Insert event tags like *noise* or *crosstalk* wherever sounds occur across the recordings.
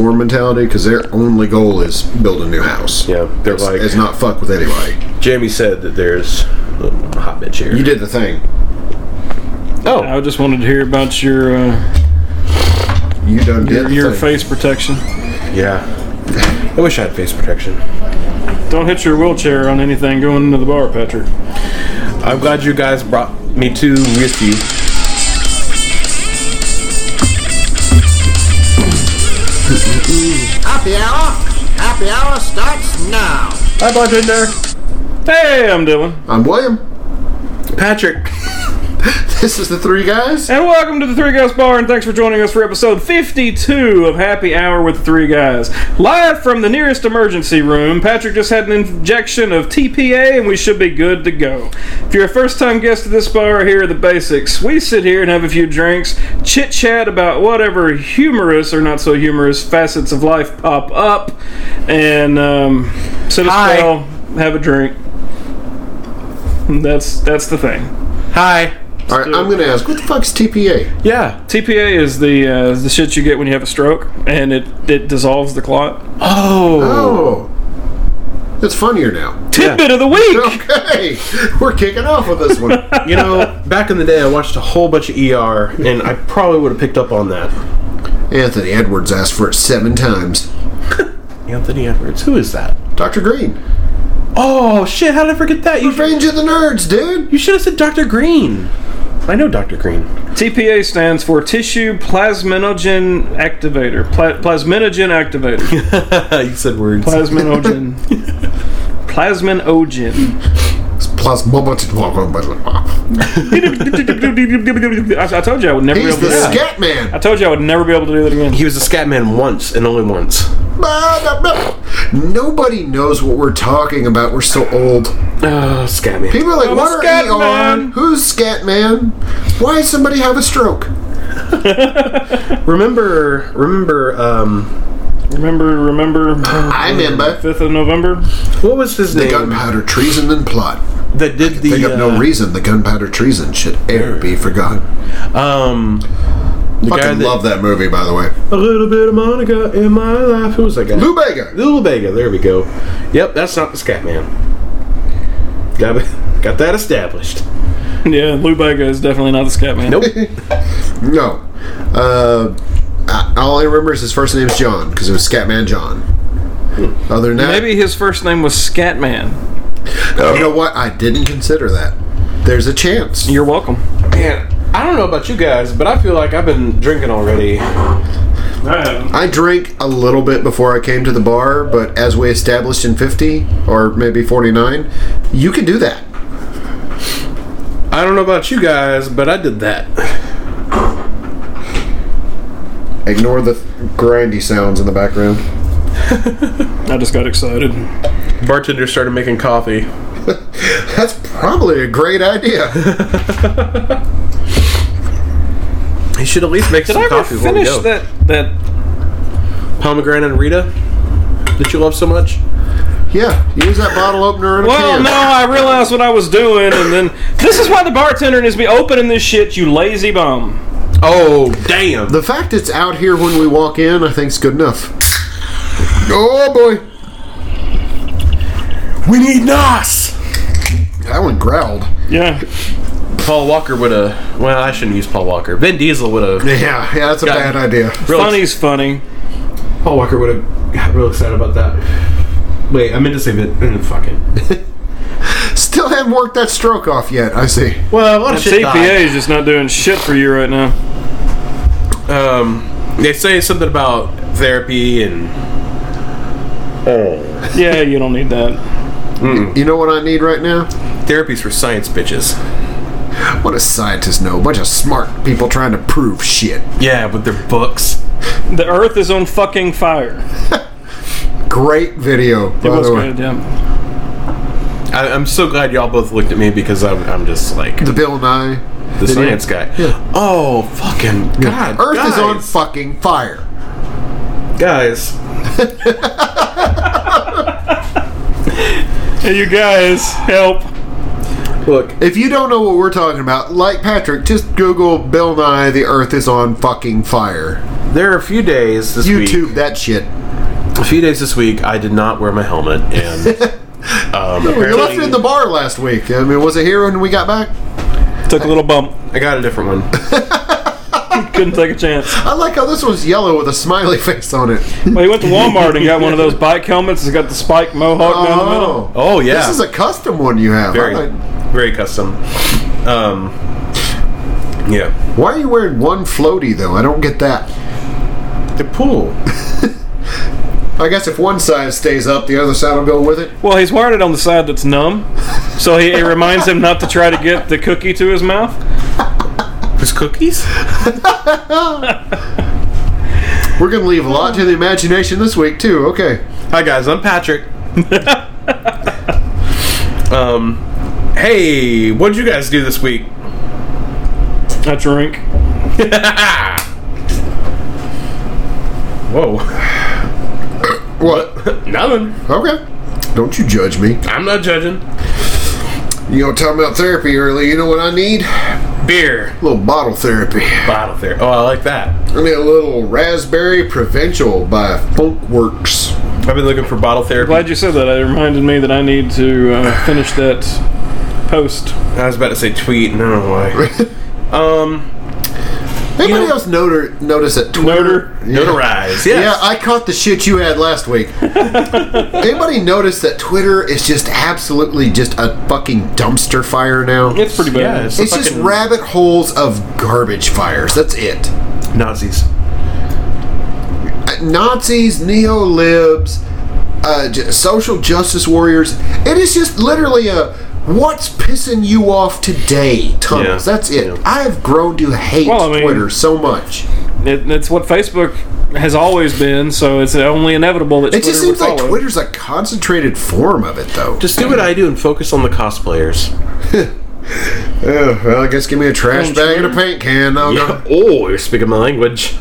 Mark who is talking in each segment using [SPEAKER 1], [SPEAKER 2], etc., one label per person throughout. [SPEAKER 1] war mentality because their only goal is build a new house.
[SPEAKER 2] Yeah, they're
[SPEAKER 1] it's,
[SPEAKER 2] like-
[SPEAKER 1] it's not fuck with anybody.
[SPEAKER 2] Jamie said that there's a hot bitch here.
[SPEAKER 1] You did the thing.
[SPEAKER 2] oh,
[SPEAKER 3] I just wanted to hear about your uh,
[SPEAKER 1] You done did
[SPEAKER 3] your,
[SPEAKER 1] the
[SPEAKER 3] your
[SPEAKER 1] thing.
[SPEAKER 3] face protection.
[SPEAKER 2] yeah. *laughs* I wish I had face protection.
[SPEAKER 3] Don't hit your wheelchair on anything going into the bar, Patrick.
[SPEAKER 2] I'm glad you guys brought me to with you.
[SPEAKER 4] *laughs* Happy hour? Happy hour starts now.
[SPEAKER 2] Hi, bartender.
[SPEAKER 3] Hey, I'm Dylan,
[SPEAKER 1] I'm William. *laughs*
[SPEAKER 2] Patrick.
[SPEAKER 1] This is the three guys.
[SPEAKER 3] and welcome to the Three Guys Bar, and thanks for joining us for episode 52 of Happy Hour with the Three Guys. Live from the nearest emergency room, Patrick just had an injection of TPA, and we should be good to go. If you're a first-time guest to this bar, here are the basics. We sit here and have a few drinks, chit-chat about whatever humorous or not so humorous facets of life pop up, and um, sit a
[SPEAKER 2] Hi.
[SPEAKER 3] spell, have a drink. That's that's the thing.
[SPEAKER 2] Hi.
[SPEAKER 1] All right, I'm gonna ask, what the fuck's TPA?
[SPEAKER 2] Yeah.
[SPEAKER 3] TPA is the uh, the shit you get when you have a stroke, and it, it dissolves the clot.
[SPEAKER 2] Oh.
[SPEAKER 1] Oh, it's funnier
[SPEAKER 3] *laughs*
[SPEAKER 1] now.
[SPEAKER 3] Tidbit of the week.
[SPEAKER 1] Okay, we're kicking off with this one.
[SPEAKER 4] *laughs*
[SPEAKER 2] You know, back in the day, I watched a whole bunch of ER, and I probably would have picked up on that.
[SPEAKER 1] Anthony Edwards asked for it seven times.
[SPEAKER 2] Anthony Edwards. Who is that?
[SPEAKER 1] Dr. Green,
[SPEAKER 2] Oh shit! How did I forget that? You
[SPEAKER 1] Revenge of the Nerds, dude.
[SPEAKER 2] you should have said Dr. Green. I know Dr. Green.
[SPEAKER 3] TPA stands for tissue plasminogen activator. Pla- plasminogen
[SPEAKER 2] *laughs* *laughs*
[SPEAKER 3] activator.
[SPEAKER 2] you said words.
[SPEAKER 3] Plasminogen.
[SPEAKER 2] *laughs*
[SPEAKER 3] plasminogen.
[SPEAKER 1] Plus, he's
[SPEAKER 3] I, I told you I would never be able
[SPEAKER 1] the
[SPEAKER 3] to. Do that.
[SPEAKER 1] scat man.
[SPEAKER 3] I told you I would never be able to do that again.
[SPEAKER 2] He was a scat man once and only once.
[SPEAKER 1] Nobody knows what we're talking about. We're so old.
[SPEAKER 2] Oh, scat man.
[SPEAKER 1] People are like,
[SPEAKER 3] I'm a
[SPEAKER 1] what are
[SPEAKER 3] scat
[SPEAKER 1] ER?
[SPEAKER 3] man."
[SPEAKER 1] Who's scat man? Why does somebody have a stroke?
[SPEAKER 2] Remember, remember, um,
[SPEAKER 3] Remember, remember,
[SPEAKER 1] I remember
[SPEAKER 3] fifth of November.
[SPEAKER 2] what was his
[SPEAKER 1] the
[SPEAKER 2] name
[SPEAKER 1] gunpowder treason and plot.
[SPEAKER 2] that did the
[SPEAKER 1] Think of no
[SPEAKER 2] uh,
[SPEAKER 1] reason the gunpowder treason should ever be forgotten.
[SPEAKER 2] um guy
[SPEAKER 1] Fucking
[SPEAKER 2] that-
[SPEAKER 1] love that movie, by the way.
[SPEAKER 2] a little bit of Monica in my life. Who was that guy?
[SPEAKER 1] Lou Bega.
[SPEAKER 2] Little Vega. There we go. Yep, that's not the scat man. Got got that established.
[SPEAKER 3] Yeah, Lou Bega is definitely not the scat man.
[SPEAKER 2] Nope.
[SPEAKER 1] No. Uh, I, all I remember is his first name's John because it was Scatman John.
[SPEAKER 2] Hmm.
[SPEAKER 1] Other than that,
[SPEAKER 3] Maybe his first name was Scatman.
[SPEAKER 1] you know what? I didn't consider that. There's a chance.
[SPEAKER 3] You're welcome.
[SPEAKER 2] Man, I don't know about you guys, but I feel like I've been drinking already.
[SPEAKER 1] I drank a little bit before I came to the bar, but as we established in 50 or maybe 49, you can do that.
[SPEAKER 2] I don't know about you guys, but I did that.
[SPEAKER 1] Ignore the grindy sounds in the background. *laughs*
[SPEAKER 3] I just got excited.
[SPEAKER 2] Bartender started making coffee.
[SPEAKER 1] That's probably a great
[SPEAKER 2] *laughs*
[SPEAKER 1] idea.
[SPEAKER 2] He should at least make
[SPEAKER 3] Did
[SPEAKER 2] some
[SPEAKER 3] I ever
[SPEAKER 2] coffee before we
[SPEAKER 3] finish
[SPEAKER 2] go.
[SPEAKER 3] that that
[SPEAKER 2] Pomegranate and Rita that you love so much.
[SPEAKER 1] yeah, use that bottle opener in a
[SPEAKER 3] Well,
[SPEAKER 1] can.
[SPEAKER 3] no, I realized what I was doing, and then this is why the bartender needs to be opening this shit, you lazy bum.
[SPEAKER 2] Oh damn!
[SPEAKER 1] The fact it's out here when we walk in, I think's good enough. Oh boy,
[SPEAKER 2] we need Nos.
[SPEAKER 1] that one growled.
[SPEAKER 3] Yeah,
[SPEAKER 2] Paul Walker would have. Well, I shouldn't use Paul Walker. Vin Diesel would have.
[SPEAKER 1] Yeah, yeah, that's a
[SPEAKER 2] Got
[SPEAKER 1] bad
[SPEAKER 2] it.
[SPEAKER 1] idea.
[SPEAKER 3] funny's funny.
[SPEAKER 2] Paul Walker would have got real excited about that. Wait, I meant to say Vin. mm, Fuck it.
[SPEAKER 1] Still haven't worked that stroke off yet. I see.
[SPEAKER 2] Well, a lot of shit
[SPEAKER 3] CPA is just not doing shit for you right
[SPEAKER 2] *laughs*
[SPEAKER 3] now.
[SPEAKER 2] died. Um, they say something about therapy and. Oh.
[SPEAKER 3] Yeah, you don't need that.
[SPEAKER 1] You know what I need right now?
[SPEAKER 2] Therapy's for science bitches.
[SPEAKER 1] What does scientists know? A bunch of smart people trying to prove shit.
[SPEAKER 2] Yeah, with their books.
[SPEAKER 3] The Earth is on fucking fire.
[SPEAKER 1] Great video,
[SPEAKER 3] It
[SPEAKER 1] by
[SPEAKER 3] was
[SPEAKER 1] the way.
[SPEAKER 3] good, yeah.
[SPEAKER 2] I, I'm so glad y'all both looked at me because I'm, I'm just like
[SPEAKER 1] The Bill Nye.
[SPEAKER 2] the science guy. Oh fucking god!
[SPEAKER 1] Earth is on
[SPEAKER 2] guys.
[SPEAKER 1] fucking fire.
[SPEAKER 2] guys.
[SPEAKER 3] Hey, you guys, help.
[SPEAKER 2] Look,
[SPEAKER 1] If you don't know what we're talking about, like Patrick, just Google Bill Nye. The Earth is on fucking fire.
[SPEAKER 2] There are a few days this week.
[SPEAKER 1] YouTube that shit.
[SPEAKER 2] A few days this week, I did not wear my helmet,
[SPEAKER 1] *laughs*
[SPEAKER 2] and um,
[SPEAKER 1] We left
[SPEAKER 2] apparently
[SPEAKER 1] it in the bar last week. I mean, was it here when we got back?
[SPEAKER 3] Took a little bump.
[SPEAKER 2] I got a
[SPEAKER 1] *laughs*
[SPEAKER 2] different one.
[SPEAKER 3] Couldn't take a chance.
[SPEAKER 1] I like how this one's yellow with a smiley *laughs* face on it.
[SPEAKER 3] Well, he went to Walmart and got one of those bike helmets. It's got the spike mohawk down the middle.
[SPEAKER 1] Oh,
[SPEAKER 2] Oh yeah,
[SPEAKER 1] this is a custom one you have.
[SPEAKER 2] very,
[SPEAKER 1] I like-
[SPEAKER 2] very custom. Um, yeah,
[SPEAKER 1] Why are you wearing one floaty though? I don't get that. *laughs*
[SPEAKER 2] the pool.
[SPEAKER 1] I guess if one side stays up, the other side will go with it.
[SPEAKER 3] Well, he's wired it on the side that's numb, so he, it reminds him not to try to get the cookie to his mouth.
[SPEAKER 2] There's cookies.
[SPEAKER 1] We're gonna leave a lot to the imagination this week too. Okay.
[SPEAKER 2] Hi guys, I'm
[SPEAKER 1] *laughs*
[SPEAKER 2] Patrick. um, hey, what'd you guys do this week?
[SPEAKER 3] I drink.
[SPEAKER 2] *laughs* Whoa,
[SPEAKER 1] What?
[SPEAKER 2] nothing.
[SPEAKER 1] okay. Don't you judge me.
[SPEAKER 2] I'm not judging.
[SPEAKER 1] You know, talking about therapy earlier. You know what I need?
[SPEAKER 2] Beer
[SPEAKER 1] A little bottle therapy.
[SPEAKER 2] bottle there. Oh, I like that.
[SPEAKER 1] I need a little raspberry provincial by Funkworks.
[SPEAKER 2] I've been looking for bottle therapy.
[SPEAKER 3] Glad you said that. It reminded me that I need to uh, finish that post.
[SPEAKER 2] I was about to say tweet, and I don't know why. *laughs* um,
[SPEAKER 1] Anybody
[SPEAKER 2] You know-
[SPEAKER 1] else noter, notice that Twitter? Yeah.
[SPEAKER 2] notarize. Yes.
[SPEAKER 1] Yeah, I caught the shit you had last
[SPEAKER 2] *laughs*
[SPEAKER 1] week. Anybody notice that Twitter is just absolutely just a fucking dumpster fire now?
[SPEAKER 3] It's pretty bad.
[SPEAKER 2] Yeah,
[SPEAKER 1] It's just rabbit holes of garbage fires. That's it.
[SPEAKER 2] Nazis.
[SPEAKER 1] Uh, Nazis, neo libs, uh, j- social justice warriors. It is just literally a what's pissing you off today tunnels.
[SPEAKER 2] Yeah.
[SPEAKER 1] That's it.
[SPEAKER 2] Yeah.
[SPEAKER 1] I have grown to hate
[SPEAKER 3] Well, I mean-
[SPEAKER 1] Twitter so much.
[SPEAKER 3] It, it's what Facebook has always been, so it's only inevitable that
[SPEAKER 1] It
[SPEAKER 3] Twitter
[SPEAKER 1] just
[SPEAKER 3] would
[SPEAKER 1] seems like
[SPEAKER 3] follow.
[SPEAKER 1] Twitter's a concentrated form of it, though.
[SPEAKER 2] Just do what I do and focus on the cosplayers.
[SPEAKER 1] Oh, well, I guess give me a trash
[SPEAKER 3] On
[SPEAKER 1] bag and a paint can. I'll go.
[SPEAKER 2] *laughs* Yeah. Oh, you're speaking my language.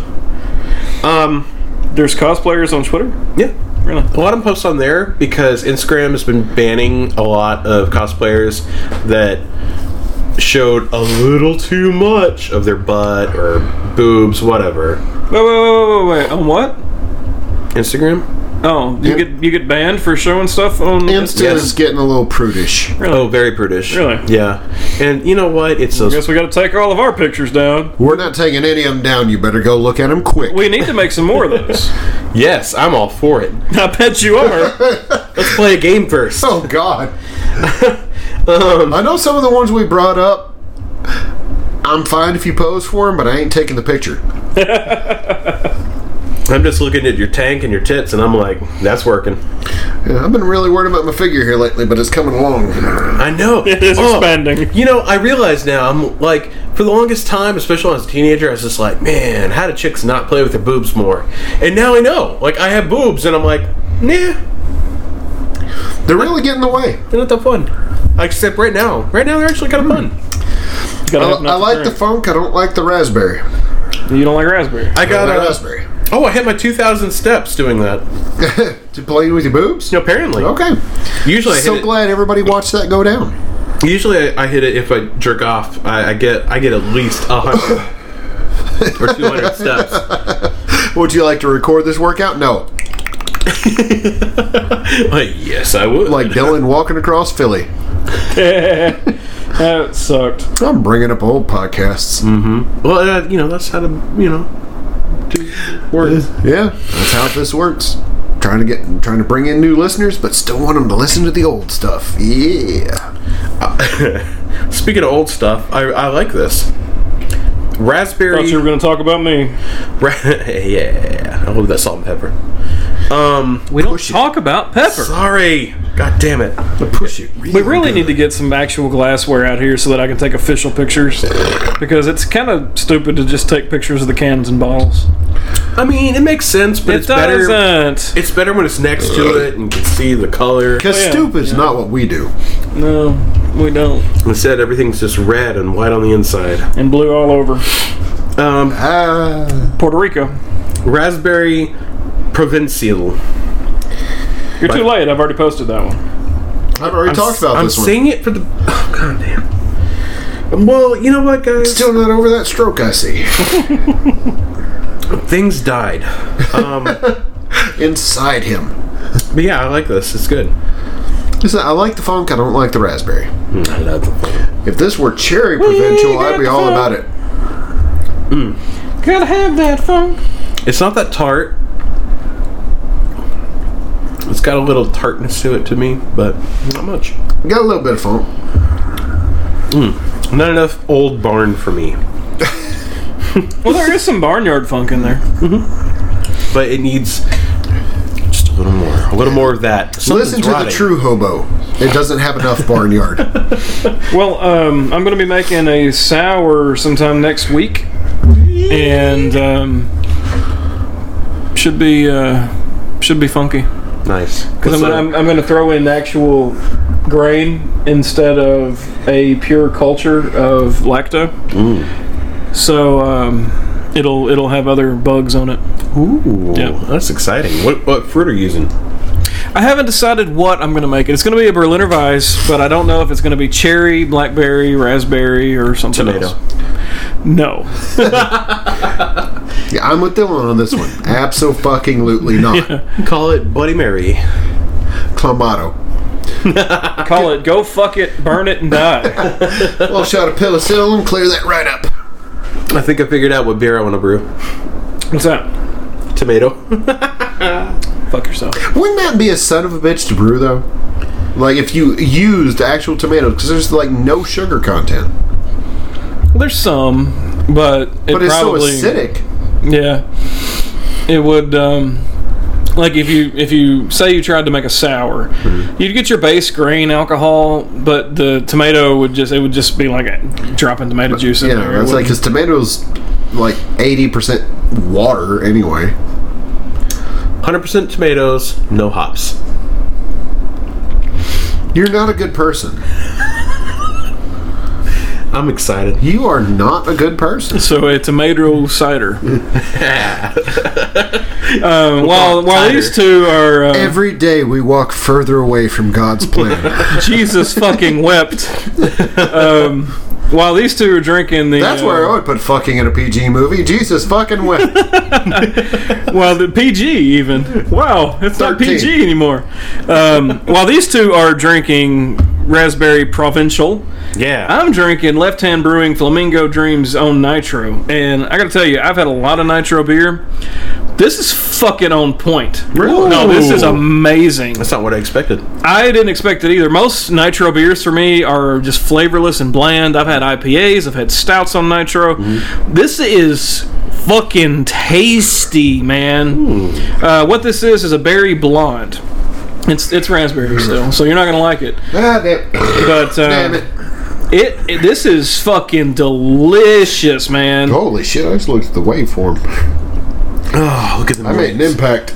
[SPEAKER 2] Um,
[SPEAKER 3] There's cosplayers on Twitter.
[SPEAKER 2] yeah.
[SPEAKER 3] Really?
[SPEAKER 2] A lot of them post on there because Instagram has been banning a lot of cosplayers that showed a little too much of their butt or boobs, whatever.
[SPEAKER 3] Wait, wait, wait, wait, wait, wait. On what?
[SPEAKER 2] Instagram?
[SPEAKER 3] Oh, you get you get banned for showing stuff on
[SPEAKER 1] Insta
[SPEAKER 2] Yes.
[SPEAKER 1] is getting a little prudish.
[SPEAKER 2] Oh, very prudish.
[SPEAKER 3] Really?
[SPEAKER 2] Yeah. And you know what? It's
[SPEAKER 3] I
[SPEAKER 2] those.
[SPEAKER 3] guess we got to take all of our pictures down.
[SPEAKER 1] We're not taking any of them down. You better go look at them quick.
[SPEAKER 3] We need to make some more of those. *laughs*
[SPEAKER 2] Yes, I'm all for it.
[SPEAKER 3] I bet you are.
[SPEAKER 2] Let's play a game first.
[SPEAKER 1] *laughs* oh
[SPEAKER 2] *laughs*
[SPEAKER 1] God.
[SPEAKER 2] Um,
[SPEAKER 1] I know some of the ones we brought up. I'm fine if you pose for them, but I ain't taking the picture.
[SPEAKER 2] I'm just looking at your tank and your tits, and I'm like, that's working.
[SPEAKER 1] Yeah, I've been really worried about my figure here lately, but it's coming along.
[SPEAKER 2] I know. Oh,
[SPEAKER 3] It is expanding.
[SPEAKER 2] You know, I realize now, I'm like, for the longest time, especially when I was a teenager, I was just like, man, how do chicks not play with their boobs more? And now I know. Like, I have boobs, and I'm like, nah,
[SPEAKER 1] They're really getting in the way.
[SPEAKER 2] they're not that fun. Except right now. Right now, they're actually kind of fun.
[SPEAKER 1] I,
[SPEAKER 3] Gotta have
[SPEAKER 1] I
[SPEAKER 3] enough
[SPEAKER 1] like the funk. I don't like the raspberry.
[SPEAKER 3] You don't like raspberry.
[SPEAKER 2] I got
[SPEAKER 1] I uh, like
[SPEAKER 2] a.
[SPEAKER 1] raspberry. *laughs*
[SPEAKER 2] Oh, I hit my 2,000 steps doing that.
[SPEAKER 1] to playing with your boobs.
[SPEAKER 2] Apparently.
[SPEAKER 1] Okay.
[SPEAKER 2] Usually, I hit
[SPEAKER 1] Oh, So
[SPEAKER 2] it-
[SPEAKER 1] glad everybody watched that go down.
[SPEAKER 2] Usually, I, I hit it if I jerk off. I, I get I get at least a hundred
[SPEAKER 1] *laughs*
[SPEAKER 2] or two hundred steps.
[SPEAKER 1] Would you like to record this workout? No.
[SPEAKER 2] Like, yes, I would.
[SPEAKER 1] Like Dylan walking across Philly.
[SPEAKER 3] *laughs* That sucked.
[SPEAKER 1] I'm bringing up old podcasts.
[SPEAKER 2] well, uh, you know, that's how to, you know, do words.
[SPEAKER 1] Yeah, that's how this works. Trying to get, trying to bring in new listeners, but still want them to listen to the old stuff. Yeah.
[SPEAKER 2] *laughs* Speaking of old stuff, I, I like this. Raspberry.
[SPEAKER 3] Thought you were going to talk about me.
[SPEAKER 2] ra- *laughs* yeah, I love that salt and pepper. Um, we don't.
[SPEAKER 3] Talk about pepper.
[SPEAKER 2] Sorry, god damn it.
[SPEAKER 1] Push it.
[SPEAKER 3] We really need to get some actual glassware out here so that I can take official pictures because it's kind of stupid to just take pictures of the cans and bottles.
[SPEAKER 2] I mean, it makes sense, but
[SPEAKER 3] It uh,
[SPEAKER 2] it's better.
[SPEAKER 3] doesn't.
[SPEAKER 2] It's better when it's next to it and you can see the color.
[SPEAKER 1] Because
[SPEAKER 3] yeah,
[SPEAKER 1] stupid's not what we do.
[SPEAKER 3] No, we don't.
[SPEAKER 2] Instead, everything's just red and white on the inside.
[SPEAKER 3] And blue all over
[SPEAKER 2] Um,
[SPEAKER 1] Uh,
[SPEAKER 3] Puerto Rico.
[SPEAKER 2] raspberry provincial.
[SPEAKER 3] You're too late. I've already posted that one.
[SPEAKER 1] I've already talked about
[SPEAKER 2] I'm
[SPEAKER 1] this one.
[SPEAKER 2] saying it for the. Oh, god damn. Well, you know what, guys?
[SPEAKER 1] Still not over that stroke I see.
[SPEAKER 2] Things died. Um,
[SPEAKER 1] *laughs* inside him.
[SPEAKER 2] but yeah, I like this. It's good.
[SPEAKER 1] Listen, I like the funk. I don't like the raspberry.
[SPEAKER 2] Hmm, I love it.
[SPEAKER 1] If this were cherry provincial,
[SPEAKER 3] got
[SPEAKER 1] I'd be
[SPEAKER 3] the
[SPEAKER 1] all
[SPEAKER 3] funk.
[SPEAKER 1] about it.
[SPEAKER 3] Gotta have that funk.
[SPEAKER 2] It's not that tart. It's got a little tartness to it to me, but not much.
[SPEAKER 1] Got a little bit of funk.
[SPEAKER 2] Not enough old barn for me.
[SPEAKER 3] Well, there is some barnyard funk in there.
[SPEAKER 2] But it needs just a little more. A little more of that. Something's
[SPEAKER 1] Listen to
[SPEAKER 2] rotting.
[SPEAKER 1] the true hobo. It doesn't have enough barnyard.
[SPEAKER 3] *laughs* Well, um, I'm going to be making a sour sometime next week, and um, should be uh, should be funky.
[SPEAKER 2] Nice.
[SPEAKER 3] Because
[SPEAKER 2] What's
[SPEAKER 3] I'm, gonna-
[SPEAKER 2] the-
[SPEAKER 3] I'm, I'm going to throw in actual grain instead of a pure culture of lacto. So um, it'll it'll have other bugs on it.
[SPEAKER 2] Ooh,
[SPEAKER 3] Yeah.
[SPEAKER 2] that's exciting. What what fruit are you using?
[SPEAKER 3] I haven't decided what I'm going to make it. It's going to be a Berliner Weiss, but I don't know if it's going to be cherry, blackberry, raspberry, or something
[SPEAKER 2] Tomato.
[SPEAKER 3] else. No.
[SPEAKER 1] yeah, I'm with Dylan on this one. Absolutely fucking lutely
[SPEAKER 3] *laughs*
[SPEAKER 1] not.
[SPEAKER 2] Call it Bloody Mary.
[SPEAKER 1] Clamato.
[SPEAKER 3] Call it go fuck it, burn it, and *laughs* die.
[SPEAKER 1] Well, shot of penicillin, clear that right up.
[SPEAKER 2] I think I figured out what beer I want to brew.
[SPEAKER 3] What's that?
[SPEAKER 2] Tomato. *laughs*
[SPEAKER 3] Fuck yourself.
[SPEAKER 1] Wouldn't that be a son of a bitch to brew though? Like if you used actual tomatoes, because there's like no sugar content,
[SPEAKER 3] There's some, but it
[SPEAKER 1] but it's
[SPEAKER 3] probably
[SPEAKER 1] so acidic.
[SPEAKER 3] Yeah, it would. Um, like if you if you say you tried to make a sour,
[SPEAKER 1] Mm-hmm.
[SPEAKER 3] you'd get your base grain alcohol, but the tomato would just it would just be like a dropping tomato juice in
[SPEAKER 1] You
[SPEAKER 3] there.
[SPEAKER 1] know,
[SPEAKER 3] It
[SPEAKER 1] it's like because tomatoes like eighty percent water anyway.
[SPEAKER 2] Hundred percent tomatoes, no hops.
[SPEAKER 1] You're not a good person.
[SPEAKER 2] I'm excited.
[SPEAKER 1] You are not a good person.
[SPEAKER 3] So a
[SPEAKER 1] *laughs*
[SPEAKER 3] tomato cider. um, while while
[SPEAKER 2] Cider.
[SPEAKER 3] these two are uh,
[SPEAKER 1] Every day we walk further away from God's plan.
[SPEAKER 3] *laughs* Jesus fucking wept. Um, while these two are drinking the
[SPEAKER 1] That's
[SPEAKER 3] uh,
[SPEAKER 1] where I would put fucking in a PG movie. Jesus fucking went.
[SPEAKER 3] *laughs* Well, the PG even. Wow, it's
[SPEAKER 1] 13.
[SPEAKER 3] not PG anymore. Um, while these two are drinking raspberry provincial,
[SPEAKER 2] Yeah.
[SPEAKER 3] I'm drinking Left Hand Brewing Flamingo Dreams own nitro, and I got to tell you, I've had a lot of nitro beer. This is fucking on point.
[SPEAKER 2] Really?
[SPEAKER 3] No, this is amazing.
[SPEAKER 2] That's not what I expected.
[SPEAKER 3] I didn't expect it either. Most nitro beers for me are just flavorless and bland. I've had IPAs, I've had stouts on nitro.
[SPEAKER 1] Mm-hmm.
[SPEAKER 3] This is fucking tasty, man.
[SPEAKER 1] Hmm.
[SPEAKER 3] Uh, what this is is a berry blonde. It's it's raspberry still, so you're not gonna like it.
[SPEAKER 1] Ah, damn. Hmm. *laughs*
[SPEAKER 3] But uh,
[SPEAKER 1] Damn it.
[SPEAKER 3] it. it this is fucking delicious, man.
[SPEAKER 1] Holy shit! I just looked at the waveform.
[SPEAKER 2] Oh, look at the
[SPEAKER 1] I made an impact.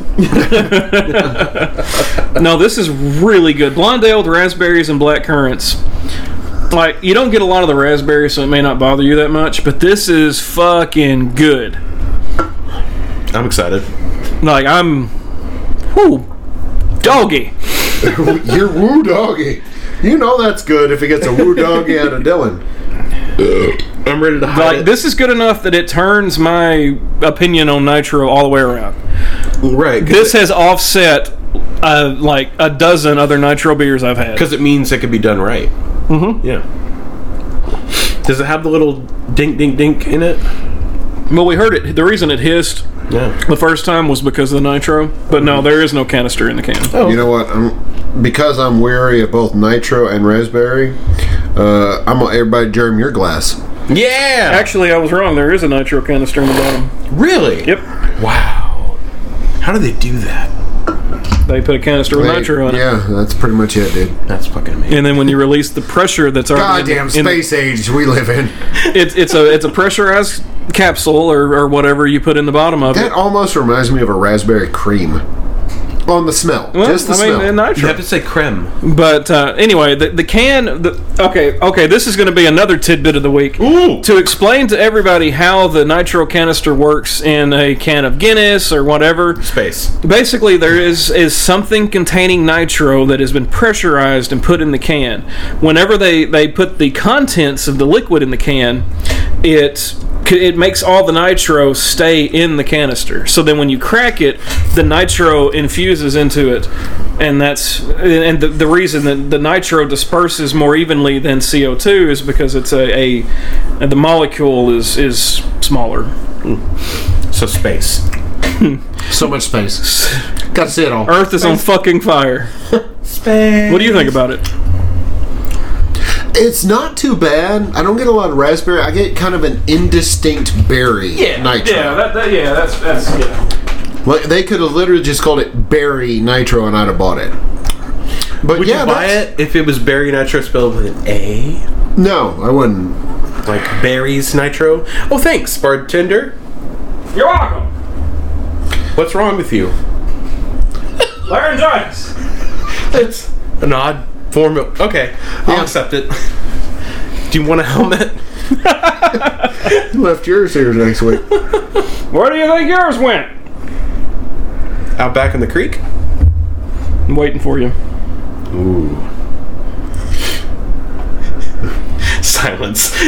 [SPEAKER 3] No, this is really good. Blonde ale with raspberries and black currants. Like you don't get a lot of the raspberries, so it may not bother you that much. But this is fucking good.
[SPEAKER 2] I'm excited.
[SPEAKER 3] Like I'm, whoo, doggy.
[SPEAKER 1] You're woo doggy. You know that's good if it gets a woo *laughs* doggy out of Dylan.
[SPEAKER 2] I'm ready to hide
[SPEAKER 3] Like this is good enough that it turns my opinion on nitro all the way around.
[SPEAKER 2] Right.
[SPEAKER 3] This has offset uh, like a dozen other nitro beers I've had.
[SPEAKER 2] because it means it could be done right. Mm-hmm. Yeah. Does it have the little dink dink dink in it?
[SPEAKER 3] Well, we heard it. The reason it hissed
[SPEAKER 2] Yeah.
[SPEAKER 3] the first time was because of the nitro. But no, there is no canister in the can.
[SPEAKER 2] Oh.
[SPEAKER 1] You know what? I'm, because I'm weary of both nitro and raspberry, uh, I'm gonna everybody germ your glass.
[SPEAKER 2] Yeah.
[SPEAKER 3] Actually, I was wrong. There is a nitro canister in the bottom.
[SPEAKER 2] really.
[SPEAKER 3] Yep.
[SPEAKER 2] Wow. How do they do that?
[SPEAKER 3] They put a canister with
[SPEAKER 1] Hey,
[SPEAKER 3] nitro in it.
[SPEAKER 1] yeah, that's pretty much it, dude.
[SPEAKER 2] That's fucking amazing.
[SPEAKER 3] And then when you release the pressure that's already in-
[SPEAKER 1] Goddamn
[SPEAKER 3] in,
[SPEAKER 1] space age we live in.
[SPEAKER 3] it's it's a it's a pressurized capsule or, or whatever you put in the bottom of
[SPEAKER 1] That
[SPEAKER 3] it.
[SPEAKER 1] almost reminds me of a raspberry cream. On the smell,
[SPEAKER 3] Well,
[SPEAKER 1] just the
[SPEAKER 3] I
[SPEAKER 1] smell.
[SPEAKER 3] mean, and
[SPEAKER 2] You have
[SPEAKER 3] nitro.
[SPEAKER 2] to say creme.
[SPEAKER 3] But uh, anyway, the, the can. The, okay, okay. This is going to be another tidbit of the week.
[SPEAKER 2] Ooh.
[SPEAKER 3] to explain to everybody how the nitro canister works in a can of Guinness or whatever.
[SPEAKER 2] Space.
[SPEAKER 3] Basically, there is is something containing nitro that has been pressurized and put in the can. Whenever they they put the contents of the liquid in the can, it c- it makes all the nitro stay in the canister. So then when you crack it, the nitro infuses into it, and that's and the, the reason that the nitro disperses more evenly than CO two is because it's a, a the molecule is is smaller.
[SPEAKER 2] So space.
[SPEAKER 1] So much space.
[SPEAKER 3] *laughs*
[SPEAKER 1] Got to see it all.
[SPEAKER 3] Earth is on fucking fire.
[SPEAKER 2] Space.
[SPEAKER 3] What do you think about it?
[SPEAKER 1] It's not too bad. I don't get a lot of raspberry. I get kind of an indistinct berry nitro.
[SPEAKER 3] yeah, that, that, yeah, that's that's yeah.
[SPEAKER 1] Like, they could have literally just called it berry nitro, and I'd have bought it. But
[SPEAKER 2] Would
[SPEAKER 1] yeah,
[SPEAKER 2] you buy
[SPEAKER 1] that's-
[SPEAKER 2] it if it was berry nitro spelled with an A?
[SPEAKER 1] No, I wouldn't.
[SPEAKER 2] Like berries nitro? Oh, thanks, bartender.
[SPEAKER 3] You're welcome.
[SPEAKER 2] What's wrong with you?
[SPEAKER 3] Laryngitis.
[SPEAKER 2] It's an odd form of. Okay, I'll
[SPEAKER 1] Yeah.
[SPEAKER 2] accept it. *laughs* Do you want a helmet?
[SPEAKER 1] You left yours here next week.
[SPEAKER 3] Where do you think yours went?
[SPEAKER 2] Out back in the creek?
[SPEAKER 3] I'm waiting for you. *laughs*
[SPEAKER 2] Ooh. Silence.
[SPEAKER 1] *laughs*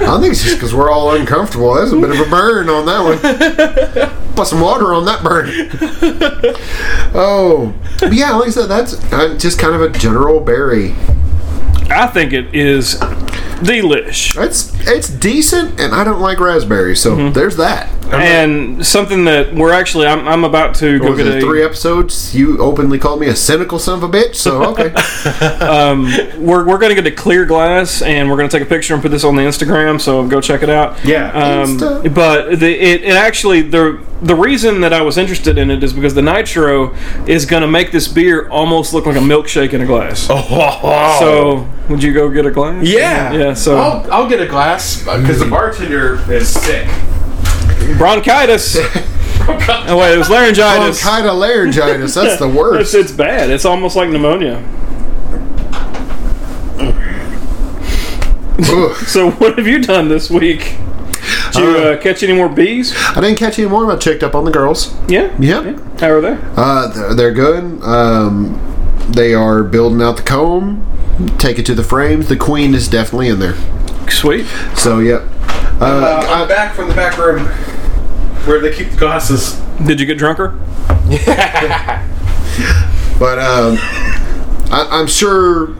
[SPEAKER 1] I think it's just because we're all uncomfortable. That's a bit of a burn on that one. *laughs* Put some water on that burn. Oh, but yeah, like I said, that's uh, just kind of a general berry.
[SPEAKER 3] I think it is delish.
[SPEAKER 1] It's it's decent, and I don't like raspberry, so
[SPEAKER 2] Mm-hmm.
[SPEAKER 1] there's that.
[SPEAKER 3] And something that we're actually, I'm, I'm about to go
[SPEAKER 1] Was
[SPEAKER 3] get
[SPEAKER 1] it
[SPEAKER 3] a.
[SPEAKER 1] three episodes? You openly called me a cynical son of a bitch. So
[SPEAKER 2] *laughs*
[SPEAKER 1] okay,
[SPEAKER 3] We're, we're going to get a clear glass and we're going to take a picture and put this on the Instagram, so go check it out.
[SPEAKER 2] Yeah.
[SPEAKER 3] Um,
[SPEAKER 1] Insta.
[SPEAKER 3] but the, it, it actually, the, the reason that I was interested in it is because the nitro is going to make this beer almost look like a milkshake in a
[SPEAKER 1] Oh.
[SPEAKER 3] glass. So, would you go get a glass?
[SPEAKER 2] Oh. yeah.
[SPEAKER 3] Yeah, so. Mm.
[SPEAKER 2] I'll, I'll get a glass because the bartender is sick. *laughs*
[SPEAKER 1] *laughs*
[SPEAKER 3] Bronchitis.
[SPEAKER 2] Uh,
[SPEAKER 3] oh, wait, it was laryngitis.
[SPEAKER 1] bronchitis, laryngitis. That's
[SPEAKER 2] *laughs*
[SPEAKER 1] the worst.
[SPEAKER 3] It's, it's bad. It's almost like pneumonia.
[SPEAKER 1] Ugh.
[SPEAKER 3] So, *laughs* what have you done this week? Did you uh, catch any more bees?
[SPEAKER 1] I didn't catch any more. but I checked up on the girls.
[SPEAKER 3] Yeah.
[SPEAKER 1] Yep.
[SPEAKER 3] How are they?
[SPEAKER 1] Uh, they're, they're good. Um, they are building out the comb. Take it to the frames. The queen is definitely in there.
[SPEAKER 3] Sweet.
[SPEAKER 1] So, yep.
[SPEAKER 2] Uh,
[SPEAKER 1] Uh,
[SPEAKER 2] I'm back from the back room where they keep the glasses.
[SPEAKER 3] Did you get drunker?
[SPEAKER 1] but um, I, I'm sure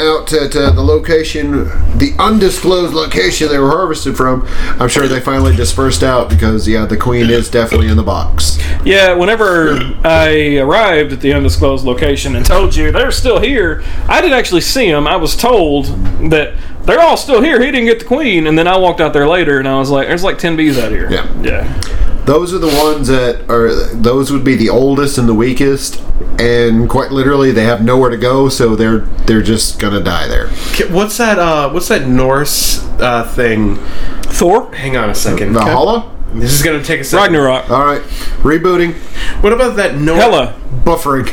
[SPEAKER 1] out at uh, the location, the undisclosed location they were harvested from, I'm sure they finally dispersed out because, yeah, the queen is definitely in the box.
[SPEAKER 3] Yeah. Whenever I arrived at the undisclosed location and told you they're still here, I didn't actually see them. I was told that they're all still here. He didn't get the queen, and then I walked out there later and I was like, "There's like ten bees out here."
[SPEAKER 1] Yeah.
[SPEAKER 3] Yeah.
[SPEAKER 1] Those are the ones that are, those would be the oldest and the weakest. And quite literally, they have nowhere to go, so they're they're just gonna die there.
[SPEAKER 2] What's that? Uh, what's that Norse uh, thing?
[SPEAKER 3] Thor.
[SPEAKER 2] Hang on a second.
[SPEAKER 1] Valhalla?
[SPEAKER 2] This is gonna take a second.
[SPEAKER 3] Ragnarok.
[SPEAKER 1] All right, rebooting,
[SPEAKER 2] What about that oh, Norse?
[SPEAKER 3] Hella.
[SPEAKER 1] buffering.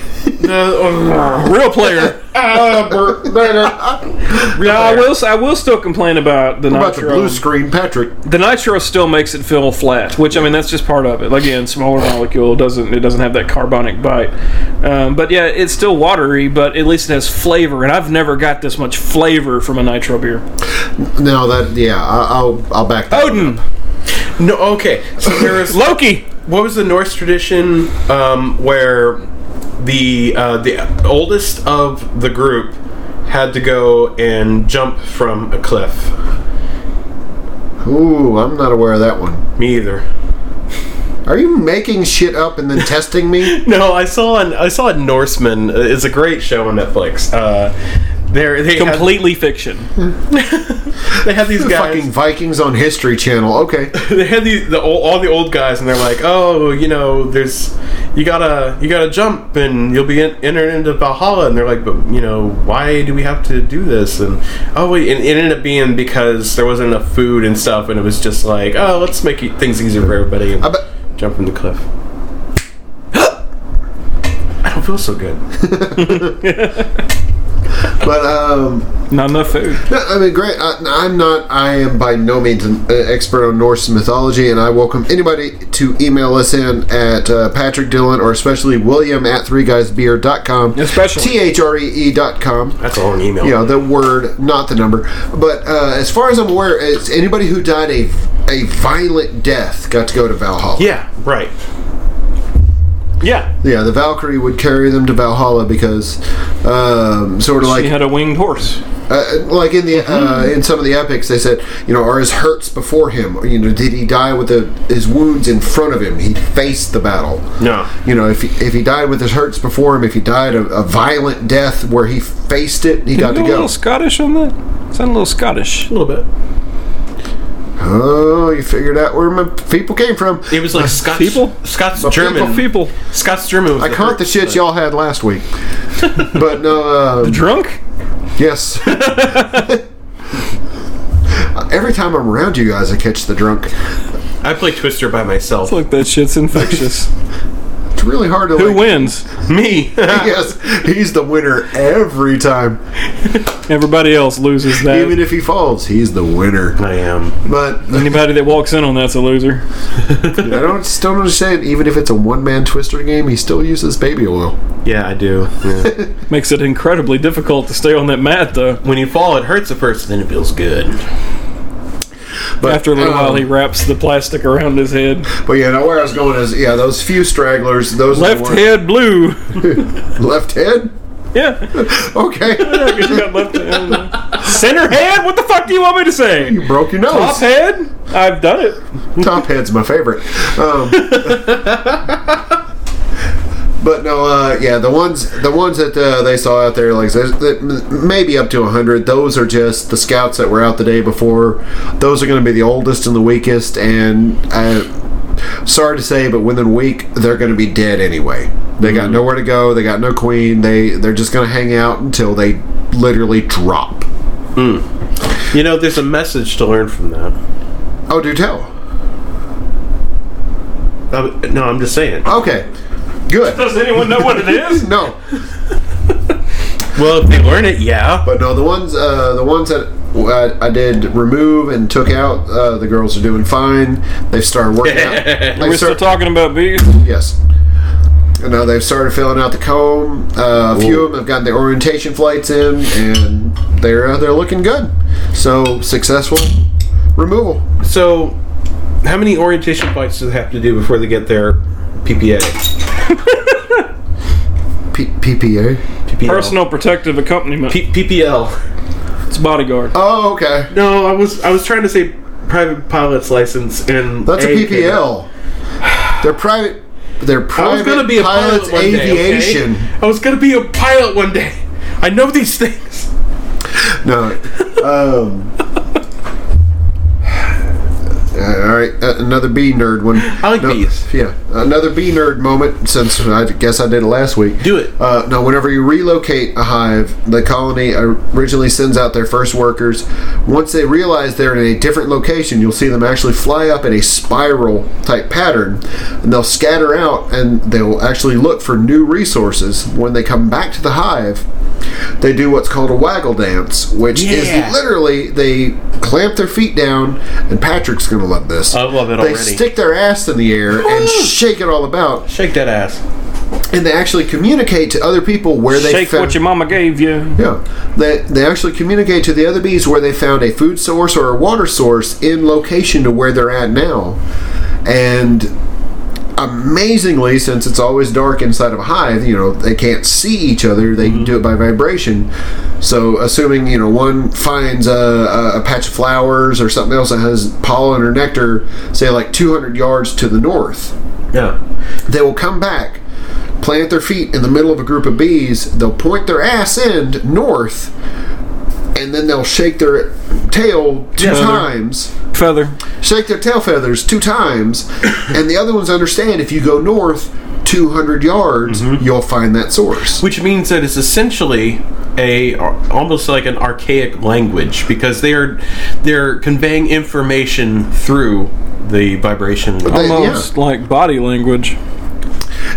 [SPEAKER 3] Real player.
[SPEAKER 1] *laughs*
[SPEAKER 3] Yeah, I will. I will still complain about the
[SPEAKER 1] about the
[SPEAKER 3] nitro.
[SPEAKER 1] blue screen, Patrick.
[SPEAKER 3] the nitro still makes it feel flat, which I mean that's just part of it. Like, Again, smaller molecule doesn't it doesn't have that carbonic bite, um, but yeah, it's still watery, but at least it has flavor. And I've never got this much flavor from a nitro beer.
[SPEAKER 1] No, that yeah, I, I'll I'll back that.
[SPEAKER 3] Odin,
[SPEAKER 2] No. Okay. So there *laughs* was
[SPEAKER 3] Loki,
[SPEAKER 2] what was the Norse tradition um, where the uh, the oldest of the group had to go and jump from a cliff?
[SPEAKER 1] Ooh, I'm not aware of that one.
[SPEAKER 2] Me either.
[SPEAKER 1] Are you making shit up and then testing me?
[SPEAKER 2] No, I saw an I saw a Norseman. Uh, It's a great show on Netflix. Uh, there they had-
[SPEAKER 3] completely fiction.
[SPEAKER 2] they had *laughs* these *laughs* guys.
[SPEAKER 1] Fucking Vikings on History Channel. Okay,
[SPEAKER 2] they had the, the old, all the old guys, and they're like, "Oh, you know, there's you gotta you gotta jump, and you'll be in, entered into Valhalla." And they're like, "But you know, why do we have to do this?" And oh wait, and it ended up being because there wasn't enough food and stuff, and it was just like, "Oh, let's make e- things easier for everybody." And
[SPEAKER 1] I bet.
[SPEAKER 2] jump from the cliff. *gasps* I don't feel so good.
[SPEAKER 1] But um,
[SPEAKER 3] Not enough food.
[SPEAKER 1] No, I mean, great. I, I'm not. I am by no means an uh, expert on Norse mythology, and I welcome anybody to email us in at uh, Patrick Dillon or especially William at three guysbeer.com.
[SPEAKER 3] Especially.
[SPEAKER 1] T H R E E dot com.
[SPEAKER 2] That's a long email.
[SPEAKER 1] *laughs* You know, the word, not the number. But uh, as far as I'm aware, it's anybody who died a, a violent death got to go to Valhalla.
[SPEAKER 2] Yeah, right. Yeah.
[SPEAKER 1] Yeah, the Valkyrie would carry them to Valhalla because, um, sort of like
[SPEAKER 3] He had a winged horse.
[SPEAKER 1] Uh, like in the uh, in some of the epics, they said, you know, are his hurts before him? Or, you know, did he die with the, his wounds in front of him? He faced the battle.
[SPEAKER 2] No.
[SPEAKER 1] You know, if he, if he died with his hurts before him, if he died a, a violent death where he faced it, he got to
[SPEAKER 3] You a
[SPEAKER 1] go.
[SPEAKER 3] little Scottish on that? Sound a little Scottish.
[SPEAKER 2] A little bit.
[SPEAKER 1] Oh, you figured out where my people came from.
[SPEAKER 2] It was like Scots,
[SPEAKER 3] people?
[SPEAKER 2] Scots German,
[SPEAKER 3] People.
[SPEAKER 2] Scots German. Was
[SPEAKER 1] I caught the shit y'all had last week, but no. Um,
[SPEAKER 3] Drunk?
[SPEAKER 1] Yes. Every time I'm around you guys, I catch the drunk.
[SPEAKER 2] I play Twister by myself.
[SPEAKER 3] Look, that
[SPEAKER 1] *laughs*
[SPEAKER 3] shit's infectious.
[SPEAKER 1] It's really hard to.
[SPEAKER 3] Who
[SPEAKER 1] like,
[SPEAKER 3] wins? *laughs*
[SPEAKER 2] Me.
[SPEAKER 1] *laughs* yes, he's the winner every time.
[SPEAKER 3] Everybody else loses
[SPEAKER 1] Even
[SPEAKER 3] that.
[SPEAKER 1] if he falls, he's the winner.
[SPEAKER 2] I am.
[SPEAKER 1] But I
[SPEAKER 3] Anybody that walks in on that's a loser.
[SPEAKER 1] don't still don't understand. Even if it's a one man twister game, he still uses baby oil.
[SPEAKER 2] Yeah, I do. Yeah.
[SPEAKER 3] Makes it incredibly difficult to stay on that mat, though.
[SPEAKER 2] when you fall, it hurts a person, then it feels good.
[SPEAKER 1] But
[SPEAKER 3] After a little
[SPEAKER 1] um,
[SPEAKER 3] while, he wraps the plastic around his head.
[SPEAKER 1] But yeah, no, where I was going is yeah, those few stragglers, those are the
[SPEAKER 3] Left
[SPEAKER 1] ones-
[SPEAKER 3] head blue. *laughs*
[SPEAKER 1] left head.
[SPEAKER 3] yeah.
[SPEAKER 1] Okay, *laughs*
[SPEAKER 3] Left hand. Center head? What the fuck do you want me to say?
[SPEAKER 1] you broke your nose.
[SPEAKER 3] Top head? I've done it.
[SPEAKER 1] Top Head's my favorite. Um, but no, uh, yeah, the ones the ones that uh, they saw out there, like there's- that m- maybe up to hundred. Those are just the scouts that were out the day before. Those are going to be the oldest and the weakest. And I, sorry to say, but when they're weak, they're going to be dead anyway. They got nowhere to go. They got no queen. They they're just going to hang out until they literally drop.
[SPEAKER 2] You know, there's a message to learn from that.
[SPEAKER 1] Oh, do tell.
[SPEAKER 2] Uh, no, I'm just saying.
[SPEAKER 1] Okay, good.
[SPEAKER 3] Does anyone know what it is?
[SPEAKER 1] No,
[SPEAKER 2] Well, if they learn it, yeah.
[SPEAKER 1] But no, the ones uh, the ones that I, I did remove and took out, uh, the girls are doing fine. They've started working out.
[SPEAKER 2] *laughs*
[SPEAKER 1] They
[SPEAKER 3] We're still
[SPEAKER 1] start-
[SPEAKER 3] talking about bees.
[SPEAKER 1] yes. And now they've started filling out the comb. Uh, a few of them have gotten their orientation flights in, and they're uh, they're looking good. So successful removal.
[SPEAKER 2] So, how many orientation flights do they have to do before they get their PPA?
[SPEAKER 1] P- PPA.
[SPEAKER 2] PPL.
[SPEAKER 3] Personal protective accompaniment.
[SPEAKER 2] P- PPL.
[SPEAKER 3] It's bodyguard.
[SPEAKER 1] Oh, okay.
[SPEAKER 2] No, I was I was trying to say private pilot's license and
[SPEAKER 1] That's a
[SPEAKER 2] A came out.
[SPEAKER 1] PPL. They're private. They're
[SPEAKER 2] I
[SPEAKER 1] private
[SPEAKER 2] was gonna be a
[SPEAKER 1] pilots
[SPEAKER 2] pilot one
[SPEAKER 1] aviation.
[SPEAKER 2] day. okay? I was gonna be a pilot one day. I know these things.
[SPEAKER 1] *laughs* No. Um, *sighs* all right, uh, another B nerd one.
[SPEAKER 2] I like bees.
[SPEAKER 1] Yeah, another B nerd moment since I guess I did it last week.
[SPEAKER 2] Do it.
[SPEAKER 1] Uh, no, whenever you relocate a hive, the colony originally sends out their first workers. Once they realize they're in a different location, you'll see them actually fly up in a spiral type pattern, and they'll scatter out and they'll actually look for new resources. When they come back to the hive, they do what's called a waggle dance, which
[SPEAKER 2] Yeah.
[SPEAKER 1] is literally they clamp their feet down, and Patrick's going to love this.
[SPEAKER 2] I love it
[SPEAKER 1] They
[SPEAKER 2] already.
[SPEAKER 1] stick their ass in the air and shake it all about,
[SPEAKER 2] Shake that ass.
[SPEAKER 1] and they actually communicate to other people where they
[SPEAKER 3] Shake
[SPEAKER 1] found.
[SPEAKER 3] what your mama gave you.
[SPEAKER 1] yeah, they, they actually communicate to the other bees where they found a food source or a water source in location to where they're at now, and amazingly, since it's always dark inside of a hive, you know they can't see each other. They can do it by vibration. So, assuming you know one finds a, a, a patch of flowers or something else that has pollen or nectar, say like 200 yards to the north,
[SPEAKER 2] Yeah.
[SPEAKER 1] they will come back, plant their feet in the middle of a group of bees. They'll point their ass end north, and then they'll shake their tail two
[SPEAKER 2] Yeah.
[SPEAKER 1] times,
[SPEAKER 3] Feather.
[SPEAKER 1] shake their tail feathers two times, *coughs* and the other ones understand if you go north 200 yards, you'll find that source.
[SPEAKER 2] Which means that it's essentially a almost like an archaic language because they are they're conveying information through the vibration.
[SPEAKER 1] They- yeah.
[SPEAKER 3] Almost like body language.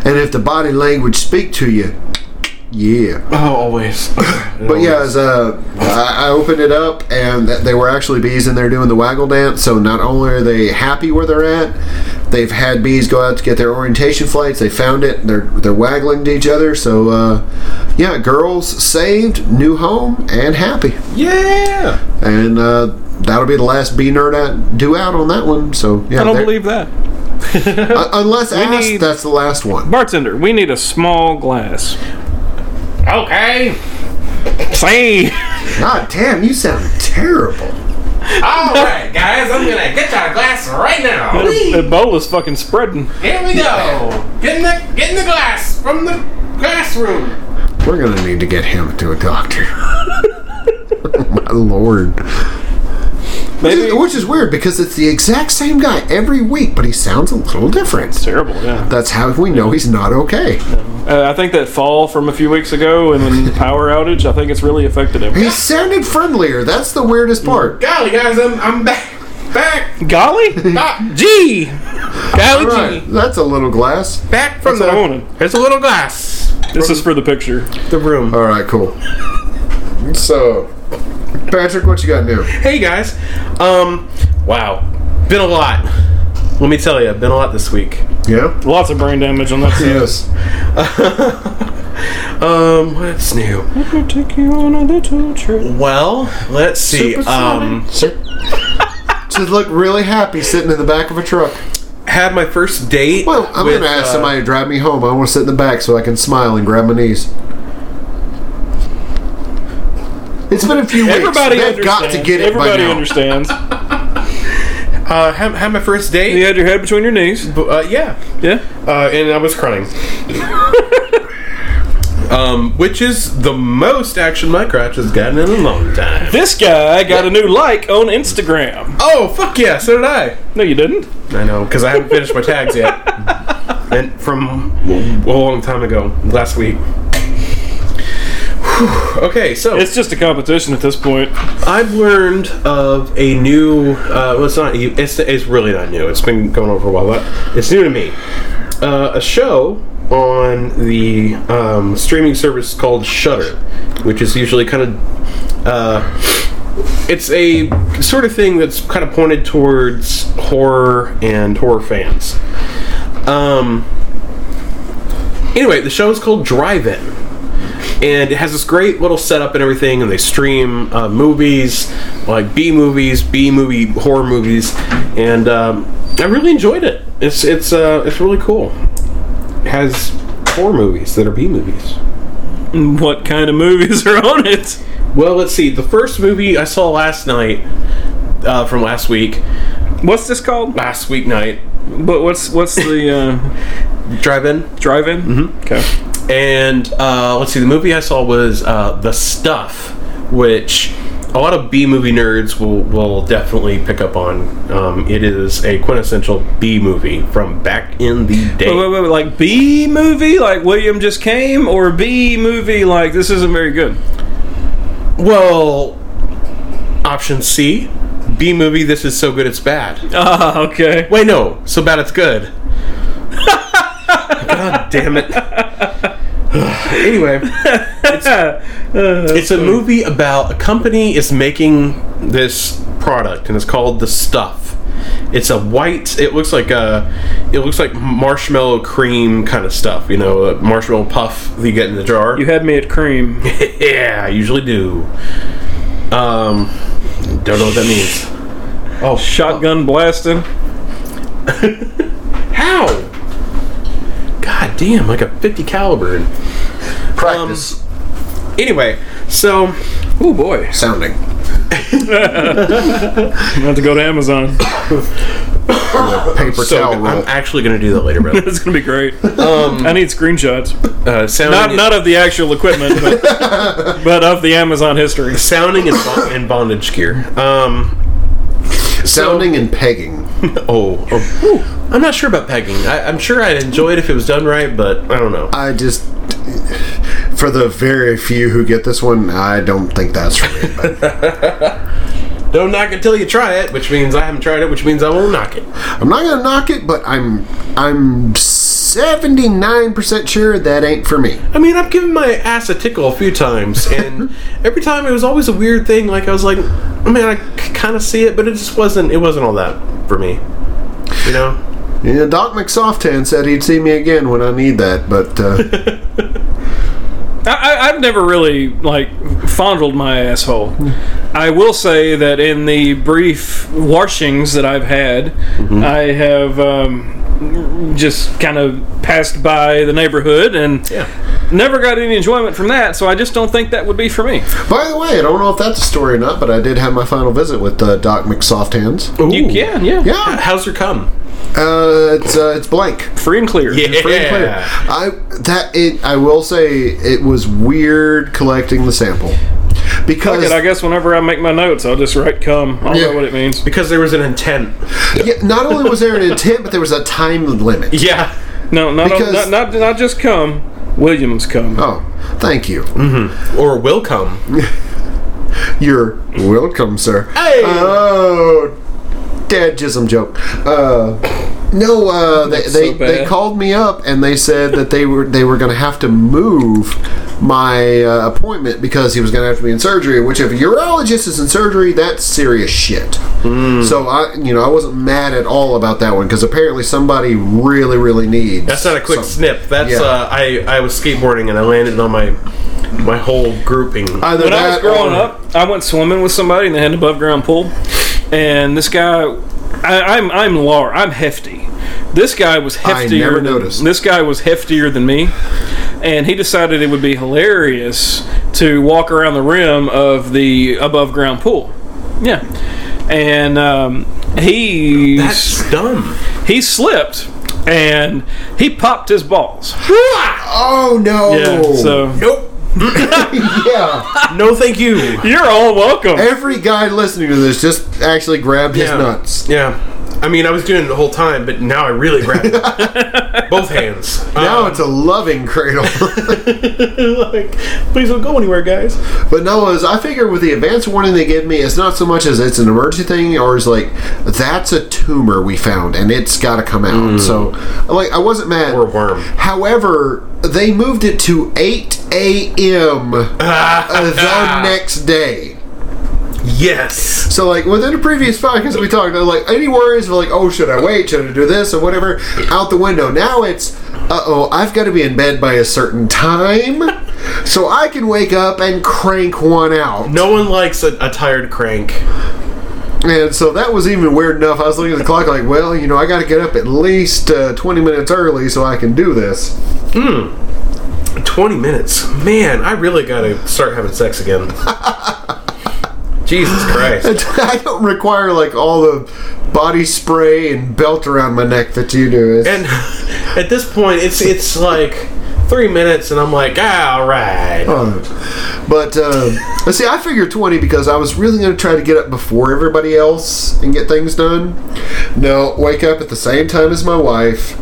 [SPEAKER 1] And if the body language speak to you, Yeah.
[SPEAKER 2] Oh, *coughs* always.
[SPEAKER 1] But yeah, as, uh, I, I opened it up, and th- they were actually bees in there doing the waggle dance. So not only are they happy where they're at, they've had bees go out to get their orientation flights. They found it. They're they're waggling to each other. So uh, yeah, girls saved, new home, and happy.
[SPEAKER 2] yeah.
[SPEAKER 1] And uh, that'll be the last bee nerd I do out on that one. So yeah,
[SPEAKER 3] I don't
[SPEAKER 1] they're-
[SPEAKER 3] believe that.
[SPEAKER 1] uh, unless asked,
[SPEAKER 3] need-
[SPEAKER 1] that's the last one.
[SPEAKER 3] Bartender, we need a small glass.
[SPEAKER 2] Okay.
[SPEAKER 3] Say,
[SPEAKER 1] God damn, you sound terrible.
[SPEAKER 2] All right, guys. I'm gonna get your glass right now.
[SPEAKER 3] *laughs* the Ebola's fucking spreading.
[SPEAKER 2] Here we go. Get in the get in the glass from the classroom.
[SPEAKER 1] We're gonna need to get him to a doctor. *laughs* Oh, My lord. Which
[SPEAKER 3] Maybe
[SPEAKER 1] is, which is weird because it's the exact same guy every week, but he sounds a little different.
[SPEAKER 3] terrible. Yeah,
[SPEAKER 1] That's how we know he's not okay.
[SPEAKER 3] uh, I think that fall from a few weeks ago and *laughs* then the power outage. I think it's really affected him.
[SPEAKER 1] He sounded friendlier. That's the weirdest part.
[SPEAKER 2] Golly, guys, I'm I'm back. Back,
[SPEAKER 3] Golly,
[SPEAKER 2] Ah,
[SPEAKER 3] gee, golly
[SPEAKER 1] Right, that's a little glass.
[SPEAKER 2] back from
[SPEAKER 3] That's what I
[SPEAKER 2] the.
[SPEAKER 3] wanted.
[SPEAKER 2] It's a little glass.
[SPEAKER 3] This is for the picture.
[SPEAKER 2] The room.
[SPEAKER 1] All right, cool. So, Patrick, what you got new?
[SPEAKER 2] Hey guys, um, wow, been a lot. Let me tell you, been a lot this week.
[SPEAKER 1] Yeah.
[SPEAKER 3] Lots of brain damage on that. side.
[SPEAKER 1] Yes.
[SPEAKER 2] Um, what's new?
[SPEAKER 3] I'll take you on a little trip.
[SPEAKER 2] Well, let's see. Um,
[SPEAKER 1] *laughs* Just look really happy sitting in the back of a truck.
[SPEAKER 2] had my first date.
[SPEAKER 1] Well, I'm
[SPEAKER 2] with,
[SPEAKER 1] gonna ask
[SPEAKER 2] uh,
[SPEAKER 1] somebody to drive me home. I want to sit in the back so I can smile and grab my knees. It's been a few weeks.
[SPEAKER 3] Everybody
[SPEAKER 1] They've
[SPEAKER 3] understands.
[SPEAKER 1] got to get it by
[SPEAKER 3] Everybody
[SPEAKER 1] now.
[SPEAKER 3] understands.
[SPEAKER 2] Uh, had, had my first date.
[SPEAKER 3] *laughs* You had your head between your knees.
[SPEAKER 2] B- Uh, yeah.
[SPEAKER 3] Yeah.
[SPEAKER 2] Uh, and I was crying. *laughs* um, which is the most action my crotch has gotten in a long time.
[SPEAKER 3] This guy got a new like on Instagram.
[SPEAKER 2] Oh fuck yeah! So did I.
[SPEAKER 3] No, you didn't.
[SPEAKER 2] I know because I haven't finished my tags *laughs* yet, and from a long time ago, last week. Whew, Okay, so
[SPEAKER 3] It's just a competition at this point.
[SPEAKER 2] I've learned of a new. Uh, well, it's not. e- It's it's really not new. It's been going on for a while, but it's new to me. Uh, a show on the um, streaming service called Shudder, which is usually kind of. Uh, it's a sort of thing that's kind of pointed towards horror and horror fans. Um, anyway, the show is called Drive In and it has this great little setup and everything and they stream uh, movies like b movies b movie horror movies and um, i really enjoyed it it's it's uh, it's really cool it has horror movies that are b movies
[SPEAKER 3] What kind of movies are on it?
[SPEAKER 2] well let's see the first movie i saw last night uh, from last week
[SPEAKER 3] What's this called?
[SPEAKER 2] last week night
[SPEAKER 3] But what's what's the *laughs* uh,
[SPEAKER 2] drive in
[SPEAKER 3] drive-in? Mm-hmm. Okay.
[SPEAKER 2] And uh, let's see, the movie I saw was uh, The Stuff, which a lot of B movie nerds will, will definitely pick up on. Um, it is a quintessential B movie from back in the day.
[SPEAKER 3] Wait, wait, wait, wait, like B movie, like William just came, or B movie, like this isn't very good.
[SPEAKER 2] Well, option C B movie, this is so good it's bad.
[SPEAKER 3] *laughs* Ah, *laughs* okay.
[SPEAKER 2] Wait, no, so bad it's good. God damn it. anyway.
[SPEAKER 3] Uh,
[SPEAKER 2] It's a movie about a company is making this product and it's called the stuff. It's a white. It looks like a. It looks like marshmallow cream kind of stuff. You know, a marshmallow puff that you get in the jar.
[SPEAKER 3] You had me at cream.
[SPEAKER 2] *laughs* yeah, I usually do. Um, don't know what that means. Oh,
[SPEAKER 3] Shotgun blasting.
[SPEAKER 2] how? God damn, like a fifty caliber.
[SPEAKER 1] Practice
[SPEAKER 2] Anyway, so
[SPEAKER 3] Oh boy.
[SPEAKER 1] sounding.
[SPEAKER 3] I'm about to go to Amazon. *coughs*
[SPEAKER 1] Paper
[SPEAKER 2] so
[SPEAKER 1] towel
[SPEAKER 2] I'm
[SPEAKER 1] roll.
[SPEAKER 2] actually gonna do that later, bro. *laughs*
[SPEAKER 3] That's gonna be great. I need screenshots.
[SPEAKER 2] Uh, sound
[SPEAKER 3] Not not of the actual equipment, but, but of the Amazon history.
[SPEAKER 2] sounding and, bo- and bondage gear. Um,
[SPEAKER 1] sounding and pegging.
[SPEAKER 2] oh, oh, whew. I'm not sure about pegging. I, I'm sure I'd enjoy it if it was done right, but I don't know.
[SPEAKER 1] I just, for the very few who get this one, I don't think that's for me. But
[SPEAKER 2] Don't knock it till you try it, which means I haven't tried it, which means I won't knock it.
[SPEAKER 1] I'm not gonna knock it, but I'm, I'm 79% sure that ain't for me.
[SPEAKER 2] I mean, I've given my ass a tickle a few times, and every time it was always a weird thing. Like I was like, I mean, I kind of see it, but it just wasn't. It wasn't all that for me. You know?
[SPEAKER 1] Yeah, Doc McSoftan said he'd see me again when I need that, but uh,
[SPEAKER 3] I, I- I've never really like fondled my asshole. I will say that in the brief washings that I've had, I have um, just kind of passed by the neighborhood and
[SPEAKER 2] Yeah.
[SPEAKER 3] never got any enjoyment from that. So I just don't think that would be for me.
[SPEAKER 1] by the way, I don't know if that's a story or not, but I did have my final visit with uh, Doc McSofthands.
[SPEAKER 2] Ooh.
[SPEAKER 3] You can, yeah,
[SPEAKER 2] *laughs*
[SPEAKER 1] Yeah,
[SPEAKER 2] How's your cum?
[SPEAKER 1] uh, it's uh, it's blank.
[SPEAKER 3] free and clear.
[SPEAKER 1] Free and clear. I that it. I will say it was weird collecting the sample
[SPEAKER 3] Fuck
[SPEAKER 1] because
[SPEAKER 3] it, I guess whenever I make my notes, I'll just write "come." I'll
[SPEAKER 1] Yeah.
[SPEAKER 3] know what it means.
[SPEAKER 2] Because there was an intent.
[SPEAKER 1] yeah, not only was there an intent, but there was a time limit.
[SPEAKER 2] Yeah.
[SPEAKER 3] No, not
[SPEAKER 1] Because-
[SPEAKER 3] not, not not just "come." Williams come.
[SPEAKER 1] Oh, thank you.
[SPEAKER 2] Or will come.
[SPEAKER 1] You're welcome, sir.
[SPEAKER 2] Hey!
[SPEAKER 1] Oh, dad jism joke. Uh, no, uh, they
[SPEAKER 3] That's
[SPEAKER 1] they,
[SPEAKER 3] so
[SPEAKER 1] they
[SPEAKER 3] bad.
[SPEAKER 1] called me up and they said that they were they were going to have to move my uh, appointment because he was going to have to be in surgery. Which if a urologist is in surgery, that's serious shit.
[SPEAKER 3] Hmm.
[SPEAKER 1] So I you know I wasn't mad at all about that one because apparently somebody really really needs.
[SPEAKER 2] That's not a quick
[SPEAKER 1] some-
[SPEAKER 2] snip. That's
[SPEAKER 1] Yeah.
[SPEAKER 2] uh, I I was skateboarding and I landed on my my whole grouping.
[SPEAKER 1] Either
[SPEAKER 3] When I was
[SPEAKER 1] that
[SPEAKER 3] growing
[SPEAKER 1] or-
[SPEAKER 3] up, I went swimming with somebody and they had an above ground pool. And this guy, I, I'm I'm lar, I'm hefty. This guy was heftier.
[SPEAKER 1] never
[SPEAKER 3] than,
[SPEAKER 1] noticed.
[SPEAKER 3] This guy was heftier than me, and he decided it would be hilarious to walk around the rim of the above ground pool. Yeah, and um, he
[SPEAKER 2] That's dumb.
[SPEAKER 3] he slipped and he popped his balls.
[SPEAKER 1] Oh no!
[SPEAKER 3] Yeah, so
[SPEAKER 2] Nope.
[SPEAKER 1] *laughs* yeah.
[SPEAKER 2] No, thank you.
[SPEAKER 3] you're all welcome.
[SPEAKER 1] Every guy listening to this just actually grabbed his
[SPEAKER 2] Yeah.
[SPEAKER 1] nuts.
[SPEAKER 2] Yeah. I mean, I was doing it the whole time, but now I really grab it. *laughs* Both hands.
[SPEAKER 1] Now it's a loving cradle.
[SPEAKER 2] *laughs* like, please don't go anywhere, guys.
[SPEAKER 1] but no, as I figure with the advance warning they give me, it's not so much as it's an emergency thing, or it's like that's a tumor we found and it's got to come out. So, like, I wasn't mad.
[SPEAKER 2] Hmm. Or a worm.
[SPEAKER 1] However, they moved it to 8
[SPEAKER 2] *laughs*
[SPEAKER 1] a.m.
[SPEAKER 2] Ah.
[SPEAKER 1] the next day.
[SPEAKER 2] Yes.
[SPEAKER 1] So like within a previous podcast we talked about like any worries of like oh should I wait should I do this or whatever out the window now it's uh oh I've got to be in bed by a certain time so I can wake up and crank one out
[SPEAKER 2] No one likes a, a tired crank.
[SPEAKER 1] and so that was even weird enough I was looking at the clock like well you know I got to get up at least uh, twenty minutes early so I can do this *laughs*
[SPEAKER 2] 20 minutes. Man, I really gotta start having sex *laughs* again. Jesus Christ.
[SPEAKER 1] I don't require like all the body spray and belt around my neck that you do It's-
[SPEAKER 2] And *laughs* at this point, it's it's like three minutes, and I'm like, all right.
[SPEAKER 1] Uh, But uh, let's see, I figured 20 because I was really going to try to get up before everybody else and get things done. No, wake up at the same time as my wife,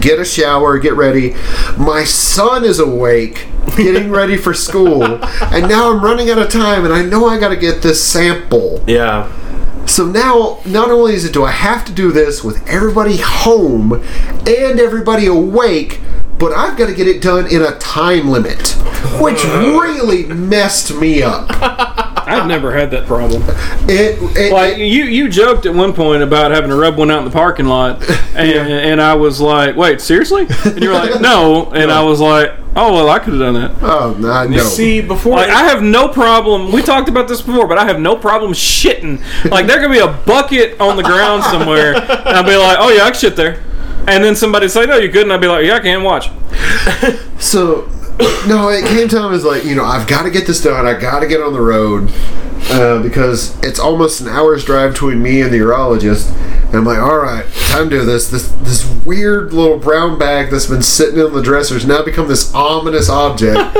[SPEAKER 1] get a shower, get ready. My son is awake, getting ready for school, and now I'm running out of time and I know I got to get this sample.
[SPEAKER 2] Yeah.
[SPEAKER 1] So now, not only is it do I have to do this with everybody home and everybody awake, but I've got to get it done in a time limit, which really messed me up.
[SPEAKER 3] I've never had that problem.
[SPEAKER 1] It, it,
[SPEAKER 3] Like you, you joked at one point about having to rub one out in the parking *laughs* lot, and and I was like, "Wait, seriously?" And you were like, "No," and I was like, "Oh well, I could have done that."
[SPEAKER 1] oh no, no.
[SPEAKER 2] See, before
[SPEAKER 3] Like I have no problem. We talked about this before, but I have no problem shitting. Like there could be a bucket on the ground somewhere, and I'd be like, "Oh yeah, I can shit there," and then somebody say, "No, you couldn't." I'd be like, "Yeah, I can watch."
[SPEAKER 1] So, *coughs* no, it came time as like you know I've got to get this done. I got to get on the road uh, because it's almost an hour's drive between me and the urologist. And I'm like, all right, time to do this. This this weird little brown bag that's been sitting on the dresser has now become this ominous object.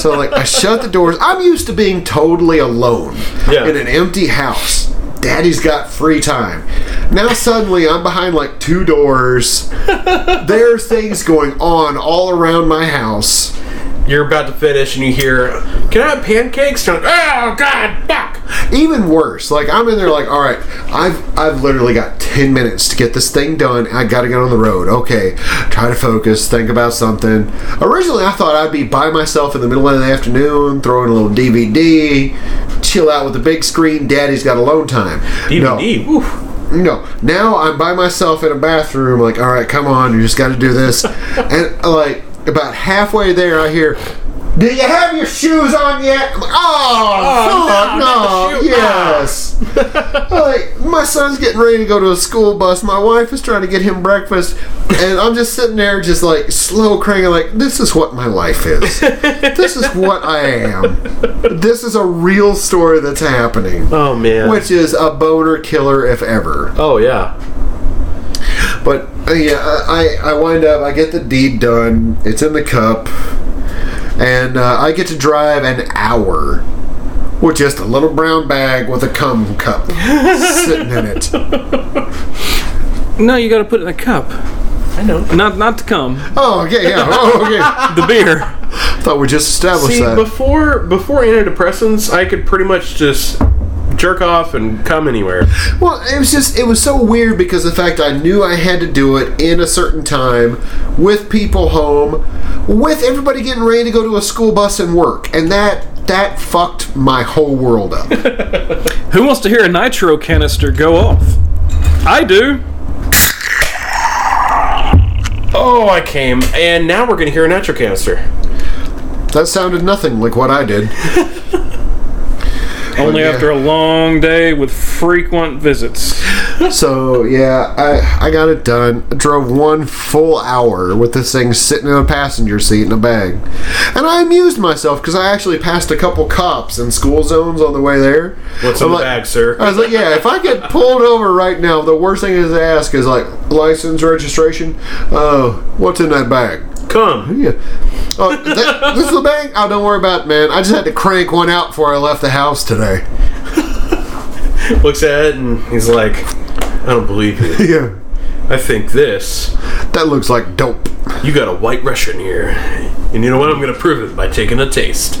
[SPEAKER 1] so like, I shut the doors. I'm used to being totally alone
[SPEAKER 2] Yeah.
[SPEAKER 1] in an empty house. Daddy's got free time. Now suddenly I'm behind like two doors. There's things going on all around my house.
[SPEAKER 2] you're about to finish, and you hear, "Can I have pancakes?" You're like, oh God, fuck.
[SPEAKER 1] Even worse, like I'm in there, like, all right, I've I've literally got ten minutes to get this thing done. I got to get on the road. Okay, try to focus, think about something. Originally, I thought I'd be by myself in the middle of the afternoon, throwing a little DVD, chill out with the big screen. Daddy's got alone time. No.
[SPEAKER 2] DVD. Woo.
[SPEAKER 1] No, now I'm by myself in a bathroom. Like, all right, come on, you just got to do
[SPEAKER 2] *laughs*
[SPEAKER 1] this. and like about halfway there, I hear, "Do you have your shoes on yet?" I'm like, oh,
[SPEAKER 2] Oh,
[SPEAKER 1] fuck,
[SPEAKER 2] no, not
[SPEAKER 1] no,
[SPEAKER 2] the shoe- *laughs*
[SPEAKER 1] yes. like my son's getting ready to go to a school bus. My wife is trying to get him breakfast, and I'm just sitting there, just like slow cranking. Like, this is what my life is. this is what I
[SPEAKER 2] *laughs*
[SPEAKER 1] am. This is a real story that's happening.
[SPEAKER 2] Oh man.
[SPEAKER 1] Which is a boner killer, if ever.
[SPEAKER 2] Oh yeah.
[SPEAKER 1] But uh, yeah, I, I I wind up. I get the deed done. It's in the cup, and uh, I get to drive an hour with just a little brown bag with a cum cup sitting in it.
[SPEAKER 3] No, you got to put it in a cup. I know. Not not to come.
[SPEAKER 1] Oh, okay, yeah. Oh, okay.
[SPEAKER 3] The beer.
[SPEAKER 1] Thought we just established
[SPEAKER 2] See,
[SPEAKER 1] that.
[SPEAKER 2] before before antidepressants, I could pretty much just jerk off and come anywhere.
[SPEAKER 1] Well, it was just it was so weird because the fact I knew I had to do it in a certain time with people home, with everybody getting ready to go to a school bus and work, and that that fucked my whole world up.
[SPEAKER 2] *laughs*
[SPEAKER 3] Who wants to hear a nitro canister go off? I do.
[SPEAKER 2] Oh, I came, and now we're gonna hear a nitro canister.
[SPEAKER 1] That sounded nothing like what I did.
[SPEAKER 3] Only
[SPEAKER 1] Oh, yeah.
[SPEAKER 3] after a long day with frequent visits.
[SPEAKER 1] So yeah, I I got it done. I drove one full hour with this thing sitting in a passenger seat in a bag, and I amused myself because I actually passed a couple cops in school zones on the way there.
[SPEAKER 2] What's
[SPEAKER 1] I'm
[SPEAKER 2] in the
[SPEAKER 1] like-
[SPEAKER 2] bag, sir?
[SPEAKER 1] I was like, yeah, if I get pulled over right now, the worst thing is to ask is like license registration. Uh, what's in that bag?
[SPEAKER 2] Come.
[SPEAKER 1] Yeah. Oh, that, this is the bag. Oh, don't worry about it, man. I just had to crank one out before I left the house today.
[SPEAKER 2] Looks at it, and he's like, "I don't believe you.
[SPEAKER 1] Yeah.
[SPEAKER 2] I think this.
[SPEAKER 1] That looks like dope.
[SPEAKER 2] You got a white Russian here, and you know what? I'm gonna prove it by taking a taste."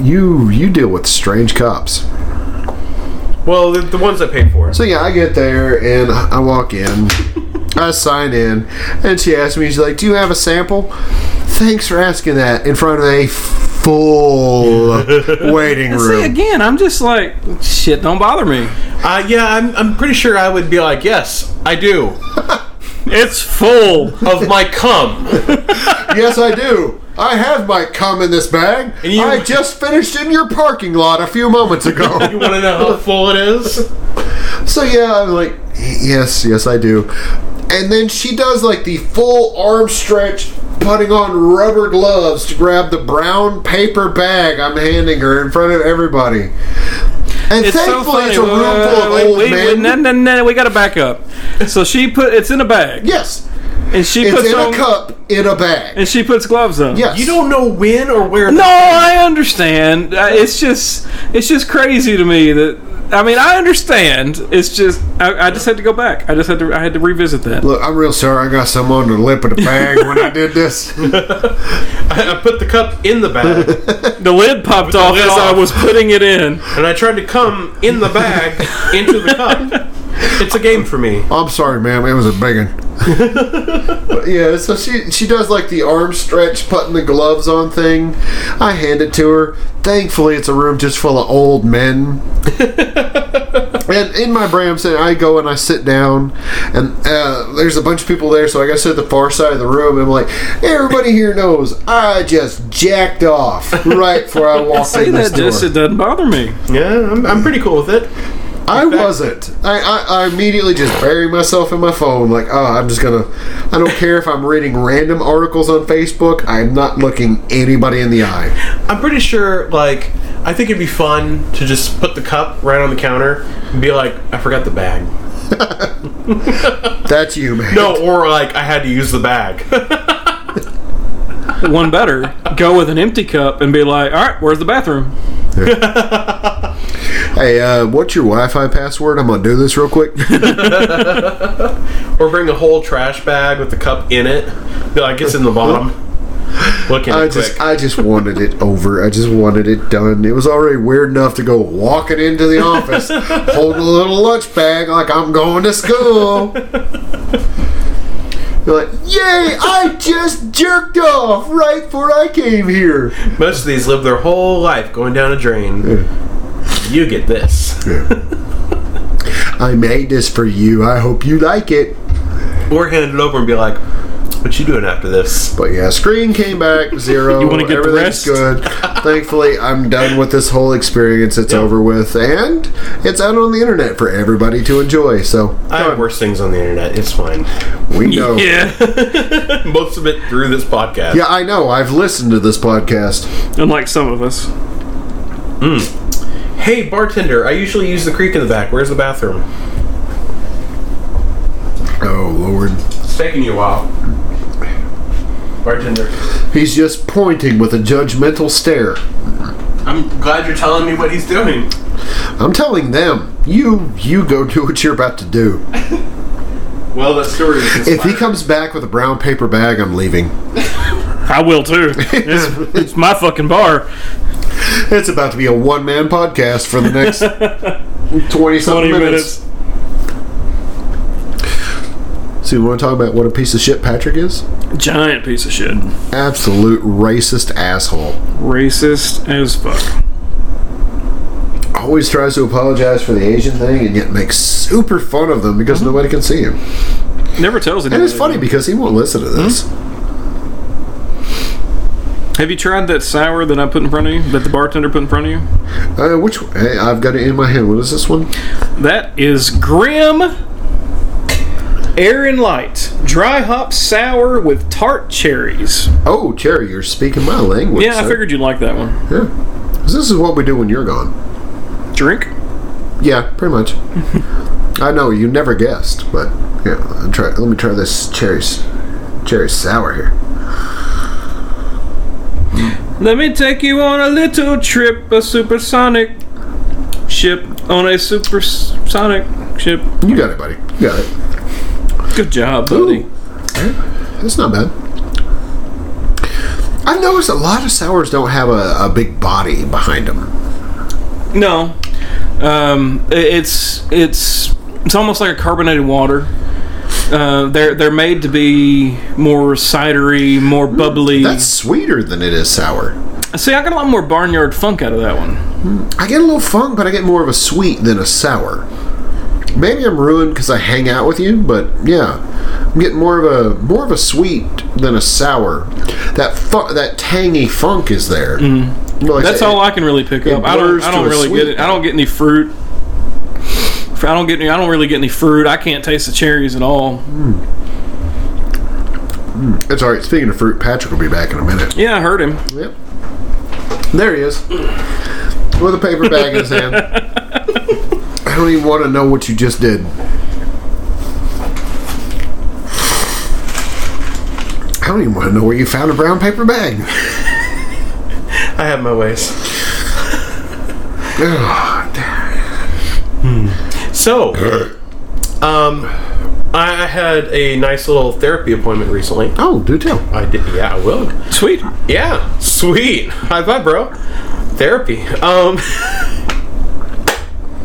[SPEAKER 1] You you deal with strange cops.
[SPEAKER 2] Well, the, the ones I paid for.
[SPEAKER 1] So yeah, I get there and I walk in. I sign in, and she asks me, she's like, "Do you have a sample?" Thanks for asking that in front of a full waiting
[SPEAKER 3] See,
[SPEAKER 1] room.
[SPEAKER 3] again, I'm just like, shit, don't bother me.
[SPEAKER 2] Uh, yeah, I'm, I'm pretty sure I would be like, yes, I *laughs* do.
[SPEAKER 3] It's full.
[SPEAKER 2] Of my cum.
[SPEAKER 1] yes, I do. I have my cum in this bag.
[SPEAKER 2] And you-
[SPEAKER 1] I just finished in your parking lot a few moments
[SPEAKER 2] You
[SPEAKER 1] ago.
[SPEAKER 2] want to know how full it is?
[SPEAKER 1] so yeah, I'm like, yes, yes, I do. And then she does like the full arm stretch, putting on rubber gloves to grab the brown paper bag I'm handing her in front of everybody. And
[SPEAKER 3] It's so
[SPEAKER 1] thankfully,
[SPEAKER 3] funny. Uh,
[SPEAKER 1] it's a room full of
[SPEAKER 3] Wait,
[SPEAKER 1] old
[SPEAKER 3] wait, wait,
[SPEAKER 1] men.
[SPEAKER 3] no, no, no, we got to back up. So she put it's in a bag,
[SPEAKER 1] yes,
[SPEAKER 3] and she
[SPEAKER 1] it's
[SPEAKER 3] puts
[SPEAKER 1] in
[SPEAKER 3] on,
[SPEAKER 1] a cup in a bag.
[SPEAKER 3] and she puts gloves on.
[SPEAKER 1] Yes,
[SPEAKER 2] You don't know when or where.
[SPEAKER 3] No, I understand. Uh, It's just, it's just crazy to me that. I mean, I understand. It's just, I, I just had to go back. I just had to, I had to revisit that.
[SPEAKER 1] Look, I'm real sorry. I got some on the lip of the bag when I did this.
[SPEAKER 2] I, I put the cup in the bag,
[SPEAKER 3] The lid popped off
[SPEAKER 2] lid
[SPEAKER 3] as I
[SPEAKER 2] off.
[SPEAKER 3] was putting it in.
[SPEAKER 2] and I tried to cum in the bag into the cup. It's a game for me.
[SPEAKER 1] I'm sorry, ma'am. It was a
[SPEAKER 3] *laughs*
[SPEAKER 1] big one. But yeah, so she she does like the arm stretch, putting the gloves on thing. I hand it to her. Thankfully, it's a room just full of old
[SPEAKER 3] *laughs*
[SPEAKER 1] men. and in my brain, I'm saying I go and I sit down, and uh, there's a bunch of people there, so I got to sit at the far side of the room. And I'm like, everybody here knows I just jacked off right before I walked
[SPEAKER 3] See
[SPEAKER 1] in this
[SPEAKER 3] that
[SPEAKER 1] door.
[SPEAKER 3] just it doesn't bother me.
[SPEAKER 2] Yeah, I'm, I'm pretty cool with it.
[SPEAKER 1] I wasn't. I, I, I immediately just buried myself in my phone. Like, oh, I'm just gonna. I don't care if I'm reading random articles on Facebook. I'm not looking anybody in the eye.
[SPEAKER 2] I'm pretty sure, like, I think it'd be fun to just put the cup right on the counter and be like, I forgot the bag.
[SPEAKER 1] That's you, man.
[SPEAKER 2] No, or like, I had to use the bag. *laughs*
[SPEAKER 3] One better, go with an empty cup and be like, all right, where's the bathroom?
[SPEAKER 1] Hey, uh, what's your Wi-Fi password? I'm gonna do this real quick. *laughs*
[SPEAKER 2] or bring a whole trash bag with the cup in it. Be like, it's in the bottom. Look in
[SPEAKER 1] I
[SPEAKER 2] it
[SPEAKER 1] just
[SPEAKER 2] quick.
[SPEAKER 1] I just wanted it over. I just wanted it done. It was already weird enough to go walking into the
[SPEAKER 3] *laughs*
[SPEAKER 1] office holding a little lunch bag like I'm going to school. You're like, yay! I just jerked off right before I came here.
[SPEAKER 2] Most of these live their whole life going down a drain. You get this.
[SPEAKER 1] I made this for you. I hope you like it.
[SPEAKER 2] Or hand it over and be like, what you doing after this?
[SPEAKER 1] But yeah, screen came
[SPEAKER 3] *laughs*
[SPEAKER 1] back zero.
[SPEAKER 3] You wanna get the
[SPEAKER 1] Everything's
[SPEAKER 3] rest?
[SPEAKER 1] good. Thankfully, I'm done with this whole experience. It's over with, and it's out on the internet for everybody to enjoy. So
[SPEAKER 2] I have worse things on the internet. It's fine. *laughs*
[SPEAKER 1] we know. Yeah.
[SPEAKER 3] *laughs*
[SPEAKER 2] Yeah. Most of it through this podcast.
[SPEAKER 1] I know. I've listened to this podcast.
[SPEAKER 3] Unlike some of us.
[SPEAKER 2] Hey, bartender, I usually use the creek in the back. Where's the bathroom?
[SPEAKER 1] Oh Lord,
[SPEAKER 2] It's taking you a while. Bartender.
[SPEAKER 1] he's just pointing with a judgmental stare.
[SPEAKER 2] I'm glad you're telling me what he's doing.
[SPEAKER 1] I'm telling them, you you go do what you're about to do.
[SPEAKER 2] Well, that story is
[SPEAKER 1] If he comes back with a brown paper bag, I'm leaving.
[SPEAKER 3] I will too. *laughs* It's, it's my fucking bar.
[SPEAKER 1] It's about to be a one man podcast for the *laughs* next twenty
[SPEAKER 3] 20
[SPEAKER 1] something minutes.
[SPEAKER 3] minutes.
[SPEAKER 1] So you want to talk about what a piece of shit Patrick is?
[SPEAKER 3] Giant piece of shit.
[SPEAKER 1] Absolute racist asshole.
[SPEAKER 3] Racist as fuck.
[SPEAKER 1] Always tries to apologize for the Asian thing and yet makes super fun of them because nobody can see him.
[SPEAKER 3] Never tells
[SPEAKER 1] And
[SPEAKER 3] anybody.
[SPEAKER 1] it's funny because he won't listen to this.
[SPEAKER 3] Have you tried that sour that I put in front of you? That the bartender put in front of you?
[SPEAKER 1] Uh, which hey, I've got it in my hand. What is this one?
[SPEAKER 3] That is Grim Air and Light Dry Hop Sour with Tart Cherries.
[SPEAKER 1] Oh, Cherry, you're speaking my language.
[SPEAKER 3] Yeah, I
[SPEAKER 1] sir.
[SPEAKER 3] figured you'd like that one.
[SPEAKER 1] Yeah. 'Cause This is what we do when you're gone.
[SPEAKER 3] Drink?
[SPEAKER 1] Yeah, pretty
[SPEAKER 3] *laughs*
[SPEAKER 1] much. I know you never guessed, but yeah. I'll try. Let me try this cherries, cherry sour here.
[SPEAKER 3] Let me take you on a little trip, a supersonic ship on a supersonic ship.
[SPEAKER 1] You got it, buddy. You got it.
[SPEAKER 3] Good job, buddy.
[SPEAKER 1] Ooh. That's not bad. I've noticed a lot of sours don't have a, a big body behind them.
[SPEAKER 3] No, um, i- it's it's it's almost like a carbonated water. Uh, they're they're made to be more cidery, more bubbly.
[SPEAKER 1] Mm, That's sweeter than it is sour.
[SPEAKER 3] See, I got a lot more barnyard funk out of that one.
[SPEAKER 1] I get a little funk, but I get more of a sweet than a sour. Maybe I'm ruined because I hang out with you, but yeah, I'm getting more of a more of a sweet than a sour. That fu- that tangy funk is there. Mm.
[SPEAKER 3] That's all I can really pick up. I don't
[SPEAKER 1] blurs
[SPEAKER 3] I
[SPEAKER 1] to
[SPEAKER 3] don't
[SPEAKER 1] a
[SPEAKER 3] really
[SPEAKER 1] sweet.
[SPEAKER 3] get it. I don't get any fruit. Fr- I don't get any, I don't really get any fruit. I can't taste the cherries at all.
[SPEAKER 1] It's all right. Speaking of fruit, Patrick will be back in a minute.
[SPEAKER 3] Yeah, I heard him.
[SPEAKER 1] Yep. There he is. With a paper bag in his hand. I don't even want to know what you just did. I don't even want to know where you found a brown paper bag.
[SPEAKER 2] I have my ways.
[SPEAKER 1] Ugh.
[SPEAKER 2] So, um, I had a nice little therapy appointment recently.
[SPEAKER 1] oh, do tell.
[SPEAKER 2] I did. Yeah, I will.
[SPEAKER 3] Sweet.
[SPEAKER 2] Yeah, sweet. High five, bro. Therapy. Um, *laughs*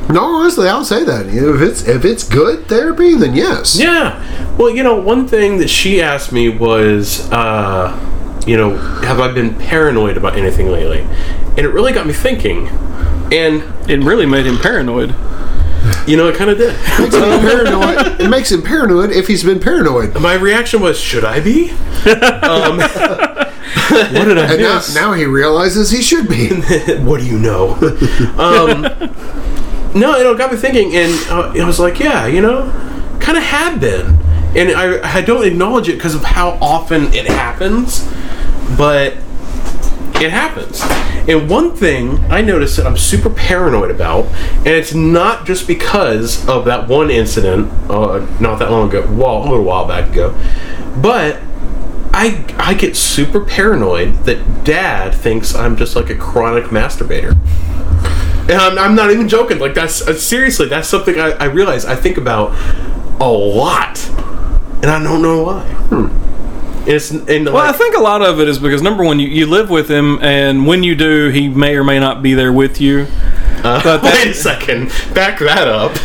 [SPEAKER 1] No, honestly, I'll say that. If it's if it's good therapy, then yes.
[SPEAKER 2] yeah. Well, you know, one thing that she asked me was, uh, you know, have I been paranoid about anything lately? And it really got me thinking. And
[SPEAKER 3] It really made him paranoid.
[SPEAKER 2] you know, it kind of did. *laughs*
[SPEAKER 1] Makes him paranoid. It makes him paranoid if he's been paranoid.
[SPEAKER 2] My reaction was, should I be? um,
[SPEAKER 3] What did I
[SPEAKER 1] And now,
[SPEAKER 3] miss?
[SPEAKER 1] now he realizes he should be.
[SPEAKER 2] *laughs* what do you know? um, no, you know, it got me thinking, and uh, I was like, yeah, you know, kind of have been, and I I don't acknowledge it because of how often it happens, but it happens. And one thing I noticed that I'm super paranoid about, and it's not just because of that one incident, uh, not that long ago, well, a little while back ago, but I I get super paranoid that Dad thinks I'm just like a chronic masturbator. And I'm, I'm not even joking. Like that's uh, seriously, that's something I, I realize I think about a lot, Hmm. and I don't know why. It's in the
[SPEAKER 3] Well, I
[SPEAKER 2] like,
[SPEAKER 3] think a lot of it is because number one, you, you live with him, and when you do, he may or may not be there with you. but that-
[SPEAKER 2] *laughs* wait a second, back that up.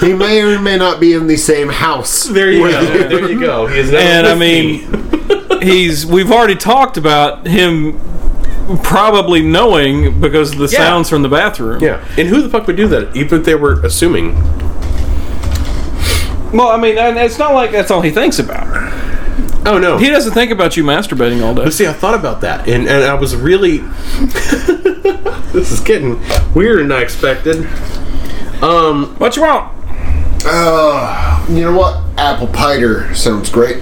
[SPEAKER 1] He may or may not be in the same house.
[SPEAKER 2] *laughs* There you
[SPEAKER 1] with
[SPEAKER 2] go. There you go. He is now
[SPEAKER 3] And, I
[SPEAKER 2] with
[SPEAKER 3] mean-
[SPEAKER 2] me.
[SPEAKER 3] he's we've already talked about him probably knowing because of the
[SPEAKER 2] Yeah.
[SPEAKER 3] sounds from the bathroom.
[SPEAKER 2] yeah. And who the fuck would do that? Even if they were assuming.
[SPEAKER 3] Well, I mean, and it's not like that's all he thinks about.
[SPEAKER 2] Oh no.
[SPEAKER 3] He doesn't think about you masturbating all day.
[SPEAKER 2] But see, I thought about that, and, and I was really. *laughs* this is getting weirder than I expected. Um,
[SPEAKER 3] What you want?
[SPEAKER 1] Uh, you know what? Apple pider sounds great.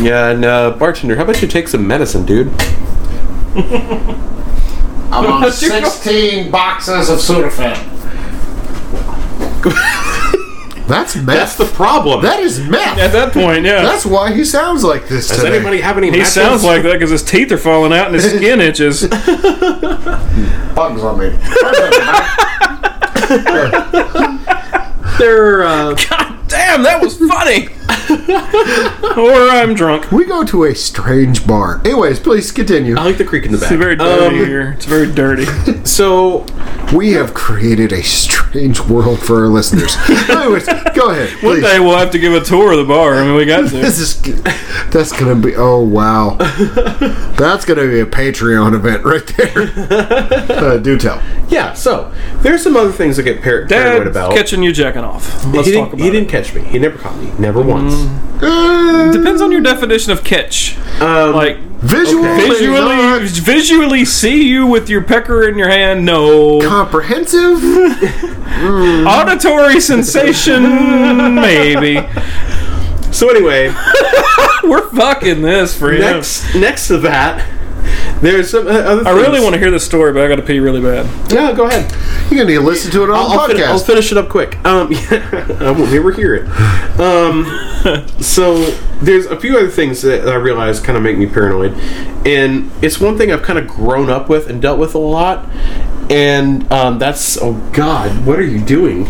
[SPEAKER 2] yeah, and uh, bartender, how about you take some medicine, dude? *laughs*
[SPEAKER 1] I'm on
[SPEAKER 3] What you got?
[SPEAKER 1] 16 boxes of Sudafed. That's meth.
[SPEAKER 2] That's the problem.
[SPEAKER 1] that is meth.
[SPEAKER 3] At that point, yeah.
[SPEAKER 1] That's why he sounds like this
[SPEAKER 2] Does
[SPEAKER 1] today.
[SPEAKER 2] anybody have any?
[SPEAKER 3] he
[SPEAKER 2] matches?
[SPEAKER 3] sounds like that because his teeth are falling out and his
[SPEAKER 1] *laughs*
[SPEAKER 3] skin itches.
[SPEAKER 1] bugs on me.
[SPEAKER 2] they're. Uh,
[SPEAKER 3] Damn, that was funny. or I'm drunk.
[SPEAKER 1] we go to a strange bar. Anyways, please continue.
[SPEAKER 2] I like the creek in the back.
[SPEAKER 3] It's
[SPEAKER 2] Um,
[SPEAKER 3] very dirty here. It's
[SPEAKER 1] *laughs*
[SPEAKER 3] very dirty.
[SPEAKER 2] So
[SPEAKER 1] We have created a strange world for our
[SPEAKER 2] *laughs*
[SPEAKER 1] listeners. Anyways, go ahead.
[SPEAKER 3] One
[SPEAKER 1] Please.
[SPEAKER 3] day we'll have to give a tour of the bar. I mean, we got to.
[SPEAKER 1] This is that's gonna be oh
[SPEAKER 2] *laughs*
[SPEAKER 1] wow, that's gonna be a Patreon event right there.
[SPEAKER 2] *laughs*
[SPEAKER 1] Uh, do tell.
[SPEAKER 2] yeah, so there's some other things that get par- paranoid
[SPEAKER 3] Dad's
[SPEAKER 2] about.
[SPEAKER 3] catching you jacking off. Let's
[SPEAKER 2] he didn't,
[SPEAKER 3] talk about
[SPEAKER 2] he
[SPEAKER 3] it. Mm.
[SPEAKER 2] didn't catch me. He never caught me. Never once.
[SPEAKER 1] Uh,
[SPEAKER 3] Depends on your definition of catch.
[SPEAKER 2] Um,
[SPEAKER 3] Like
[SPEAKER 1] visually,
[SPEAKER 2] okay.
[SPEAKER 3] visually,
[SPEAKER 1] not
[SPEAKER 3] visually see you with your pecker in your hand. No
[SPEAKER 1] comprehensive.
[SPEAKER 3] auditory sensation. Maybe
[SPEAKER 2] so
[SPEAKER 3] *laughs*
[SPEAKER 2] anyway,
[SPEAKER 3] we're fucking this for you.
[SPEAKER 2] next next to that, there's some uh, other.
[SPEAKER 3] I really want to hear this story, but I got to pee really bad.
[SPEAKER 2] to. No, go ahead.
[SPEAKER 1] You're gonna need to listen to it on
[SPEAKER 2] I'll,
[SPEAKER 1] the
[SPEAKER 2] fin- I'll
[SPEAKER 1] podcast.
[SPEAKER 2] finish it up quick. Um, *laughs* I won't ever hear it.
[SPEAKER 3] *laughs*
[SPEAKER 2] Um, so there's a few other things that I realize kind of make me paranoid, and it's one thing I've kind of grown up with and dealt with a lot, and um, that's oh god, what are you doing?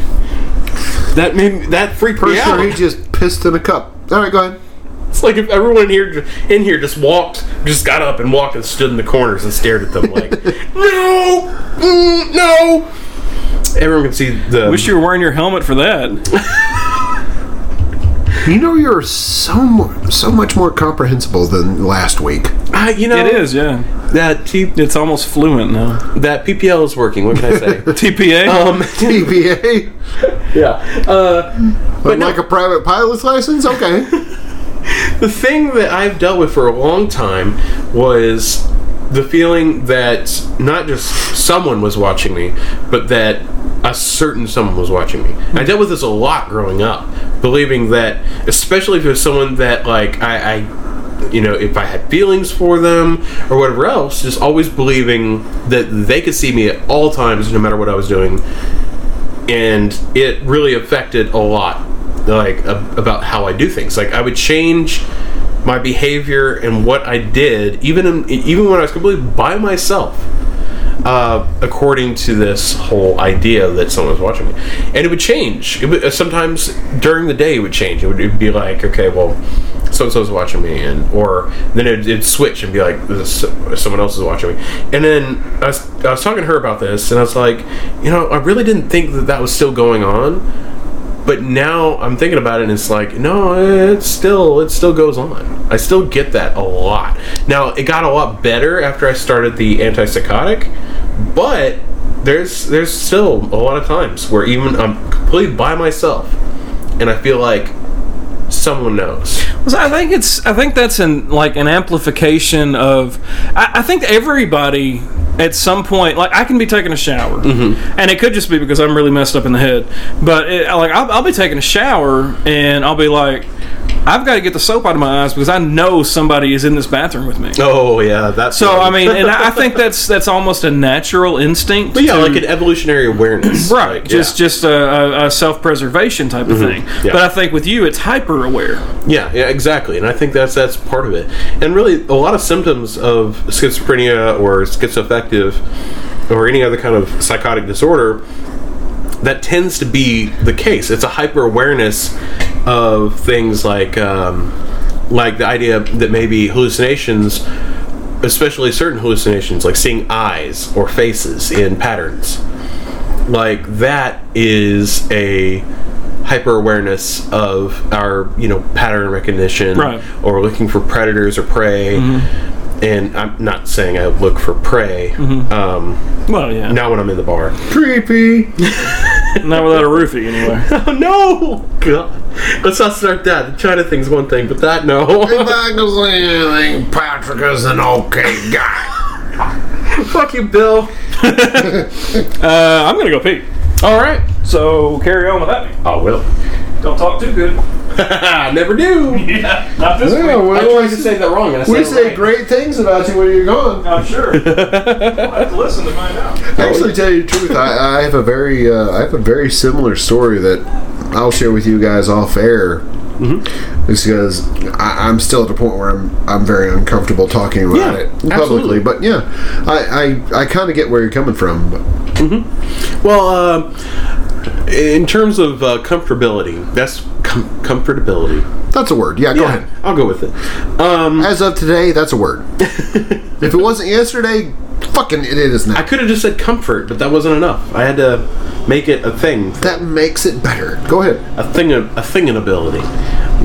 [SPEAKER 2] That made me, that freaked me
[SPEAKER 1] Person who
[SPEAKER 2] out.
[SPEAKER 1] just pissed in a cup. All right, go ahead.
[SPEAKER 2] It's *laughs* like if everyone in here in here just walked, just got up and walked and stood in the corners and stared at them like, no, mm, no. Everyone can see the
[SPEAKER 3] Wish you were wearing your helmet for that.
[SPEAKER 1] You know you're so more, so much more comprehensible than last week.
[SPEAKER 2] *laughs* Ah, you know
[SPEAKER 3] It is, yeah.
[SPEAKER 2] that T-
[SPEAKER 3] It's almost fluent now.
[SPEAKER 2] that PPL is working. What can I say?
[SPEAKER 3] TPA.
[SPEAKER 2] um,
[SPEAKER 1] PVA,
[SPEAKER 2] yeah. Uh,
[SPEAKER 1] but like a private pilot's license. Okay,
[SPEAKER 2] *laughs* the thing that I've dealt with for a long time was the feeling that not just someone was watching me, but that a certain someone was watching me. I dealt with this a lot growing up, believing that, especially if it was someone that like I. I you know, if I had feelings for them or whatever else, just always believing that they could see me at all times, no matter what I was doing, and it really affected a lot like ab- about how i do things like i would change my behavior and what i did even in, even when i was completely by myself uh, according to this whole idea that someone was watching me and it would change it would, uh, sometimes during the day it would change it would, it would be like okay well so and so's watching me and or then it'd, it'd switch and be like this, someone else is watching me and then I was, I was talking to her about this and i was like you know i really didn't think that that was still going on but now I'm thinking about it, and it's like, no, it's still it still goes on. I still get that a lot. Now it got a lot better after I started the antipsychotic, but there's there's still a lot of times where even I'm completely by myself, and I feel like someone knows.
[SPEAKER 3] So I think it's I think that's an like an amplification of I, I think everybody at some point like I can be taking a shower
[SPEAKER 2] Mm-hmm.
[SPEAKER 3] and it could just be because I'm really messed up in the head but it, like I'll, I'll be taking a shower and I'll be like I've got to get the soap out of my eyes because I know somebody is in this bathroom with me.
[SPEAKER 2] Oh yeah, that's
[SPEAKER 3] So I mean, and I I think that's that's almost a natural instinct.
[SPEAKER 2] but *laughs* yeah,
[SPEAKER 3] to-
[SPEAKER 2] like an evolutionary awareness,
[SPEAKER 3] *clears throat* Right,
[SPEAKER 2] Like, Mm-hmm.
[SPEAKER 3] just just a, a, a self preservation type of thing.
[SPEAKER 2] yeah.
[SPEAKER 3] But I think with you, it's hyper aware.
[SPEAKER 2] Yeah, yeah, exactly, and I think that's that's part of it. And really, a lot of symptoms of schizophrenia or schizoaffective or any other kind of psychotic disorder that tends to be the case. It's a hyper awareness of things like um, like the idea that maybe hallucinations, especially certain hallucinations, like seeing eyes or faces in patterns, like that is a hyper awareness of our you know pattern recognition
[SPEAKER 3] Right.
[SPEAKER 2] or looking for predators or prey. And I'm not saying I look for prey. Um,
[SPEAKER 3] Well, yeah.
[SPEAKER 2] not when I'm in the bar.
[SPEAKER 1] Creepy.
[SPEAKER 3] Not without a
[SPEAKER 2] *laughs*
[SPEAKER 3] roofie, anyway.
[SPEAKER 2] Oh *laughs* no! God, let's not start that. The China thing's one thing, but that no.
[SPEAKER 1] think Patrick is an okay guy.
[SPEAKER 2] *laughs* Fuck you, Bill.
[SPEAKER 3] Uh, I'm gonna go pee.
[SPEAKER 2] All right.
[SPEAKER 3] So carry on without me.
[SPEAKER 2] I will.
[SPEAKER 3] Don't talk too *laughs* good.
[SPEAKER 2] I never do.
[SPEAKER 3] Yeah, not this
[SPEAKER 1] Yeah,
[SPEAKER 3] week.
[SPEAKER 1] we,
[SPEAKER 2] I tried to
[SPEAKER 1] always,
[SPEAKER 2] say that wrong. And I
[SPEAKER 1] we
[SPEAKER 2] said it
[SPEAKER 1] say
[SPEAKER 2] right.
[SPEAKER 1] great things about you when you're gone.
[SPEAKER 3] I'm *laughs* sure. I'll have to listen to find out.
[SPEAKER 1] Actually, tell you the truth, I, I have a very, uh, I have a very similar story that I'll share with you guys off air.
[SPEAKER 2] Mm-hmm.
[SPEAKER 1] It's because I, I'm still at a point where I'm I'm very uncomfortable talking about
[SPEAKER 2] Yeah,
[SPEAKER 1] it publicly.
[SPEAKER 2] absolutely.
[SPEAKER 1] But yeah, I I, I kind of get where you're coming from. But
[SPEAKER 2] Well, uh, in terms of uh, comfortability, that's com- comfortability.
[SPEAKER 1] that's a word. Yeah, go ahead.
[SPEAKER 2] I'll go with it. Um,
[SPEAKER 1] As of today, that's a
[SPEAKER 2] *laughs*
[SPEAKER 1] word. if it wasn't yesterday, fucking it is now.
[SPEAKER 2] I could have just said comfort, but that wasn't enough. I had to make it a thing,
[SPEAKER 1] that makes it better. Go ahead.
[SPEAKER 2] a thing, a thing, an ability.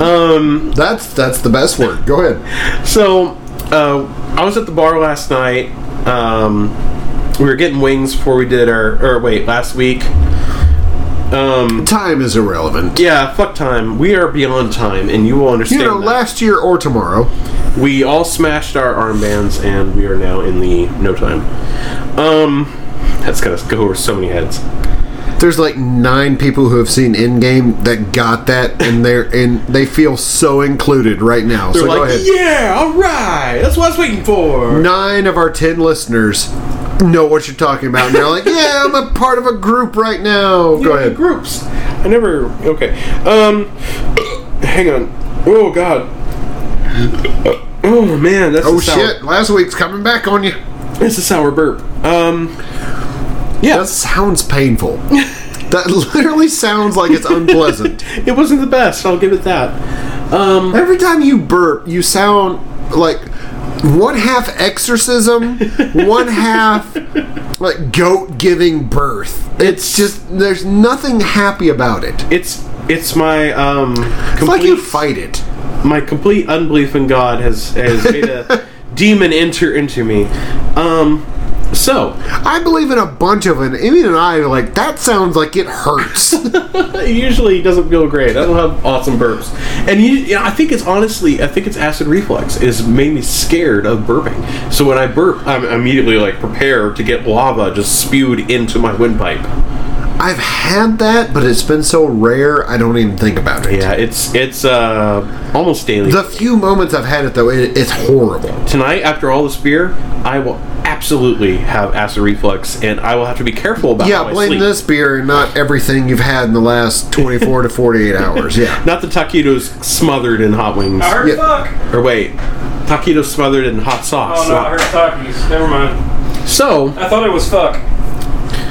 [SPEAKER 2] Um,
[SPEAKER 1] That's that's the best word. Go ahead.
[SPEAKER 2] So, uh, I was at the bar last night. Um, we were getting wings before we did our, or wait, last week. Um,
[SPEAKER 1] Time is irrelevant.
[SPEAKER 2] yeah, fuck time. We are beyond time, and you will
[SPEAKER 1] You
[SPEAKER 2] understand.
[SPEAKER 1] know,
[SPEAKER 2] that.
[SPEAKER 1] last year or tomorrow.
[SPEAKER 2] we all smashed our armbands, and we are now in the no time. Um, that's gonna go over so many heads.
[SPEAKER 1] There's like nine people who have seen Endgame that got that, and they're and they feel so included right now.
[SPEAKER 2] They're
[SPEAKER 1] so go
[SPEAKER 2] like,
[SPEAKER 1] ahead.
[SPEAKER 2] yeah, all right, that's what I was waiting for.
[SPEAKER 1] Nine of our ten listeners know what you're talking about, and they're like, "Yeah, I'm a part of a group right now." Go ahead.
[SPEAKER 2] Groups. I never. Okay. Um. *coughs* Hang on. Oh God. Oh man, that's
[SPEAKER 1] Oh
[SPEAKER 2] a sour,
[SPEAKER 1] shit! Last week's coming back on you.
[SPEAKER 2] That's a sour burp. Um. Yeah,
[SPEAKER 1] That sounds
[SPEAKER 2] *laughs*
[SPEAKER 1] painful. that literally sounds like it's unpleasant.
[SPEAKER 2] it wasn't the best. I'll give it that. Um.
[SPEAKER 1] Every time you burp, you sound like one half exorcism,
[SPEAKER 2] *laughs*
[SPEAKER 1] one half like goat giving birth. It's just there's nothing happy about it.
[SPEAKER 2] It's it's my um.
[SPEAKER 1] It's like
[SPEAKER 2] complete-
[SPEAKER 1] you fight it.
[SPEAKER 2] my complete unbelief in God has has
[SPEAKER 1] *laughs*
[SPEAKER 2] made a demon enter into me. Um, so
[SPEAKER 1] I believe in a bunch of it. Even and I are like that sounds like it
[SPEAKER 2] *laughs*
[SPEAKER 1] hurts.
[SPEAKER 2] it usually doesn't feel great. I don't have awesome burps, and you, yeah, I think it's honestly, I think it's acid reflux is made me scared of burping. So when I burp, I'm immediately like prepared to get lava just spewed into my windpipe.
[SPEAKER 1] I've had that, but it's been so rare. I don't even think about it.
[SPEAKER 2] Yeah, it's it's uh, almost daily.
[SPEAKER 1] The few moments I've had it though, it, it's horrible.
[SPEAKER 2] Tonight, after all this beer, I will absolutely have acid reflux, and I will have to be careful about. how
[SPEAKER 1] Yeah,
[SPEAKER 2] I
[SPEAKER 1] blame
[SPEAKER 2] sleep.
[SPEAKER 1] this beer and not everything you've had in the last 24 to
[SPEAKER 2] *laughs*
[SPEAKER 1] 48 hours. Yeah.
[SPEAKER 2] Not the taquitos smothered in hot wings.
[SPEAKER 3] I heard
[SPEAKER 1] Yeah.
[SPEAKER 3] fuck.
[SPEAKER 2] Or wait, taquitos smothered in hot sauce.
[SPEAKER 3] Oh no, I heard *laughs* talkies. Never mind.
[SPEAKER 2] So
[SPEAKER 3] I thought it was fuck.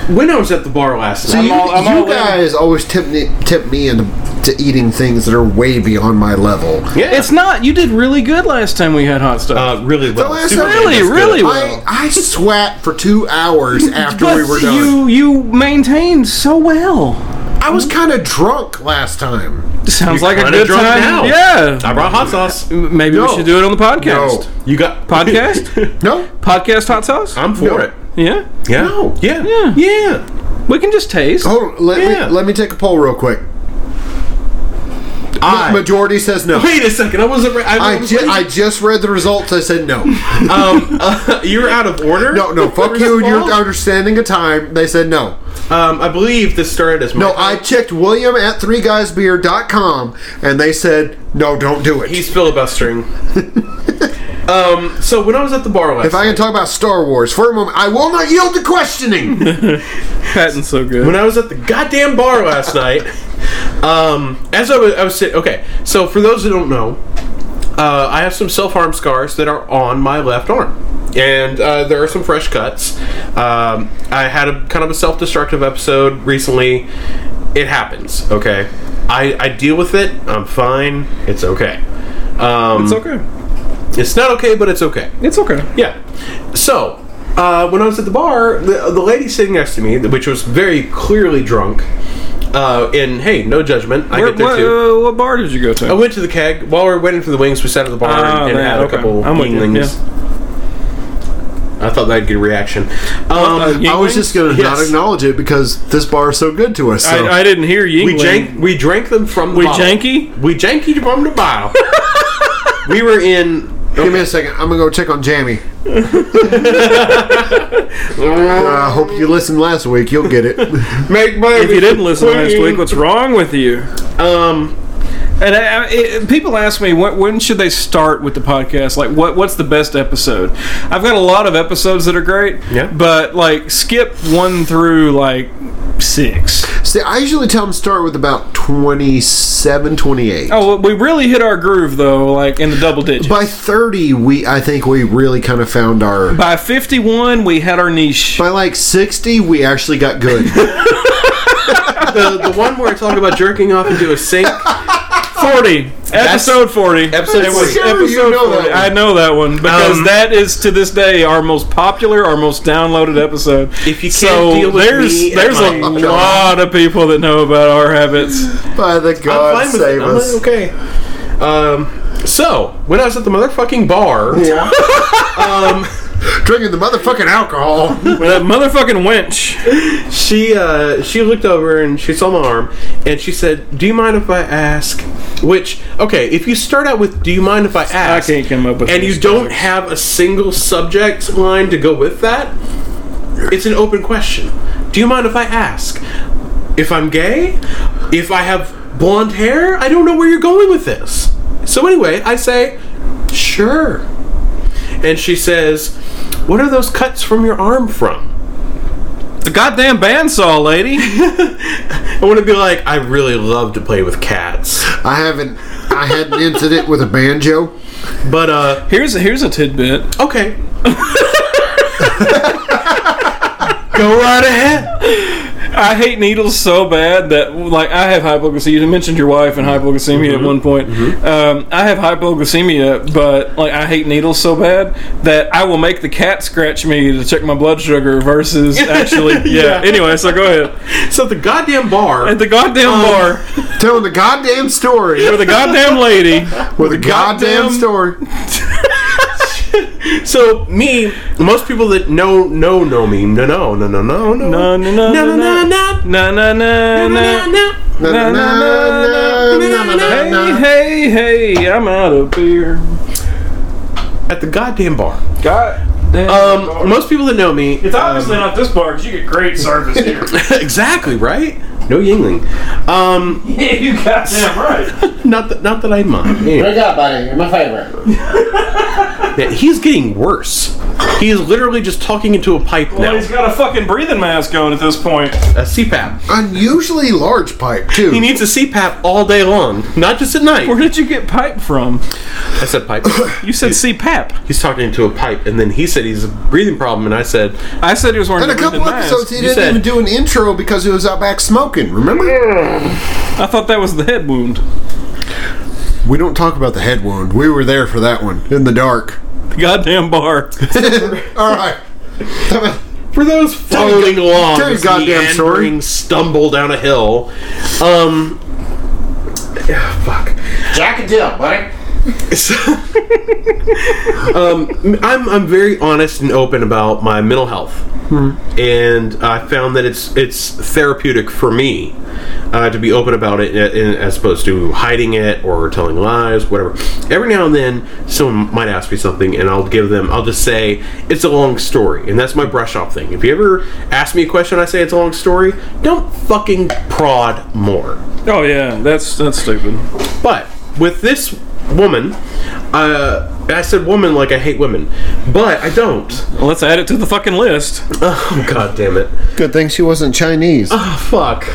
[SPEAKER 2] when I was at the bar last
[SPEAKER 1] So
[SPEAKER 2] night,
[SPEAKER 1] you,
[SPEAKER 3] all- I'm
[SPEAKER 1] you
[SPEAKER 3] all in.
[SPEAKER 1] guys always tip me, tip me into to eating things that are way beyond my level.
[SPEAKER 2] yeah,
[SPEAKER 3] It's not. You did really good last time we had hot stuff.
[SPEAKER 2] uh, really well.
[SPEAKER 1] last
[SPEAKER 2] Super
[SPEAKER 1] time-
[SPEAKER 2] Bowl
[SPEAKER 3] Really,
[SPEAKER 2] was good.
[SPEAKER 3] really well.
[SPEAKER 1] I, I sweat for two
[SPEAKER 3] *laughs*
[SPEAKER 1] hours after
[SPEAKER 3] but
[SPEAKER 1] we were done.
[SPEAKER 3] you you maintained so well.
[SPEAKER 1] I was kind of drunk last time.
[SPEAKER 3] Sounds
[SPEAKER 2] You're
[SPEAKER 3] like a
[SPEAKER 2] kinda
[SPEAKER 3] good
[SPEAKER 2] drunk
[SPEAKER 3] time.
[SPEAKER 2] now.
[SPEAKER 3] Yeah.
[SPEAKER 2] I brought hot sauce.
[SPEAKER 3] Maybe
[SPEAKER 1] No.
[SPEAKER 3] we should do it on the podcast.
[SPEAKER 2] You got *laughs*
[SPEAKER 3] Podcast?
[SPEAKER 1] No,
[SPEAKER 3] podcast hot sauce?
[SPEAKER 2] I'm for
[SPEAKER 1] No.
[SPEAKER 2] it.
[SPEAKER 3] yeah.
[SPEAKER 2] Yeah. Yeah.
[SPEAKER 3] Yeah.
[SPEAKER 2] Yeah.
[SPEAKER 3] We can just taste.
[SPEAKER 1] hold on, let
[SPEAKER 2] Yeah.
[SPEAKER 1] me let me take a poll real quick.
[SPEAKER 2] I-
[SPEAKER 1] Majority says no.
[SPEAKER 2] Wait a second. I wasn't. Re- I,
[SPEAKER 1] I,
[SPEAKER 2] was
[SPEAKER 1] ju-
[SPEAKER 2] ready.
[SPEAKER 1] I just read the results. I said
[SPEAKER 3] *laughs*
[SPEAKER 1] no,
[SPEAKER 2] um, uh, *laughs* you're out of order.
[SPEAKER 1] no, no. Fuck you and your understanding of time. They said no.
[SPEAKER 2] Um, I believe this started as
[SPEAKER 1] No, I checked William at threeguysbeer.com and they said, no, don't do it.
[SPEAKER 2] He's
[SPEAKER 1] *laughs*
[SPEAKER 2] filibustering. um, so when I was at the bar last
[SPEAKER 1] if I can talk about Star Wars for a moment, I will not yield to
[SPEAKER 2] *laughs*
[SPEAKER 1] questioning.
[SPEAKER 3] Patton's so good.
[SPEAKER 2] when I was at the goddamn bar last night, um, as I was, I was sitting. Okay, so for those who don't know, uh, I have some self harm scars that are on my left arm, and uh, there are some fresh cuts. Um, I had a kind of a self destructive episode recently. It happens. Okay, I, I deal with it. I'm fine. It's okay. Um,
[SPEAKER 3] It's okay.
[SPEAKER 2] it's not okay, but it's okay.
[SPEAKER 3] It's okay.
[SPEAKER 2] Yeah. So, uh, when I was at the bar, the, the lady sitting next to me, which was very clearly drunk, uh, and hey, no judgment. I
[SPEAKER 3] Where,
[SPEAKER 2] get there
[SPEAKER 3] what,
[SPEAKER 2] too.
[SPEAKER 3] uh, what bar did you go to?
[SPEAKER 2] I went to the keg while we were waiting for the wings. We sat at the bar
[SPEAKER 3] Ah,
[SPEAKER 2] and, and
[SPEAKER 3] that,
[SPEAKER 2] had a
[SPEAKER 3] okay.
[SPEAKER 2] couple
[SPEAKER 3] I'm with you,
[SPEAKER 2] wings. I thought that'd get a reaction. Um,
[SPEAKER 3] Uh,
[SPEAKER 1] I was just going to not
[SPEAKER 2] Yes.
[SPEAKER 1] acknowledge it because this bar is so good to us. So.
[SPEAKER 3] I, I didn't hear you.
[SPEAKER 2] we drank. We drank them from the
[SPEAKER 3] We
[SPEAKER 2] bottle.
[SPEAKER 3] janky?
[SPEAKER 2] We janky from the
[SPEAKER 3] *laughs*
[SPEAKER 2] bottle. we were in.
[SPEAKER 1] Give me a second. I'm going to go check on
[SPEAKER 2] *laughs*
[SPEAKER 1] Jamie. I hope you listened last week. You'll get it. *laughs*
[SPEAKER 2] Make
[SPEAKER 3] If you didn't listen last week, what's wrong with you?
[SPEAKER 2] um.
[SPEAKER 3] And I, I, it, people ask me when, when should they start with the podcast? Like, what what's the best episode? I've got a lot of episodes that are great.
[SPEAKER 2] Yeah.
[SPEAKER 3] But like, skip one through like six.
[SPEAKER 1] See, I usually tell them start with about 27, 28.
[SPEAKER 3] Oh, we really hit our groove though, like in the double digits.
[SPEAKER 1] By 30, we I think we really kind of found our.
[SPEAKER 3] By fifty-one, we had our niche.
[SPEAKER 1] By like 60, we actually got good.
[SPEAKER 2] *laughs* the, the one where I talked about jerking off into a sink.
[SPEAKER 3] Forty, episode forty,
[SPEAKER 2] Episode
[SPEAKER 3] It was
[SPEAKER 2] 40.
[SPEAKER 1] Sure, you
[SPEAKER 3] episode
[SPEAKER 1] know that
[SPEAKER 3] forty.
[SPEAKER 1] one.
[SPEAKER 3] I know that one because
[SPEAKER 2] Um,
[SPEAKER 3] that is to this day our most popular, our most downloaded episode.
[SPEAKER 2] If you can't
[SPEAKER 3] so
[SPEAKER 2] deal with
[SPEAKER 3] there's
[SPEAKER 2] me at
[SPEAKER 3] there's a
[SPEAKER 2] my job.
[SPEAKER 3] lot of people that know about our habits.
[SPEAKER 1] By the
[SPEAKER 2] I'm
[SPEAKER 1] God
[SPEAKER 2] fine with
[SPEAKER 1] save
[SPEAKER 2] it. I'm
[SPEAKER 1] us.
[SPEAKER 2] like, okay. Um. So when I was at the motherfucking bar,
[SPEAKER 1] Drinking the motherfucking alcohol.
[SPEAKER 3] With that motherfucking wench.
[SPEAKER 2] she uh, she looked over and she saw my arm and she said, "Do you mind if I ask?" Which okay, if you start out with "Do you mind if I ask?"
[SPEAKER 3] can't come up with
[SPEAKER 2] and
[SPEAKER 3] these
[SPEAKER 2] you don't have a single subject line to go with that, it's an open question. Do you mind if I ask if I'm gay? If I have blonde hair? I don't know where you're going with this. So anyway, I say, "Sure." And she says, "What are those cuts from your arm from?"
[SPEAKER 3] The goddamn
[SPEAKER 2] *laughs*
[SPEAKER 3] bandsaw lady.
[SPEAKER 2] I want to be like, I really love to play with cats,
[SPEAKER 1] I haven't. I had an incident with a banjo.
[SPEAKER 2] but uh,
[SPEAKER 3] Here's here's a tidbit.
[SPEAKER 2] okay. Go right ahead.
[SPEAKER 3] I hate needles so bad that like I have hypoglycemia. You mentioned your wife and hypoglycemia
[SPEAKER 2] Mm-hmm.
[SPEAKER 3] at one point. Um, I have hypoglycemia, but like I hate needles so bad that I will make the cat scratch me to check my blood sugar
[SPEAKER 2] *laughs*
[SPEAKER 3] versus actually. Yeah.
[SPEAKER 2] Yeah.
[SPEAKER 3] Anyway, so go ahead.
[SPEAKER 2] So the goddamn bar.
[SPEAKER 3] At the goddamn
[SPEAKER 2] Um,
[SPEAKER 3] bar
[SPEAKER 1] Telling the goddamn story.
[SPEAKER 3] with a
[SPEAKER 2] *laughs*
[SPEAKER 3] goddamn lady.
[SPEAKER 1] With a goddamn,
[SPEAKER 2] goddamn-
[SPEAKER 1] story.
[SPEAKER 2] so me, most people that know know know me. No no no no no no
[SPEAKER 3] No no no no no
[SPEAKER 2] no
[SPEAKER 3] no no no
[SPEAKER 2] no
[SPEAKER 3] no.
[SPEAKER 2] no.
[SPEAKER 1] Na, na, na, na, na, na, na, na.
[SPEAKER 3] Hey, hey, hey, I'm out of beer.
[SPEAKER 2] At the goddamn bar.
[SPEAKER 3] God damn.
[SPEAKER 2] Um, most people that know me.
[SPEAKER 3] Uh,
[SPEAKER 2] *laughs*
[SPEAKER 3] it's obviously not this bar because you get great service here.
[SPEAKER 2] exactly right. No Yingling. Um,
[SPEAKER 3] *laughs* you got damn *laughs* right.
[SPEAKER 2] not that not that I mind. Anyway.
[SPEAKER 4] job, buddy. You're my favorite.
[SPEAKER 2] *laughs* Yeah, he's getting worse. He is literally just talking into a pipe
[SPEAKER 3] Well,
[SPEAKER 2] now.
[SPEAKER 3] he's got a fucking breathing mask on at this point.
[SPEAKER 2] A CPAP.
[SPEAKER 1] Unusually large pipe, too.
[SPEAKER 2] He needs a CPAP all day long, not just at night.
[SPEAKER 3] Where did you get pipe from?
[SPEAKER 2] I said
[SPEAKER 1] *coughs*
[SPEAKER 2] pipe.
[SPEAKER 3] You said CPAP.
[SPEAKER 2] he's talking into a pipe, and then he said he's a breathing problem, and I said,
[SPEAKER 3] I said he was wearing
[SPEAKER 1] In
[SPEAKER 3] a
[SPEAKER 1] a
[SPEAKER 3] breathing
[SPEAKER 1] couple
[SPEAKER 3] mask.
[SPEAKER 1] episodes, he
[SPEAKER 2] You
[SPEAKER 1] didn't
[SPEAKER 2] said-
[SPEAKER 1] even do an intro because he was out back smoking. Remember?
[SPEAKER 3] I thought that was the head wound.
[SPEAKER 1] We don't talk about the head wound. We were there for that one in the dark.
[SPEAKER 3] The goddamn bar.
[SPEAKER 1] All right.
[SPEAKER 2] for those following
[SPEAKER 1] go-
[SPEAKER 2] along,
[SPEAKER 1] tell your
[SPEAKER 2] as
[SPEAKER 1] goddamn
[SPEAKER 2] Leanne
[SPEAKER 1] story.
[SPEAKER 2] Brings stumble down a hill. Um, yeah, fuck.
[SPEAKER 4] Jack and Jill, buddy.
[SPEAKER 2] So- *laughs* um, I'm I'm very honest and open about my mental health, and I found that it's it's therapeutic for me uh, to be open about it, a- in- as opposed to hiding it or telling lies, whatever. Every now and then, someone might ask me something, and I'll give them. I'll just say it's a long story, and that's my brush off thing. If you ever ask me a question, I say it's a long story. Don't fucking prod more.
[SPEAKER 3] Oh yeah, that's that's stupid.
[SPEAKER 2] But with this woman, uh, I said woman like I hate women, but I don't. *laughs*
[SPEAKER 3] Well, let's add it to the fucking list.
[SPEAKER 2] Oh god damn it!
[SPEAKER 1] Good thing she wasn't Chinese.
[SPEAKER 2] Oh fuck!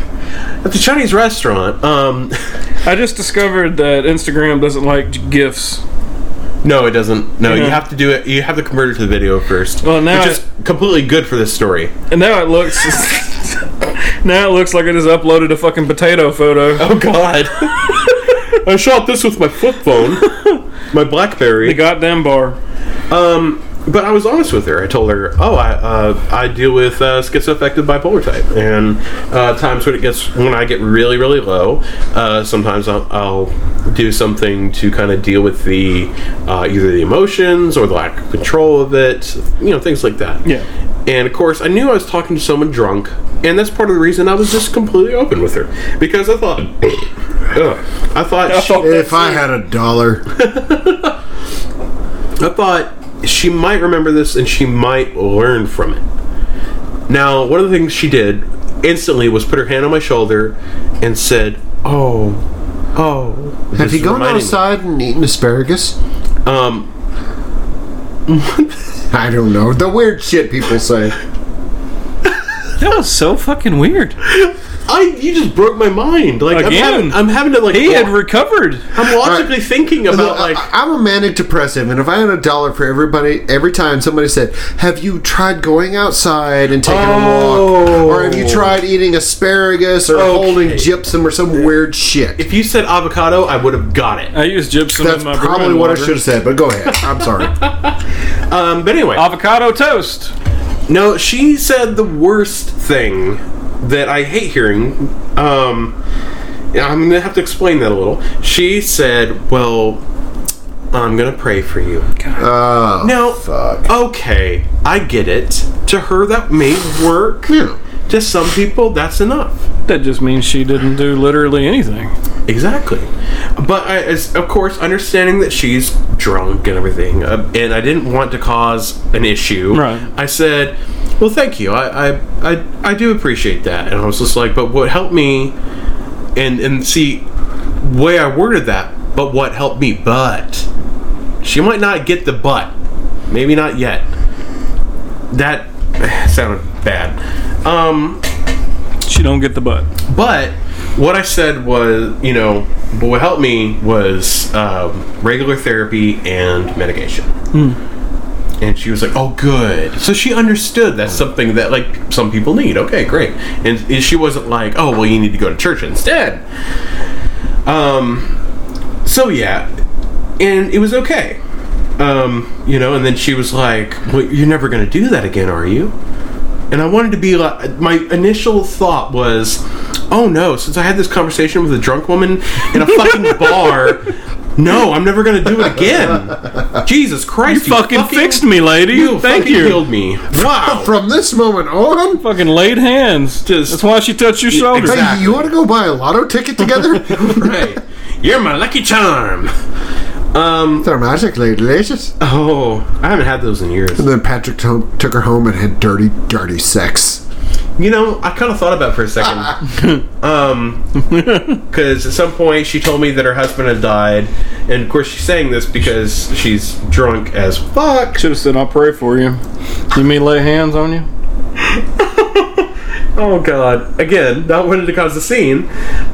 [SPEAKER 2] At the Chinese restaurant, um, *laughs*
[SPEAKER 3] I just discovered that Instagram doesn't like gifs.
[SPEAKER 2] no, it doesn't. No,
[SPEAKER 3] Yeah.
[SPEAKER 2] you have to do it. You have to convert it to the video first.
[SPEAKER 3] Well, now
[SPEAKER 2] which is completely good for this story.
[SPEAKER 3] And now it looks. *laughs* now it looks like I just uploaded a
[SPEAKER 2] *laughs*
[SPEAKER 3] fucking potato photo.
[SPEAKER 2] Oh god! I shot this with my flip phone. my BlackBerry.
[SPEAKER 3] The goddamn bar.
[SPEAKER 2] Um, but I was honest with her. I told her, "Oh, I uh, I deal with uh, schizoaffective bipolar type, and uh, times when it gets when I get really really low, uh, sometimes I'll, I'll do something to kind of deal with the uh, either the emotions or the lack of control of it, you know, things like that."
[SPEAKER 3] Yeah.
[SPEAKER 2] And of course, I knew I was talking to someone drunk, and that's part of the reason I was just completely open with her because I thought, *coughs* Ugh. I thought,
[SPEAKER 1] *laughs*
[SPEAKER 2] she-
[SPEAKER 1] If I had a dollar,
[SPEAKER 2] I thought she might remember this and she might learn from it. Now, one of the things she did instantly was put her hand on my shoulder and said, "Oh, oh."
[SPEAKER 1] have
[SPEAKER 2] Just
[SPEAKER 1] you gone
[SPEAKER 2] reminding me.
[SPEAKER 1] outside and eaten asparagus?
[SPEAKER 2] Um,
[SPEAKER 1] I don't know. The weird shit people say.
[SPEAKER 3] That was so fucking weird.
[SPEAKER 2] I you just broke my mind. Like
[SPEAKER 3] Again?
[SPEAKER 2] I'm having, I'm having to like
[SPEAKER 3] He had
[SPEAKER 2] lo-
[SPEAKER 3] recovered.
[SPEAKER 2] I'm logically thinking about
[SPEAKER 1] Look, I-
[SPEAKER 2] like
[SPEAKER 1] I'm a manic depressive, and if I had a dollar for everybody, every time somebody said, "Have you tried going outside and taking a
[SPEAKER 2] Oh.
[SPEAKER 1] walk, or have you tried eating asparagus or
[SPEAKER 2] Okay.
[SPEAKER 1] holding gypsum or some weird shit?"
[SPEAKER 2] if you said avocado, I would have got it.
[SPEAKER 3] I used gypsum
[SPEAKER 1] That's
[SPEAKER 3] in my
[SPEAKER 1] probably
[SPEAKER 3] brewing
[SPEAKER 1] what I
[SPEAKER 3] water.
[SPEAKER 1] should have said. But go ahead. I'm
[SPEAKER 2] *laughs*
[SPEAKER 1] sorry.
[SPEAKER 2] Um, but anyway,
[SPEAKER 3] Avocado toast.
[SPEAKER 2] No, she said the worst thing that I hate hearing. Um, I'm gonna have to explain that a little. She said, "Well, I'm gonna pray for you."
[SPEAKER 1] Oh,
[SPEAKER 2] Now,
[SPEAKER 1] fuck.
[SPEAKER 2] okay, I get it. To her, that may work.
[SPEAKER 1] Yeah.
[SPEAKER 2] To some people, that's enough.
[SPEAKER 3] That just means she didn't do literally anything.
[SPEAKER 2] Exactly. But I, as, of course, understanding that she's drunk and everything, uh, and I didn't want to cause an issue.
[SPEAKER 3] Right.
[SPEAKER 2] I said, "Well, thank you. I, I, I, I do appreciate that." And I was just like, "But what helped me?" And and see, way I worded that. But what helped me? But she might not get the but. Maybe not yet. That *sighs* sounded bad. Um.
[SPEAKER 3] She don't get the butt.
[SPEAKER 2] But what I said was, you know, what helped me was um, regular therapy and medication. And she was like, "Oh, good." So she understood that's something that like some people need. Okay, great. And, and she wasn't like, "Oh, well, you need to go to church instead." Um, so yeah, and it was okay. Um, you know, and then she was like, "Well, you're never gonna do that again, are you?" and I wanted to be like my initial thought was, oh no, since I had this conversation with a drunk woman in a fucking
[SPEAKER 3] *laughs*
[SPEAKER 2] bar, no, I'm never gonna do it
[SPEAKER 3] *laughs*
[SPEAKER 2] again. Jesus Christ, you,
[SPEAKER 3] Fucking, fixed me, lady.
[SPEAKER 2] You
[SPEAKER 3] Thank
[SPEAKER 2] fucking
[SPEAKER 3] you.
[SPEAKER 2] killed me. Wow. *laughs*
[SPEAKER 1] From this moment on,
[SPEAKER 3] Fucking laid hands.
[SPEAKER 2] Just-
[SPEAKER 3] That's why she touched your shoulder.
[SPEAKER 2] exactly.
[SPEAKER 1] hey, you want to go buy a lotto ticket
[SPEAKER 2] *laughs*
[SPEAKER 1] together?
[SPEAKER 2] right. You're my lucky charm. Um.
[SPEAKER 1] They're magically delicious.
[SPEAKER 2] Oh, I haven't had those in years.
[SPEAKER 1] And then Patrick to- took her home and had dirty, dirty sex. *laughs*
[SPEAKER 2] You know, I kind of thought about it for a second. *laughs* um, because at some point she told me that her husband had died, and of course she's saying this because she's drunk as fuck.
[SPEAKER 3] Should have said, I'll pray for you. You mean lay hands on you?
[SPEAKER 2] Oh god! Again, not wanting to cause a scene.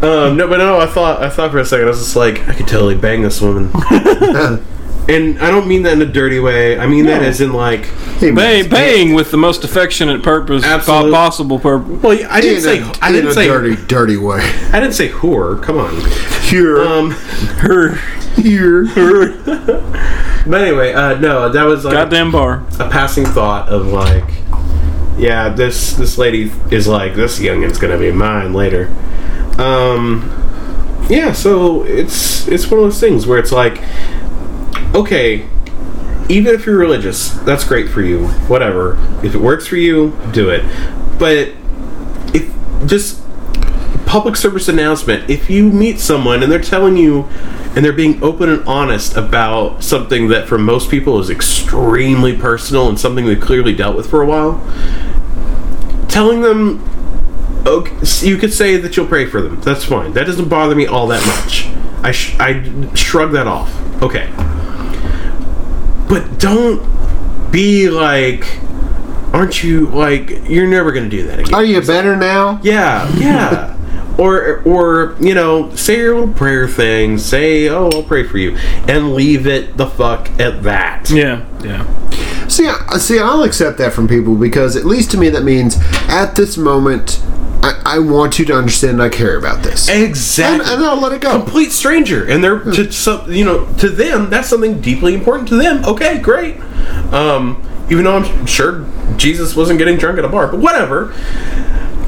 [SPEAKER 2] Um, no, but no, I thought I thought for a second. I was just like, I could totally bang this woman, and I don't mean that in a dirty way. I mean that as in like,
[SPEAKER 1] He
[SPEAKER 3] Bang, bang with the most affectionate purpose
[SPEAKER 2] Absolute.
[SPEAKER 3] po- possible purpose.
[SPEAKER 2] well, I
[SPEAKER 1] In
[SPEAKER 2] didn't say,
[SPEAKER 1] a,
[SPEAKER 2] I
[SPEAKER 1] in
[SPEAKER 2] didn't
[SPEAKER 1] a
[SPEAKER 2] say,
[SPEAKER 1] dirty, dirty way. *laughs*
[SPEAKER 2] I didn't say whore. Come on.
[SPEAKER 1] Here,
[SPEAKER 2] Um,
[SPEAKER 3] Her
[SPEAKER 1] here.
[SPEAKER 2] *laughs* but anyway, uh, no, that was like
[SPEAKER 3] goddamn bar.
[SPEAKER 2] a passing thought of like, yeah, this this lady is like this youngin's gonna be mine later. Um, yeah, so it's it's one of those things where it's like, okay, even if you're religious, that's great for you, whatever. If it works for you, do it. But if just public service announcement if you meet someone and they're telling you and they're being open and honest about something that for most people is extremely personal and something they've clearly dealt with for a while telling them okay, s- you could say that you'll pray for them that's fine that doesn't bother me all that much i, sh- I shrug that off okay but don't be like aren't you like you're never gonna do that again
[SPEAKER 1] Are you better now?
[SPEAKER 2] yeah,
[SPEAKER 1] *laughs*
[SPEAKER 2] yeah. or or you know, say your little prayer thing. Say, "Oh, I'll pray for you," and leave it the fuck at that.
[SPEAKER 3] Yeah, yeah.
[SPEAKER 1] See, I, see, I'll accept that from people because at least to me that means at this moment I, I want you to understand I care about this. And,
[SPEAKER 2] Exactly.
[SPEAKER 1] and uh, Hmm. I'll let it go.
[SPEAKER 2] complete stranger, and they're to some, you know, to them that's something deeply important to them. Okay, great. Um, even though I'm sure Jesus wasn't getting drunk at a bar, but whatever.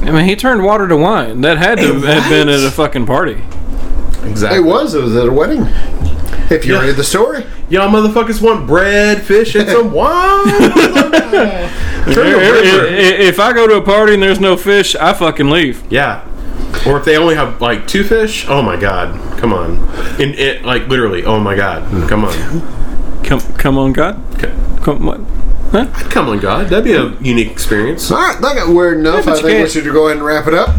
[SPEAKER 3] I mean, he turned water to wine. That had to
[SPEAKER 2] Hey,
[SPEAKER 3] have been
[SPEAKER 2] what?
[SPEAKER 3] at a fucking party.
[SPEAKER 2] Exactly.
[SPEAKER 1] it was. It was at a wedding. If you
[SPEAKER 2] Yeah.
[SPEAKER 1] read the story,
[SPEAKER 2] Y'all motherfuckers want bread, fish,
[SPEAKER 1] *laughs*
[SPEAKER 2] and some wine. Turn the
[SPEAKER 3] If,
[SPEAKER 2] river.
[SPEAKER 3] if I go to a party and there's no fish, I fucking leave.
[SPEAKER 2] Yeah. Or if they only have like two fish, oh my god, come on! In it, like literally, oh my god, come on,
[SPEAKER 3] Come, come on, God.
[SPEAKER 2] Okay.
[SPEAKER 3] Come, what?
[SPEAKER 2] come on, God, that'd be a unique experience.
[SPEAKER 1] all right, that got weird enough.
[SPEAKER 3] but
[SPEAKER 1] I
[SPEAKER 3] you
[SPEAKER 1] think we
[SPEAKER 3] can't-
[SPEAKER 1] should go ahead and wrap it up.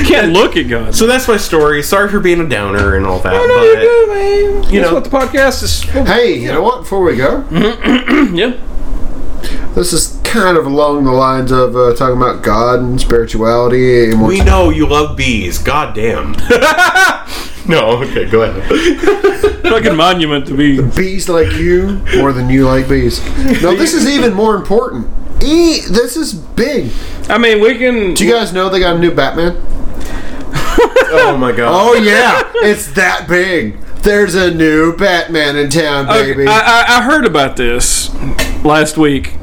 [SPEAKER 3] You can't look at God.
[SPEAKER 2] So that's my story. Sorry for being a downer and all that,
[SPEAKER 3] I know
[SPEAKER 2] but
[SPEAKER 3] you do, man.
[SPEAKER 2] you
[SPEAKER 3] That's
[SPEAKER 2] know-
[SPEAKER 3] what the podcast is.
[SPEAKER 1] Hey, you know what? Before we go,
[SPEAKER 2] Mm.
[SPEAKER 3] Yeah.
[SPEAKER 1] this is kind of along the lines of uh, talking about God and spirituality. And
[SPEAKER 2] we know you love bees. God damn. *laughs* no, okay, go ahead.
[SPEAKER 3] Fucking monument to be.
[SPEAKER 1] bees like you more than you like bees. No, this is even more important. E, this is big.
[SPEAKER 3] I mean, we can.
[SPEAKER 1] Do you guys know they got a new Batman?
[SPEAKER 2] Oh my god.
[SPEAKER 1] Oh yeah, it's that big. There's a new Batman in town,
[SPEAKER 3] Okay,
[SPEAKER 1] baby.
[SPEAKER 3] Uh, I, I, I heard about this last week,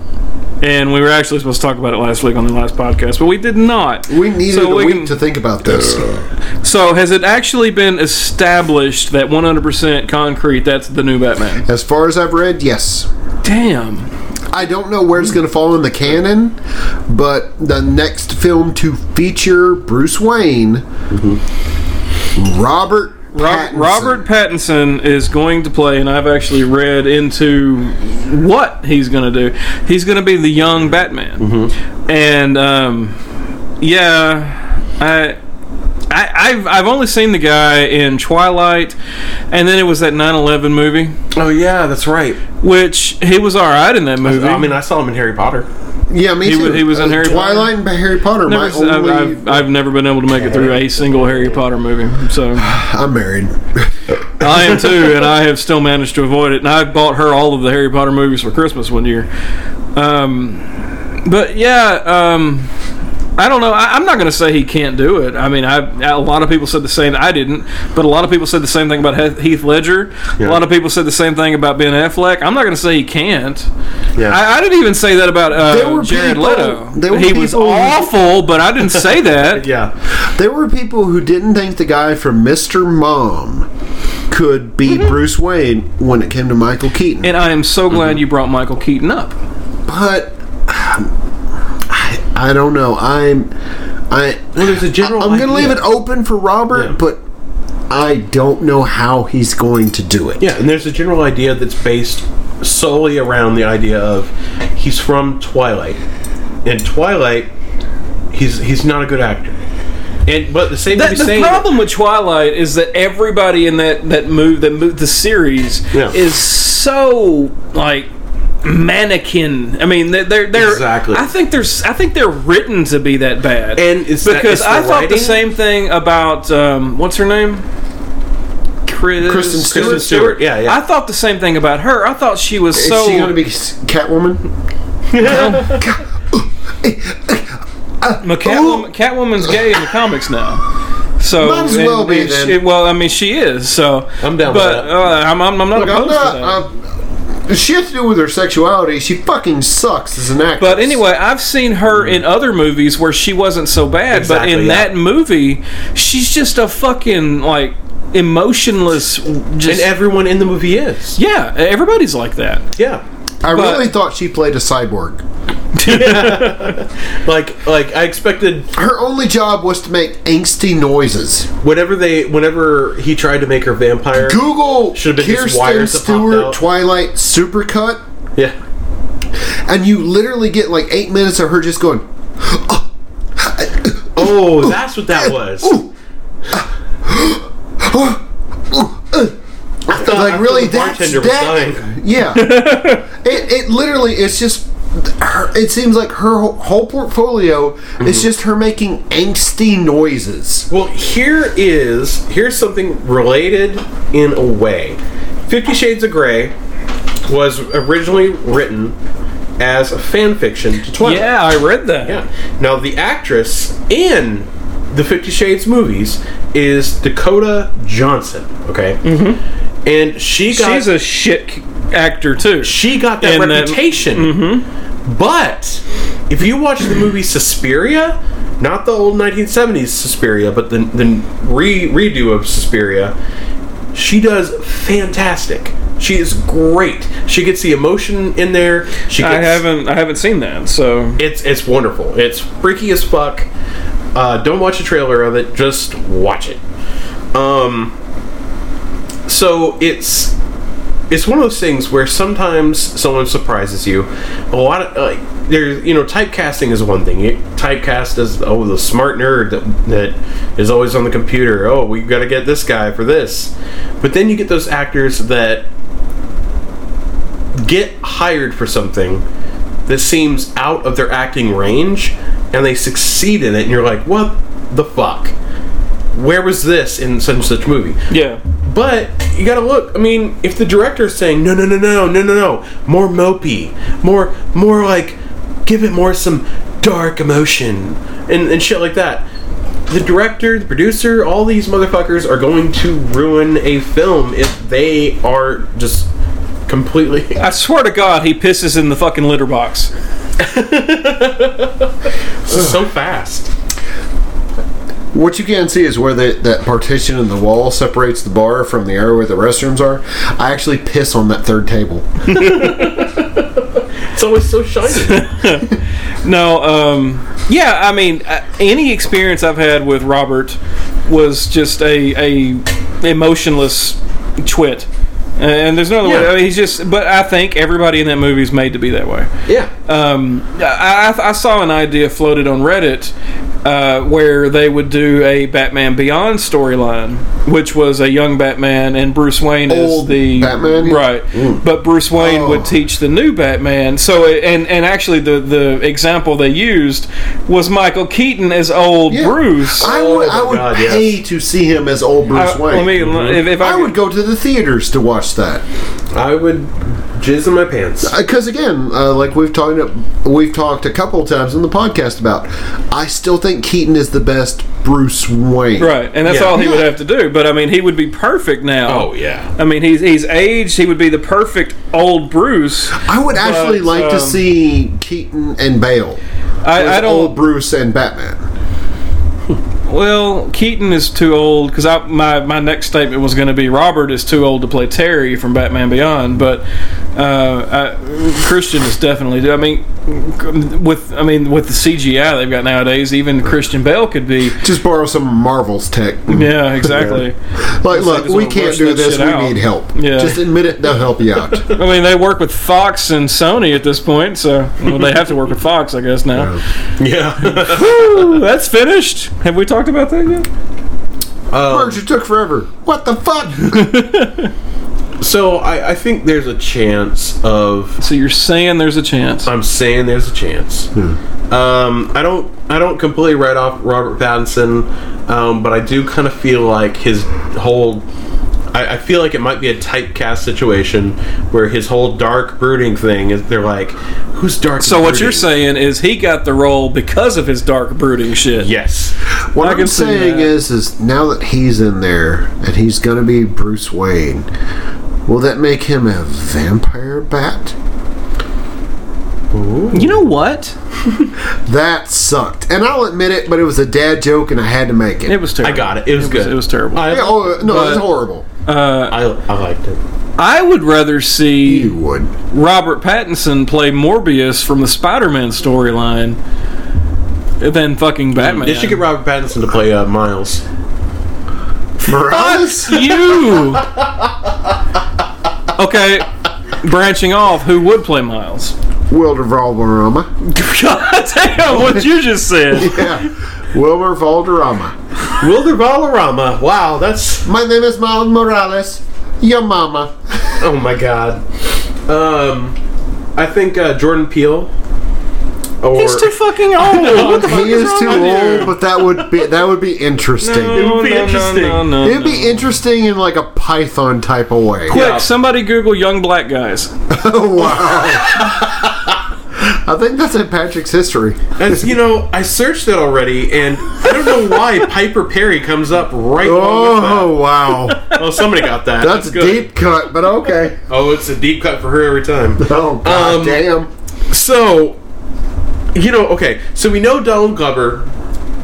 [SPEAKER 3] and we were actually supposed to talk about it last week on the last podcast, but we did not.
[SPEAKER 1] we needed
[SPEAKER 3] so
[SPEAKER 1] a
[SPEAKER 3] we
[SPEAKER 1] week
[SPEAKER 3] can-
[SPEAKER 1] to think about this.
[SPEAKER 3] So, has it actually been established that 100% concrete that's the new Batman?
[SPEAKER 1] As far as I've read, yes.
[SPEAKER 3] Damn.
[SPEAKER 1] I don't know where it's going to fall in the canon, but the next film to feature Bruce Wayne, Robert
[SPEAKER 3] Rob,
[SPEAKER 1] Pattinson.
[SPEAKER 3] Robert Pattinson is going to play, and I've actually read into what he's going to do. He's going to be the young Batman,
[SPEAKER 1] Mm-hmm.
[SPEAKER 3] and um, yeah, I. I, I've, I've only seen the guy in Twilight, and then it was that 9 11 movie,
[SPEAKER 2] Oh yeah, that's right.
[SPEAKER 3] which he was alright in that movie.
[SPEAKER 2] I mean, I saw him in Harry Potter.
[SPEAKER 1] Yeah, me
[SPEAKER 3] He
[SPEAKER 1] too.
[SPEAKER 3] was- he was in Harry
[SPEAKER 1] Twilight and Harry Potter.
[SPEAKER 3] Never
[SPEAKER 1] my
[SPEAKER 3] s- I've,
[SPEAKER 1] only,
[SPEAKER 3] I've, I've never been able to make it through a single Harry Potter movie, so
[SPEAKER 1] I'm married. *laughs*
[SPEAKER 3] I am too, and I have still managed to avoid it. And I bought her all of the Harry Potter movies for Christmas one year. Um, but yeah, um, I don't know. I, I'm not going to say he can't do it. I mean, I, a lot of people said the same. I didn't, but a lot of people said the same thing about Heath- Heath Ledger.
[SPEAKER 2] Yeah.
[SPEAKER 3] A lot of people said the same thing about Ben Affleck. I'm not going to say he can't.
[SPEAKER 2] Yeah.
[SPEAKER 3] I, I didn't even say that about
[SPEAKER 1] There
[SPEAKER 3] uh,
[SPEAKER 1] were
[SPEAKER 3] Jared
[SPEAKER 1] people-
[SPEAKER 3] Leto.
[SPEAKER 1] there were
[SPEAKER 3] he was
[SPEAKER 1] people who-
[SPEAKER 3] awful, but I didn't say
[SPEAKER 2] *laughs*
[SPEAKER 3] that.
[SPEAKER 2] yeah.
[SPEAKER 1] There were people who didn't think the guy from Mr. Mom could be Bruce Wayne when it came to Michael Keaton.
[SPEAKER 3] Mm-hmm. And I am so
[SPEAKER 2] Mm-hmm.
[SPEAKER 3] glad you brought Michael Keaton up.
[SPEAKER 1] but um, I, I don't know. I'm I
[SPEAKER 2] Well, there's a general.
[SPEAKER 1] I'm going to leave
[SPEAKER 2] idea.
[SPEAKER 1] it open for Robert,
[SPEAKER 2] Yeah.
[SPEAKER 1] but I don't know how he's going to do it.
[SPEAKER 2] Yeah, and there's a general idea that's based solely around the idea of he's from Twilight. And Twilight, he's he's not a good actor. And but the same
[SPEAKER 3] That,
[SPEAKER 2] could
[SPEAKER 3] the
[SPEAKER 2] be saying
[SPEAKER 3] problem with Twilight is that everybody in that that move that move the series
[SPEAKER 2] Yeah.
[SPEAKER 3] is so like mannequin. I mean, they're they're, they're
[SPEAKER 2] Exactly.
[SPEAKER 3] I think there's I think they're written to be that bad.
[SPEAKER 2] And it's that-
[SPEAKER 3] because
[SPEAKER 2] it's the
[SPEAKER 3] I thought the
[SPEAKER 2] writing?
[SPEAKER 3] same thing about um, what's her name. Chris,
[SPEAKER 1] Kristen Stewart?
[SPEAKER 2] Kristen Stewart, yeah, yeah.
[SPEAKER 3] I thought the same thing about her. I thought she was
[SPEAKER 1] Is
[SPEAKER 3] so.
[SPEAKER 1] she going to be s- Catwoman?
[SPEAKER 3] Ma- Catwoman, Catwoman's gay in the comics now. So
[SPEAKER 1] Might as well
[SPEAKER 3] and-
[SPEAKER 1] be,
[SPEAKER 3] and
[SPEAKER 1] then.
[SPEAKER 3] she- well, I mean, she is. So
[SPEAKER 2] I'm down with
[SPEAKER 3] but,
[SPEAKER 2] that.
[SPEAKER 3] Uh, I'm, I'm, I'm not
[SPEAKER 1] Look, I'm
[SPEAKER 3] opposed
[SPEAKER 1] not.
[SPEAKER 3] to that.
[SPEAKER 1] uh, she has to do with her sexuality. She fucking sucks as an actress.
[SPEAKER 3] But anyway, I've seen her in other movies where she wasn't so bad,
[SPEAKER 2] Exactly,
[SPEAKER 3] but in
[SPEAKER 2] yeah.
[SPEAKER 3] that movie, she's just a fucking like emotionless.
[SPEAKER 2] and
[SPEAKER 3] Just
[SPEAKER 2] everyone in the movie is.
[SPEAKER 3] yeah, everybody's like that.
[SPEAKER 2] Yeah.
[SPEAKER 1] I
[SPEAKER 3] but-
[SPEAKER 1] really thought she played a cyborg.
[SPEAKER 2] Like like I expected
[SPEAKER 1] Her only job was to make angsty noises.
[SPEAKER 2] whenever they whenever he tried to make her vampire
[SPEAKER 1] Google
[SPEAKER 2] Should've been just
[SPEAKER 1] Kirsten
[SPEAKER 2] wires that popped
[SPEAKER 1] Stewart
[SPEAKER 2] out.
[SPEAKER 1] Twilight supercut,
[SPEAKER 2] Yeah.
[SPEAKER 1] and you literally get like eight minutes of her just going,
[SPEAKER 2] Oh, that's what that was.
[SPEAKER 1] like really
[SPEAKER 2] the
[SPEAKER 1] that's
[SPEAKER 2] bartender was
[SPEAKER 1] that.
[SPEAKER 2] dying. *laughs*
[SPEAKER 1] Yeah, it, it literally it's just. Her, it seems like her whole- whole portfolio
[SPEAKER 2] Mm-hmm.
[SPEAKER 1] is just her making angsty noises.
[SPEAKER 2] Well, here is here's something related in a way. Fifty Shades of Grey was originally written as a fan fiction to Twilight.
[SPEAKER 3] Yeah, I read that.
[SPEAKER 2] Yeah. Now the actress in the Fifty Shades movies is Dakota Johnson. Okay, mm-hmm. and she got
[SPEAKER 3] She's a shit c- actor too.
[SPEAKER 2] she got that
[SPEAKER 3] in that-
[SPEAKER 2] reputation. Mm-hmm. But if you watch the movie Suspiria, not the old 1970s Suspiria, but the, the re- redo of Suspiria, she does fantastic. She is great. She gets the emotion in there. She gets,
[SPEAKER 3] I haven't I haven't seen that, so
[SPEAKER 2] It's it's wonderful. It's freaky as fuck. Uh, don't watch a trailer of it. Just watch it. Um, so it's it's one of those things where sometimes someone surprises you. A lot of like there's you know typecasting is one thing. You, typecast is oh the smart nerd that that is always on the computer. Oh we got to get this guy for this, but then you get those actors that get hired for something that seems out of their acting range, and they succeed in it, and you're like what the fuck. Where was this in such and such movie?
[SPEAKER 3] yeah.
[SPEAKER 2] But you gotta look. I mean, if the director's saying no, no, no, no, no, no, no, more mopey, more, more like, give it more some dark emotion and and shit like that. The director, the producer, all these motherfuckers are going to ruin a film if they are just completely. *laughs*
[SPEAKER 3] I swear to God, he pisses in the fucking litter box.
[SPEAKER 2] so fast.
[SPEAKER 1] What you can see is where the, that partition in the wall separates the bar from the area where the restrooms are. I actually piss on that third table.
[SPEAKER 2] It's always so shiny.
[SPEAKER 3] No, um, yeah, I mean, uh, any experience I've had with Robert was just a, a emotionless twit. And there's no other way.
[SPEAKER 2] Yeah.
[SPEAKER 3] I mean, he's just, but I think everybody in that movie is made to be that way.
[SPEAKER 2] yeah.
[SPEAKER 3] um, I, I I saw an idea floated on Reddit uh, where they would do a Batman Beyond storyline, which was a young Batman and Bruce Wayne is
[SPEAKER 1] Old
[SPEAKER 3] the
[SPEAKER 1] Batman?
[SPEAKER 3] right, but Bruce Wayne
[SPEAKER 1] Oh.
[SPEAKER 3] would teach the new Batman. So it- and and actually the the example they used was Michael Keaton as old
[SPEAKER 1] Yeah.
[SPEAKER 3] Bruce.
[SPEAKER 1] I
[SPEAKER 2] Oh
[SPEAKER 1] would,
[SPEAKER 2] my
[SPEAKER 1] I would
[SPEAKER 2] God, yes.
[SPEAKER 1] pay to see him as old Bruce
[SPEAKER 3] I-
[SPEAKER 1] Wayne.
[SPEAKER 3] let me-
[SPEAKER 2] Mm-hmm.
[SPEAKER 3] if, if I,
[SPEAKER 1] I would go to the theaters to watch that
[SPEAKER 2] I would jizz in my pants.
[SPEAKER 1] because again, uh, like we've talked, we've talked a couple of times on the podcast about. I still think Keaton is the best Bruce Wayne.
[SPEAKER 3] right, and that's
[SPEAKER 2] Yeah.
[SPEAKER 3] all he would have to do. But I mean, he would be perfect now.
[SPEAKER 2] Oh yeah.
[SPEAKER 3] I mean, he's he's aged. He would be the perfect old Bruce.
[SPEAKER 1] I would actually
[SPEAKER 3] But,
[SPEAKER 1] like to
[SPEAKER 3] um,
[SPEAKER 1] see Keaton and Bale.
[SPEAKER 3] I, I
[SPEAKER 1] as
[SPEAKER 3] don't.
[SPEAKER 1] old Bruce and Batman.
[SPEAKER 3] Well, Keaton is too old because my my next statement was going to be Robert is too old to play Terry from Batman Beyond, but uh, I, Christian is definitely. I mean, with I mean with the CGI they've got nowadays, even Christian Bale could be.
[SPEAKER 1] Just borrow some of Marvel's tech.
[SPEAKER 3] Yeah, exactly.
[SPEAKER 1] Like, look,
[SPEAKER 3] just
[SPEAKER 1] we
[SPEAKER 3] wanna
[SPEAKER 1] can't
[SPEAKER 3] rush
[SPEAKER 1] do
[SPEAKER 3] that
[SPEAKER 1] this.
[SPEAKER 3] shit
[SPEAKER 1] We
[SPEAKER 3] out.
[SPEAKER 1] need help.
[SPEAKER 3] Yeah.
[SPEAKER 1] Just admit it. They'll help you
[SPEAKER 3] *laughs*
[SPEAKER 1] out.
[SPEAKER 3] *laughs* I mean, they work with Fox and Sony at this point, so well, they have to work with Fox, I guess. Now,
[SPEAKER 2] Yeah. *laughs*
[SPEAKER 3] Woo, that's finished. Have we talked about that yet? Um,
[SPEAKER 1] Merge, it took forever. What the fuck?
[SPEAKER 2] So I, I think there's a chance of
[SPEAKER 3] So you're saying there's a chance?
[SPEAKER 2] I'm saying there's a chance. Um, I don't I don't completely write off Robert Pattinson, um, but I do kind of feel like his whole. I, I feel like it might be a typecast situation where his whole dark brooding thing is. They're like, who's dark?
[SPEAKER 3] So
[SPEAKER 2] and
[SPEAKER 3] what you're
[SPEAKER 2] brooding?"
[SPEAKER 3] saying is he got the role because of his dark brooding shit.
[SPEAKER 2] Yes.
[SPEAKER 1] What I
[SPEAKER 3] I
[SPEAKER 1] am
[SPEAKER 3] can see
[SPEAKER 1] saying
[SPEAKER 3] that.
[SPEAKER 1] is, is now that he's in there and he's gonna be Bruce Wayne, will that make him a vampire bat?
[SPEAKER 3] You know what?
[SPEAKER 1] That sucked, and I'll admit it, but it was a dad joke, and I had to make it.
[SPEAKER 3] It was
[SPEAKER 2] I
[SPEAKER 3] terrible.
[SPEAKER 2] got it. It was good.
[SPEAKER 3] it was terrible.
[SPEAKER 2] I,
[SPEAKER 1] Yeah, oh, no, it was
[SPEAKER 2] but-
[SPEAKER 1] horrible.
[SPEAKER 2] I, I liked it.
[SPEAKER 3] I would rather see
[SPEAKER 1] You would.
[SPEAKER 3] Robert Pattinson play Morbius from the Spider-Man storyline than fucking Batman.
[SPEAKER 2] They should get Robert Pattinson to play uh, Miles.
[SPEAKER 1] For
[SPEAKER 3] *laughs*
[SPEAKER 1] us?
[SPEAKER 3] you. okay, branching off, who would play Miles? *laughs*
[SPEAKER 1] Wilder Valderrama.
[SPEAKER 3] God damn, what you just said.
[SPEAKER 1] Yeah. *laughs* Wilmer Valderrama.
[SPEAKER 2] Wilder Valderrama. Wow, that's
[SPEAKER 1] My name is Miles Morales. Your mama.
[SPEAKER 2] Oh my god. Um, I think uh, Jordan Peele. Or
[SPEAKER 3] He's too fucking old. What the fuck
[SPEAKER 1] He is
[SPEAKER 3] wrong
[SPEAKER 1] too
[SPEAKER 3] with you?
[SPEAKER 1] old, but that would be that would be interesting.
[SPEAKER 3] No,
[SPEAKER 2] would be
[SPEAKER 3] no,
[SPEAKER 2] interesting.
[SPEAKER 3] No, no, no,
[SPEAKER 1] It'd
[SPEAKER 3] no.
[SPEAKER 1] be interesting in like a Python type of way.
[SPEAKER 3] Quick,
[SPEAKER 1] *laughs*
[SPEAKER 2] Yeah.
[SPEAKER 3] somebody Google young black guys.
[SPEAKER 1] wow. I think that's in Patrick's history.
[SPEAKER 2] As you know, I searched that already, and I don't know
[SPEAKER 3] *laughs*
[SPEAKER 2] why Piper Perry comes up right. along
[SPEAKER 1] Oh
[SPEAKER 2] *laughs*
[SPEAKER 1] wow,
[SPEAKER 2] with that. well, somebody got that.
[SPEAKER 1] that's a
[SPEAKER 2] good.
[SPEAKER 1] deep cut, but okay.
[SPEAKER 2] Oh, it's a deep cut for her every time.
[SPEAKER 1] Oh god
[SPEAKER 2] Um,
[SPEAKER 1] damn.
[SPEAKER 2] So, you know, okay. So we know Donald Glover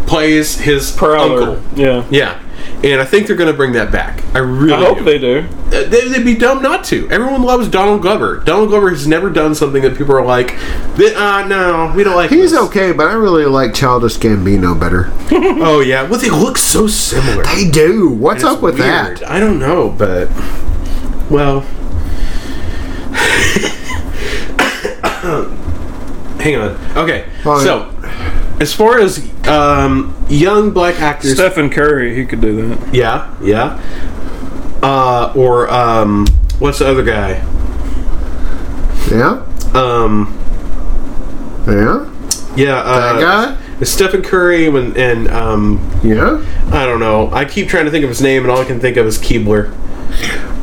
[SPEAKER 2] plays his
[SPEAKER 3] Prowler.
[SPEAKER 2] uncle.
[SPEAKER 3] Yeah.
[SPEAKER 2] Yeah, and I think they're going to bring that back. I really
[SPEAKER 3] I hope
[SPEAKER 2] do.
[SPEAKER 3] they do.
[SPEAKER 2] Uh, they, would be dumb not to. Everyone loves Donald Glover. Donald Glover has never done something that people are like, "Th- uh, no, we don't like.
[SPEAKER 1] He's
[SPEAKER 2] this."
[SPEAKER 1] okay, but I really like Childish Gambino better.
[SPEAKER 2] Oh yeah, well they look so similar.
[SPEAKER 1] They do. What's
[SPEAKER 2] It's
[SPEAKER 1] up with
[SPEAKER 2] weird.
[SPEAKER 1] that?
[SPEAKER 2] I don't know, but well, *coughs* hang on. Okay,
[SPEAKER 1] Oh,
[SPEAKER 2] so as far as um, young black actors,
[SPEAKER 3] Stephen Curry, he could do that.
[SPEAKER 2] yeah, yeah, uh, or um, what's the other guy?
[SPEAKER 1] Yeah,
[SPEAKER 2] Um,
[SPEAKER 1] yeah.
[SPEAKER 2] yeah, uh,
[SPEAKER 1] That guy.
[SPEAKER 2] Stephen Curry when, and um,
[SPEAKER 1] Yeah.
[SPEAKER 2] I don't know. I keep trying to think of his name, and all I can think of is Keebler.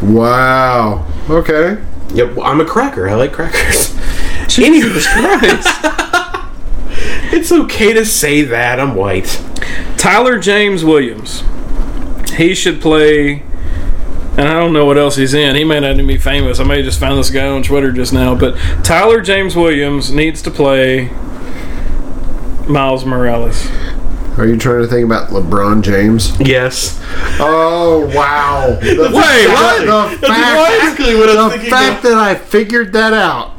[SPEAKER 1] Wow. Okay.
[SPEAKER 2] Yep, I'm a cracker. I like crackers.
[SPEAKER 3] Jesus Christ.
[SPEAKER 2] *laughs* It's okay to say that I'm white.
[SPEAKER 3] Tyler James Williams. He should play. And I don't know what else he's in. He may not even be famous. I may have just found this guy on Twitter just now. But Tyler James Williams needs to play Miles Morales.
[SPEAKER 1] Are you trying to think about LeBron James?
[SPEAKER 2] Yes.
[SPEAKER 1] Oh
[SPEAKER 2] *laughs*
[SPEAKER 1] wow! The Wait,
[SPEAKER 2] what?
[SPEAKER 1] The
[SPEAKER 2] That's
[SPEAKER 1] fact,
[SPEAKER 2] exactly what I was
[SPEAKER 1] the
[SPEAKER 2] thinking
[SPEAKER 1] fact
[SPEAKER 2] of.
[SPEAKER 1] that I figured that out.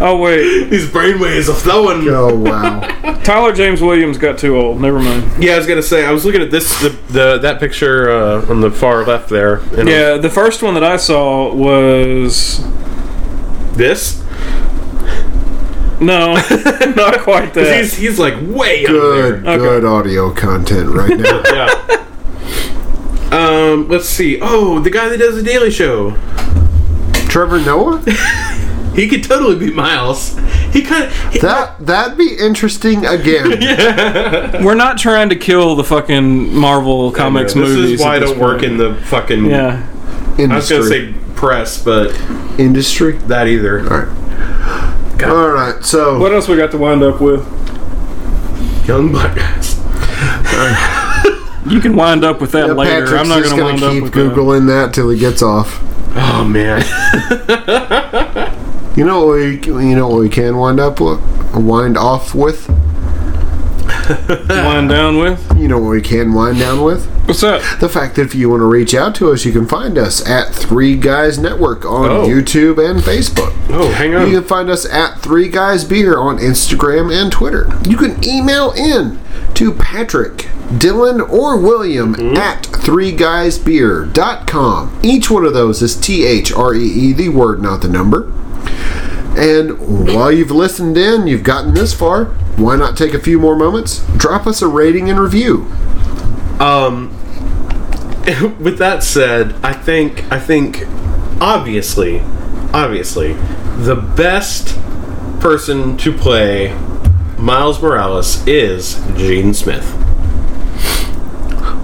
[SPEAKER 3] Oh, wait.
[SPEAKER 2] These brainwaves are flowing.
[SPEAKER 1] Oh wow!
[SPEAKER 3] Tyler James Williams got too old. Never mind.
[SPEAKER 2] Yeah, I was gonna say. I was looking at this the, the that picture uh, on the far left there. And
[SPEAKER 3] Yeah, the first one that I saw was.
[SPEAKER 2] This.
[SPEAKER 3] No, *laughs* not *laughs* quite
[SPEAKER 2] 'Cause
[SPEAKER 3] that.
[SPEAKER 2] He's he's like way up
[SPEAKER 1] Good,
[SPEAKER 2] there.
[SPEAKER 1] good audio content right
[SPEAKER 3] *laughs*
[SPEAKER 1] now.
[SPEAKER 2] Yeah. Um, let's see. Oh, the guy that does the Daily Show.
[SPEAKER 1] Trevor Noah.
[SPEAKER 2] He could totally be Miles. He kind of.
[SPEAKER 1] That that'd be interesting
[SPEAKER 3] *laughs*
[SPEAKER 1] again.
[SPEAKER 3] We're not trying to kill the fucking Marvel comics
[SPEAKER 2] this
[SPEAKER 3] movies.
[SPEAKER 2] is why I
[SPEAKER 3] at this
[SPEAKER 2] don't work
[SPEAKER 3] point.
[SPEAKER 2] in the fucking.
[SPEAKER 3] Yeah.
[SPEAKER 1] Industry.
[SPEAKER 2] I was gonna say press, but
[SPEAKER 1] industry.
[SPEAKER 2] that either.
[SPEAKER 1] All right. All right. So
[SPEAKER 3] What else we got to wind up with?
[SPEAKER 2] Young black guys.
[SPEAKER 3] You can wind up with that
[SPEAKER 1] Yeah,
[SPEAKER 3] later.
[SPEAKER 1] Patrick's
[SPEAKER 3] I'm not
[SPEAKER 1] just
[SPEAKER 3] going to wind up
[SPEAKER 1] keep
[SPEAKER 3] with Google.
[SPEAKER 1] googling that. till he gets off.
[SPEAKER 2] Oh man.
[SPEAKER 1] You know what we you know what we can wind up with, wind off with.
[SPEAKER 3] Wind down with.
[SPEAKER 1] You know what we can wind down with.
[SPEAKER 3] What's up?
[SPEAKER 1] The fact that if you want to reach out to us, you can find us at Three Guys Network on
[SPEAKER 2] Oh.
[SPEAKER 1] YouTube and Facebook.
[SPEAKER 2] *laughs* Oh, hang on.
[SPEAKER 1] You can find us at Three Guys Beer on Instagram and Twitter. You can email in to Patrick, Dylan, or William at Three Guys threeguysbeer.com. Each one of those is T H R E E, the word, not the number. And while you've listened in, you've gotten this far, why not take a few more moments? Drop us a rating and review.
[SPEAKER 2] Um, *laughs* with that said, I think I think obviously, obviously, the best person to play Miles Morales is Gene Smith.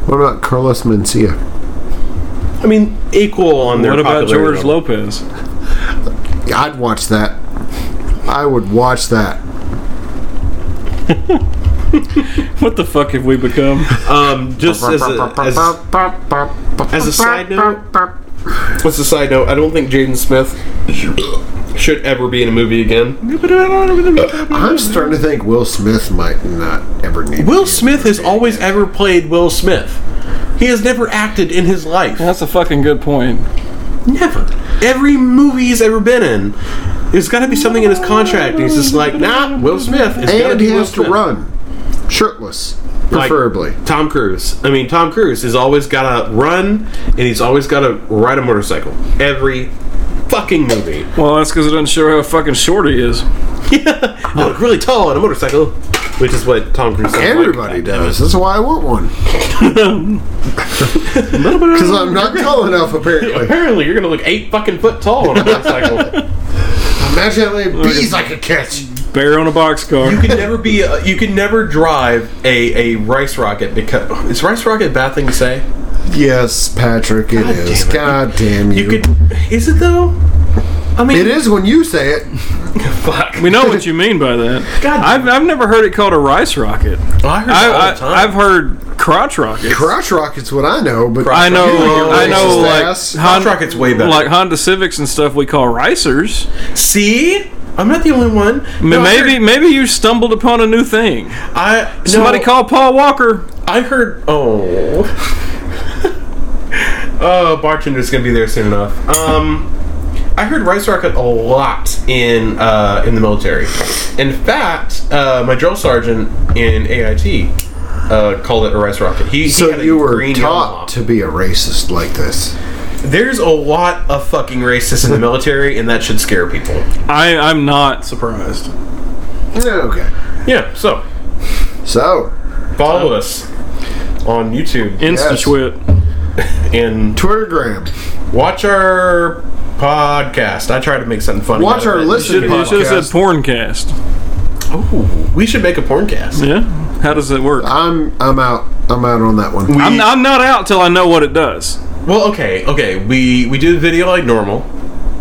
[SPEAKER 1] What about Carlos Mencia?
[SPEAKER 2] I mean, equal on their
[SPEAKER 3] What about
[SPEAKER 2] popularity
[SPEAKER 3] George
[SPEAKER 2] level.
[SPEAKER 3] Lopez?
[SPEAKER 1] I'd watch that. I would watch that.
[SPEAKER 3] What the fuck have we become?
[SPEAKER 2] Um, just as a, as, as a side note, what's a side note? I don't think Jaden Smith should ever be in a movie again.
[SPEAKER 1] I'm starting to think Will Smith might not ever need.
[SPEAKER 2] Will Smith has always ever played Will Smith. He has never acted in his life.
[SPEAKER 3] That's a fucking good point.
[SPEAKER 2] Never. Every movie he's ever been in, there's got to be something in his contract. He's just like, nah, Will Smith. It's gotta
[SPEAKER 1] And
[SPEAKER 2] be
[SPEAKER 1] he
[SPEAKER 2] Will
[SPEAKER 1] has to
[SPEAKER 2] Smith.
[SPEAKER 1] run, shirtless,
[SPEAKER 2] Like,
[SPEAKER 1] preferably.
[SPEAKER 2] Tom Cruise. I mean, Tom Cruise has always got to run, and he's always got to ride a motorcycle. Every fucking movie.
[SPEAKER 3] Well, that's because it doesn't show how fucking short he is.
[SPEAKER 2] I look really tall on a motorcycle, which is what Tom Cruise. sounds like.
[SPEAKER 1] Everybody does. That's why I want one. Because I'm not tall enough, apparently.
[SPEAKER 2] *laughs* Apparently, you're gonna look eight fucking foot tall on a motorcycle.
[SPEAKER 1] Imagine how many bees I could catch.
[SPEAKER 3] Bear on
[SPEAKER 2] *laughs*
[SPEAKER 3] a
[SPEAKER 2] you
[SPEAKER 3] boxcar.
[SPEAKER 2] can never be. A, you can never drive a, a rice rocket because is rice rocket a bad thing to say?
[SPEAKER 1] Yes, Patrick, it is.
[SPEAKER 2] damn it.
[SPEAKER 1] God damn you.
[SPEAKER 2] You could. Is it though?
[SPEAKER 5] I mean,
[SPEAKER 1] It is when you say it.
[SPEAKER 2] Fuck. *laughs*
[SPEAKER 3] We know what you mean by that.
[SPEAKER 5] God
[SPEAKER 3] I've,
[SPEAKER 5] damn
[SPEAKER 3] I've never heard it called a rice rocket.
[SPEAKER 2] I heard it
[SPEAKER 3] I,
[SPEAKER 2] all
[SPEAKER 3] I,
[SPEAKER 2] the time.
[SPEAKER 3] I've heard crotch rockets.
[SPEAKER 1] Crotch rocket's what I know, but
[SPEAKER 3] I know, uh,
[SPEAKER 1] You know,
[SPEAKER 3] I know,
[SPEAKER 1] racist
[SPEAKER 3] like
[SPEAKER 1] ass.
[SPEAKER 3] Hon-
[SPEAKER 2] Crotch rocket's way better.
[SPEAKER 3] Like Honda Civics and stuff, we call ricers.
[SPEAKER 2] See, I'm not the only one.
[SPEAKER 3] I mean,
[SPEAKER 2] No, I
[SPEAKER 3] maybe,
[SPEAKER 2] heard-
[SPEAKER 3] maybe you stumbled upon a new thing.
[SPEAKER 2] I no,
[SPEAKER 3] Somebody called Paul Walker.
[SPEAKER 2] I heard. Oh. *laughs* oh, bartender's gonna be there soon enough. Um, I heard rice rocket a lot in uh, in the military. In fact, uh, my drill sergeant in AIT uh, called it a rice rocket. He he
[SPEAKER 1] So
[SPEAKER 2] had a
[SPEAKER 1] you were
[SPEAKER 2] green
[SPEAKER 1] taught to
[SPEAKER 2] Yamaha.
[SPEAKER 1] be a racist like this.
[SPEAKER 2] There's a lot of fucking racists in the military, and that should scare people.
[SPEAKER 3] I, I'm not surprised.
[SPEAKER 1] Okay.
[SPEAKER 2] Yeah. So
[SPEAKER 1] So,
[SPEAKER 2] follow us on YouTube
[SPEAKER 3] Insta twit.
[SPEAKER 2] and
[SPEAKER 1] Twittergram.
[SPEAKER 2] watch our podcast. I try to make something funny.
[SPEAKER 1] Watch
[SPEAKER 2] out of
[SPEAKER 1] our
[SPEAKER 2] it.
[SPEAKER 1] listen
[SPEAKER 3] You should have said
[SPEAKER 1] podcast.
[SPEAKER 3] porncast.
[SPEAKER 2] Ooh, we should make a porncast.
[SPEAKER 3] Yeah. How does it work?
[SPEAKER 1] I'm I'm out. I'm out on that one.
[SPEAKER 2] We-
[SPEAKER 3] I'm, I'm not out till I know what it does.
[SPEAKER 2] Well, okay, okay. We we do the video like normal,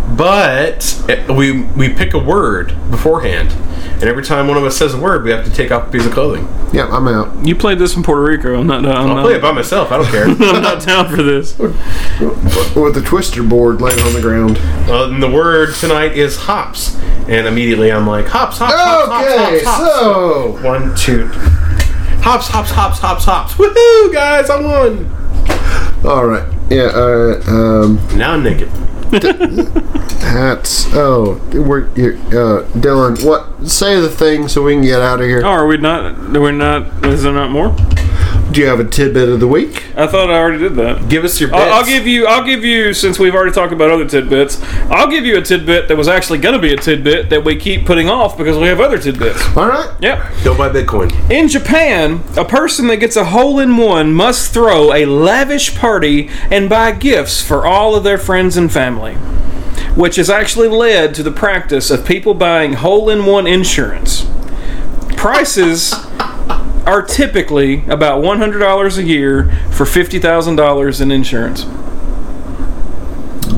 [SPEAKER 2] but eh, we we pick a word beforehand, and every time one of us says a word, we have to take off a piece of clothing.
[SPEAKER 1] yeah, I'm out.
[SPEAKER 3] You played this in Puerto Rico. I'm not. I'm
[SPEAKER 2] I'll play it
[SPEAKER 3] not,
[SPEAKER 2] by myself. I don't care.
[SPEAKER 3] *laughs* I'm
[SPEAKER 2] *laughs*
[SPEAKER 3] not down for this. Oh,
[SPEAKER 1] With the twister board laying on the ground.
[SPEAKER 2] uh, and the word tonight is hops, and immediately I'm like hops, hops, hops,
[SPEAKER 1] Okay,
[SPEAKER 2] hops, hops, hops.
[SPEAKER 1] so
[SPEAKER 2] one, two, hops, hops, hops, hops, hops. Woohoo, guys! I won.
[SPEAKER 1] all right. Yeah. Uh, um,
[SPEAKER 2] Now I'm naked.
[SPEAKER 1] hats. Oh, we're you, uh, Dylan. What? Say the thing so we can get out of here.
[SPEAKER 3] Oh, are we not? We're not. Is there not more?
[SPEAKER 1] Do you have a tidbit of the week?
[SPEAKER 3] I thought I already did that.
[SPEAKER 2] Give us your best.
[SPEAKER 3] I'll, I'll give you. I'll give you. Since we've already talked about other tidbits, I'll give you a tidbit that was actually going to be a tidbit that we keep putting off because we have other tidbits.
[SPEAKER 1] All right.
[SPEAKER 3] Yep.
[SPEAKER 2] Don't buy Bitcoin.
[SPEAKER 3] In Japan, a person that gets a hole in one must throw a lavish party and buy gifts for all of their friends and family, which has actually led to the practice of people buying hole in one insurance.
[SPEAKER 2] *laughs*
[SPEAKER 3] Prices are typically about $100 a year for $50,000 in insurance.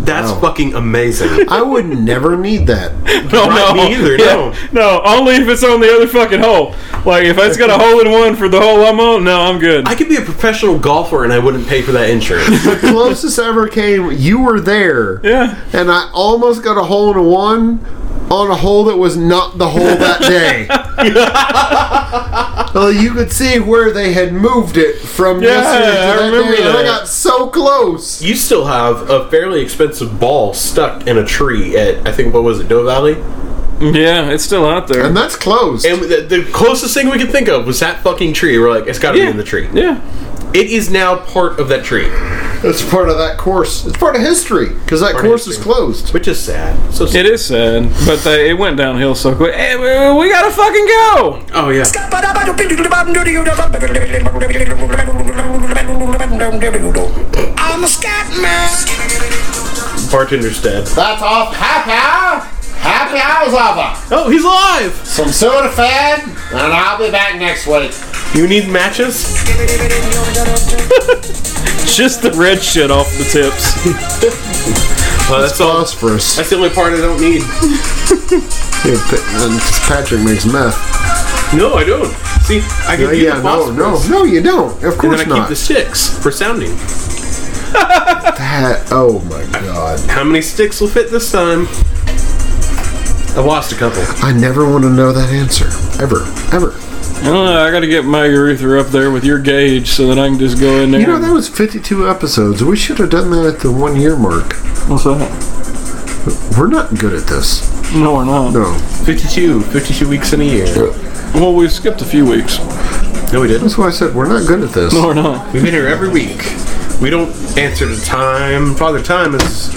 [SPEAKER 2] That's
[SPEAKER 1] Wow.
[SPEAKER 2] fucking
[SPEAKER 3] *laughs*
[SPEAKER 2] amazing.
[SPEAKER 1] I would never need that.
[SPEAKER 3] No,
[SPEAKER 2] Right, me either, no.
[SPEAKER 3] No, only if it's on the other fucking hole. Like, if it's got a hole in one for the hole I'm on, no, I'm good.
[SPEAKER 2] I could be a professional golfer and I wouldn't pay for that insurance.
[SPEAKER 1] The *laughs* closest I ever came, you were there.
[SPEAKER 3] yeah.
[SPEAKER 1] and I almost got a hole in one on a hole that was not the hole that
[SPEAKER 2] *laughs*
[SPEAKER 1] day. well, you could see where they had moved it from
[SPEAKER 3] Yeah,
[SPEAKER 1] yesterday to
[SPEAKER 3] I
[SPEAKER 1] that
[SPEAKER 3] remember
[SPEAKER 1] day, and I
[SPEAKER 3] that.
[SPEAKER 1] got so close.
[SPEAKER 2] you still have a fairly expensive ball stuck in a tree at I think what was it Doe Valley,
[SPEAKER 3] Yeah, it's still out there.
[SPEAKER 1] And that's close.
[SPEAKER 2] and the, the closest thing we could think of was that fucking tree. We're like, it's got to be in the tree.
[SPEAKER 3] Yeah.
[SPEAKER 2] It is now part of that tree,
[SPEAKER 1] It's part of that course. It's part of history because that
[SPEAKER 2] of
[SPEAKER 1] course is
[SPEAKER 2] history.
[SPEAKER 1] closed.
[SPEAKER 2] which is sad. So sad.
[SPEAKER 3] It is sad, but they, it went downhill so quick. Hey, we, we gotta fucking go!
[SPEAKER 2] Oh yeah.
[SPEAKER 6] I'm a scat man.
[SPEAKER 2] Bartender's dead.
[SPEAKER 4] That's off Happy Hour. Happy Hour's over.
[SPEAKER 2] Oh, he's alive.
[SPEAKER 4] Some soda fed, and I'll be back next week.
[SPEAKER 2] You need matches?
[SPEAKER 3] *laughs* Just the red shit off the tips.
[SPEAKER 2] *laughs* Well, that's all.
[SPEAKER 1] Phosphorus.
[SPEAKER 2] That's the only part I don't need.
[SPEAKER 1] Yeah, Pa- and Patrick makes meth.
[SPEAKER 2] No, I don't. See, I can
[SPEAKER 1] Oh,
[SPEAKER 2] do
[SPEAKER 1] yeah,
[SPEAKER 2] the
[SPEAKER 1] no, no,
[SPEAKER 2] phosphorus,
[SPEAKER 1] no, you don't. Of
[SPEAKER 2] And
[SPEAKER 1] course
[SPEAKER 2] then I keep
[SPEAKER 1] not.
[SPEAKER 2] the sticks for sounding.
[SPEAKER 1] That- oh my god.
[SPEAKER 2] How many sticks will fit this time? I lost a couple.
[SPEAKER 1] I never want to know that answer. Ever. Ever.
[SPEAKER 3] I don't know, uh, I gotta get my urethra up there with your gauge so that I can just go in there.
[SPEAKER 1] You know, that was 52 episodes. We should have done that at the one year mark.
[SPEAKER 3] What's that?
[SPEAKER 1] We're not good at this.
[SPEAKER 3] No, we're not.
[SPEAKER 1] No.
[SPEAKER 2] 52. 52 weeks in a year.
[SPEAKER 3] Well, we skipped a few weeks.
[SPEAKER 2] No, we didn't.
[SPEAKER 1] That's why I said we're not good at this.
[SPEAKER 3] No, we're not.
[SPEAKER 2] We've been here every week. We don't answer to time. Father Time is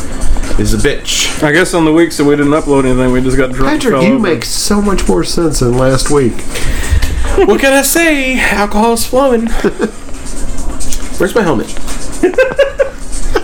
[SPEAKER 2] is
[SPEAKER 1] *laughs*
[SPEAKER 2] a bitch.
[SPEAKER 3] I guess on the weeks that we didn't upload anything, we just got drunk. and
[SPEAKER 1] Patrick,
[SPEAKER 3] fell
[SPEAKER 1] you
[SPEAKER 3] over.
[SPEAKER 1] make so much more sense than last week. *laughs*
[SPEAKER 2] what can I say? Alcohol's flowing. Where's my helmet?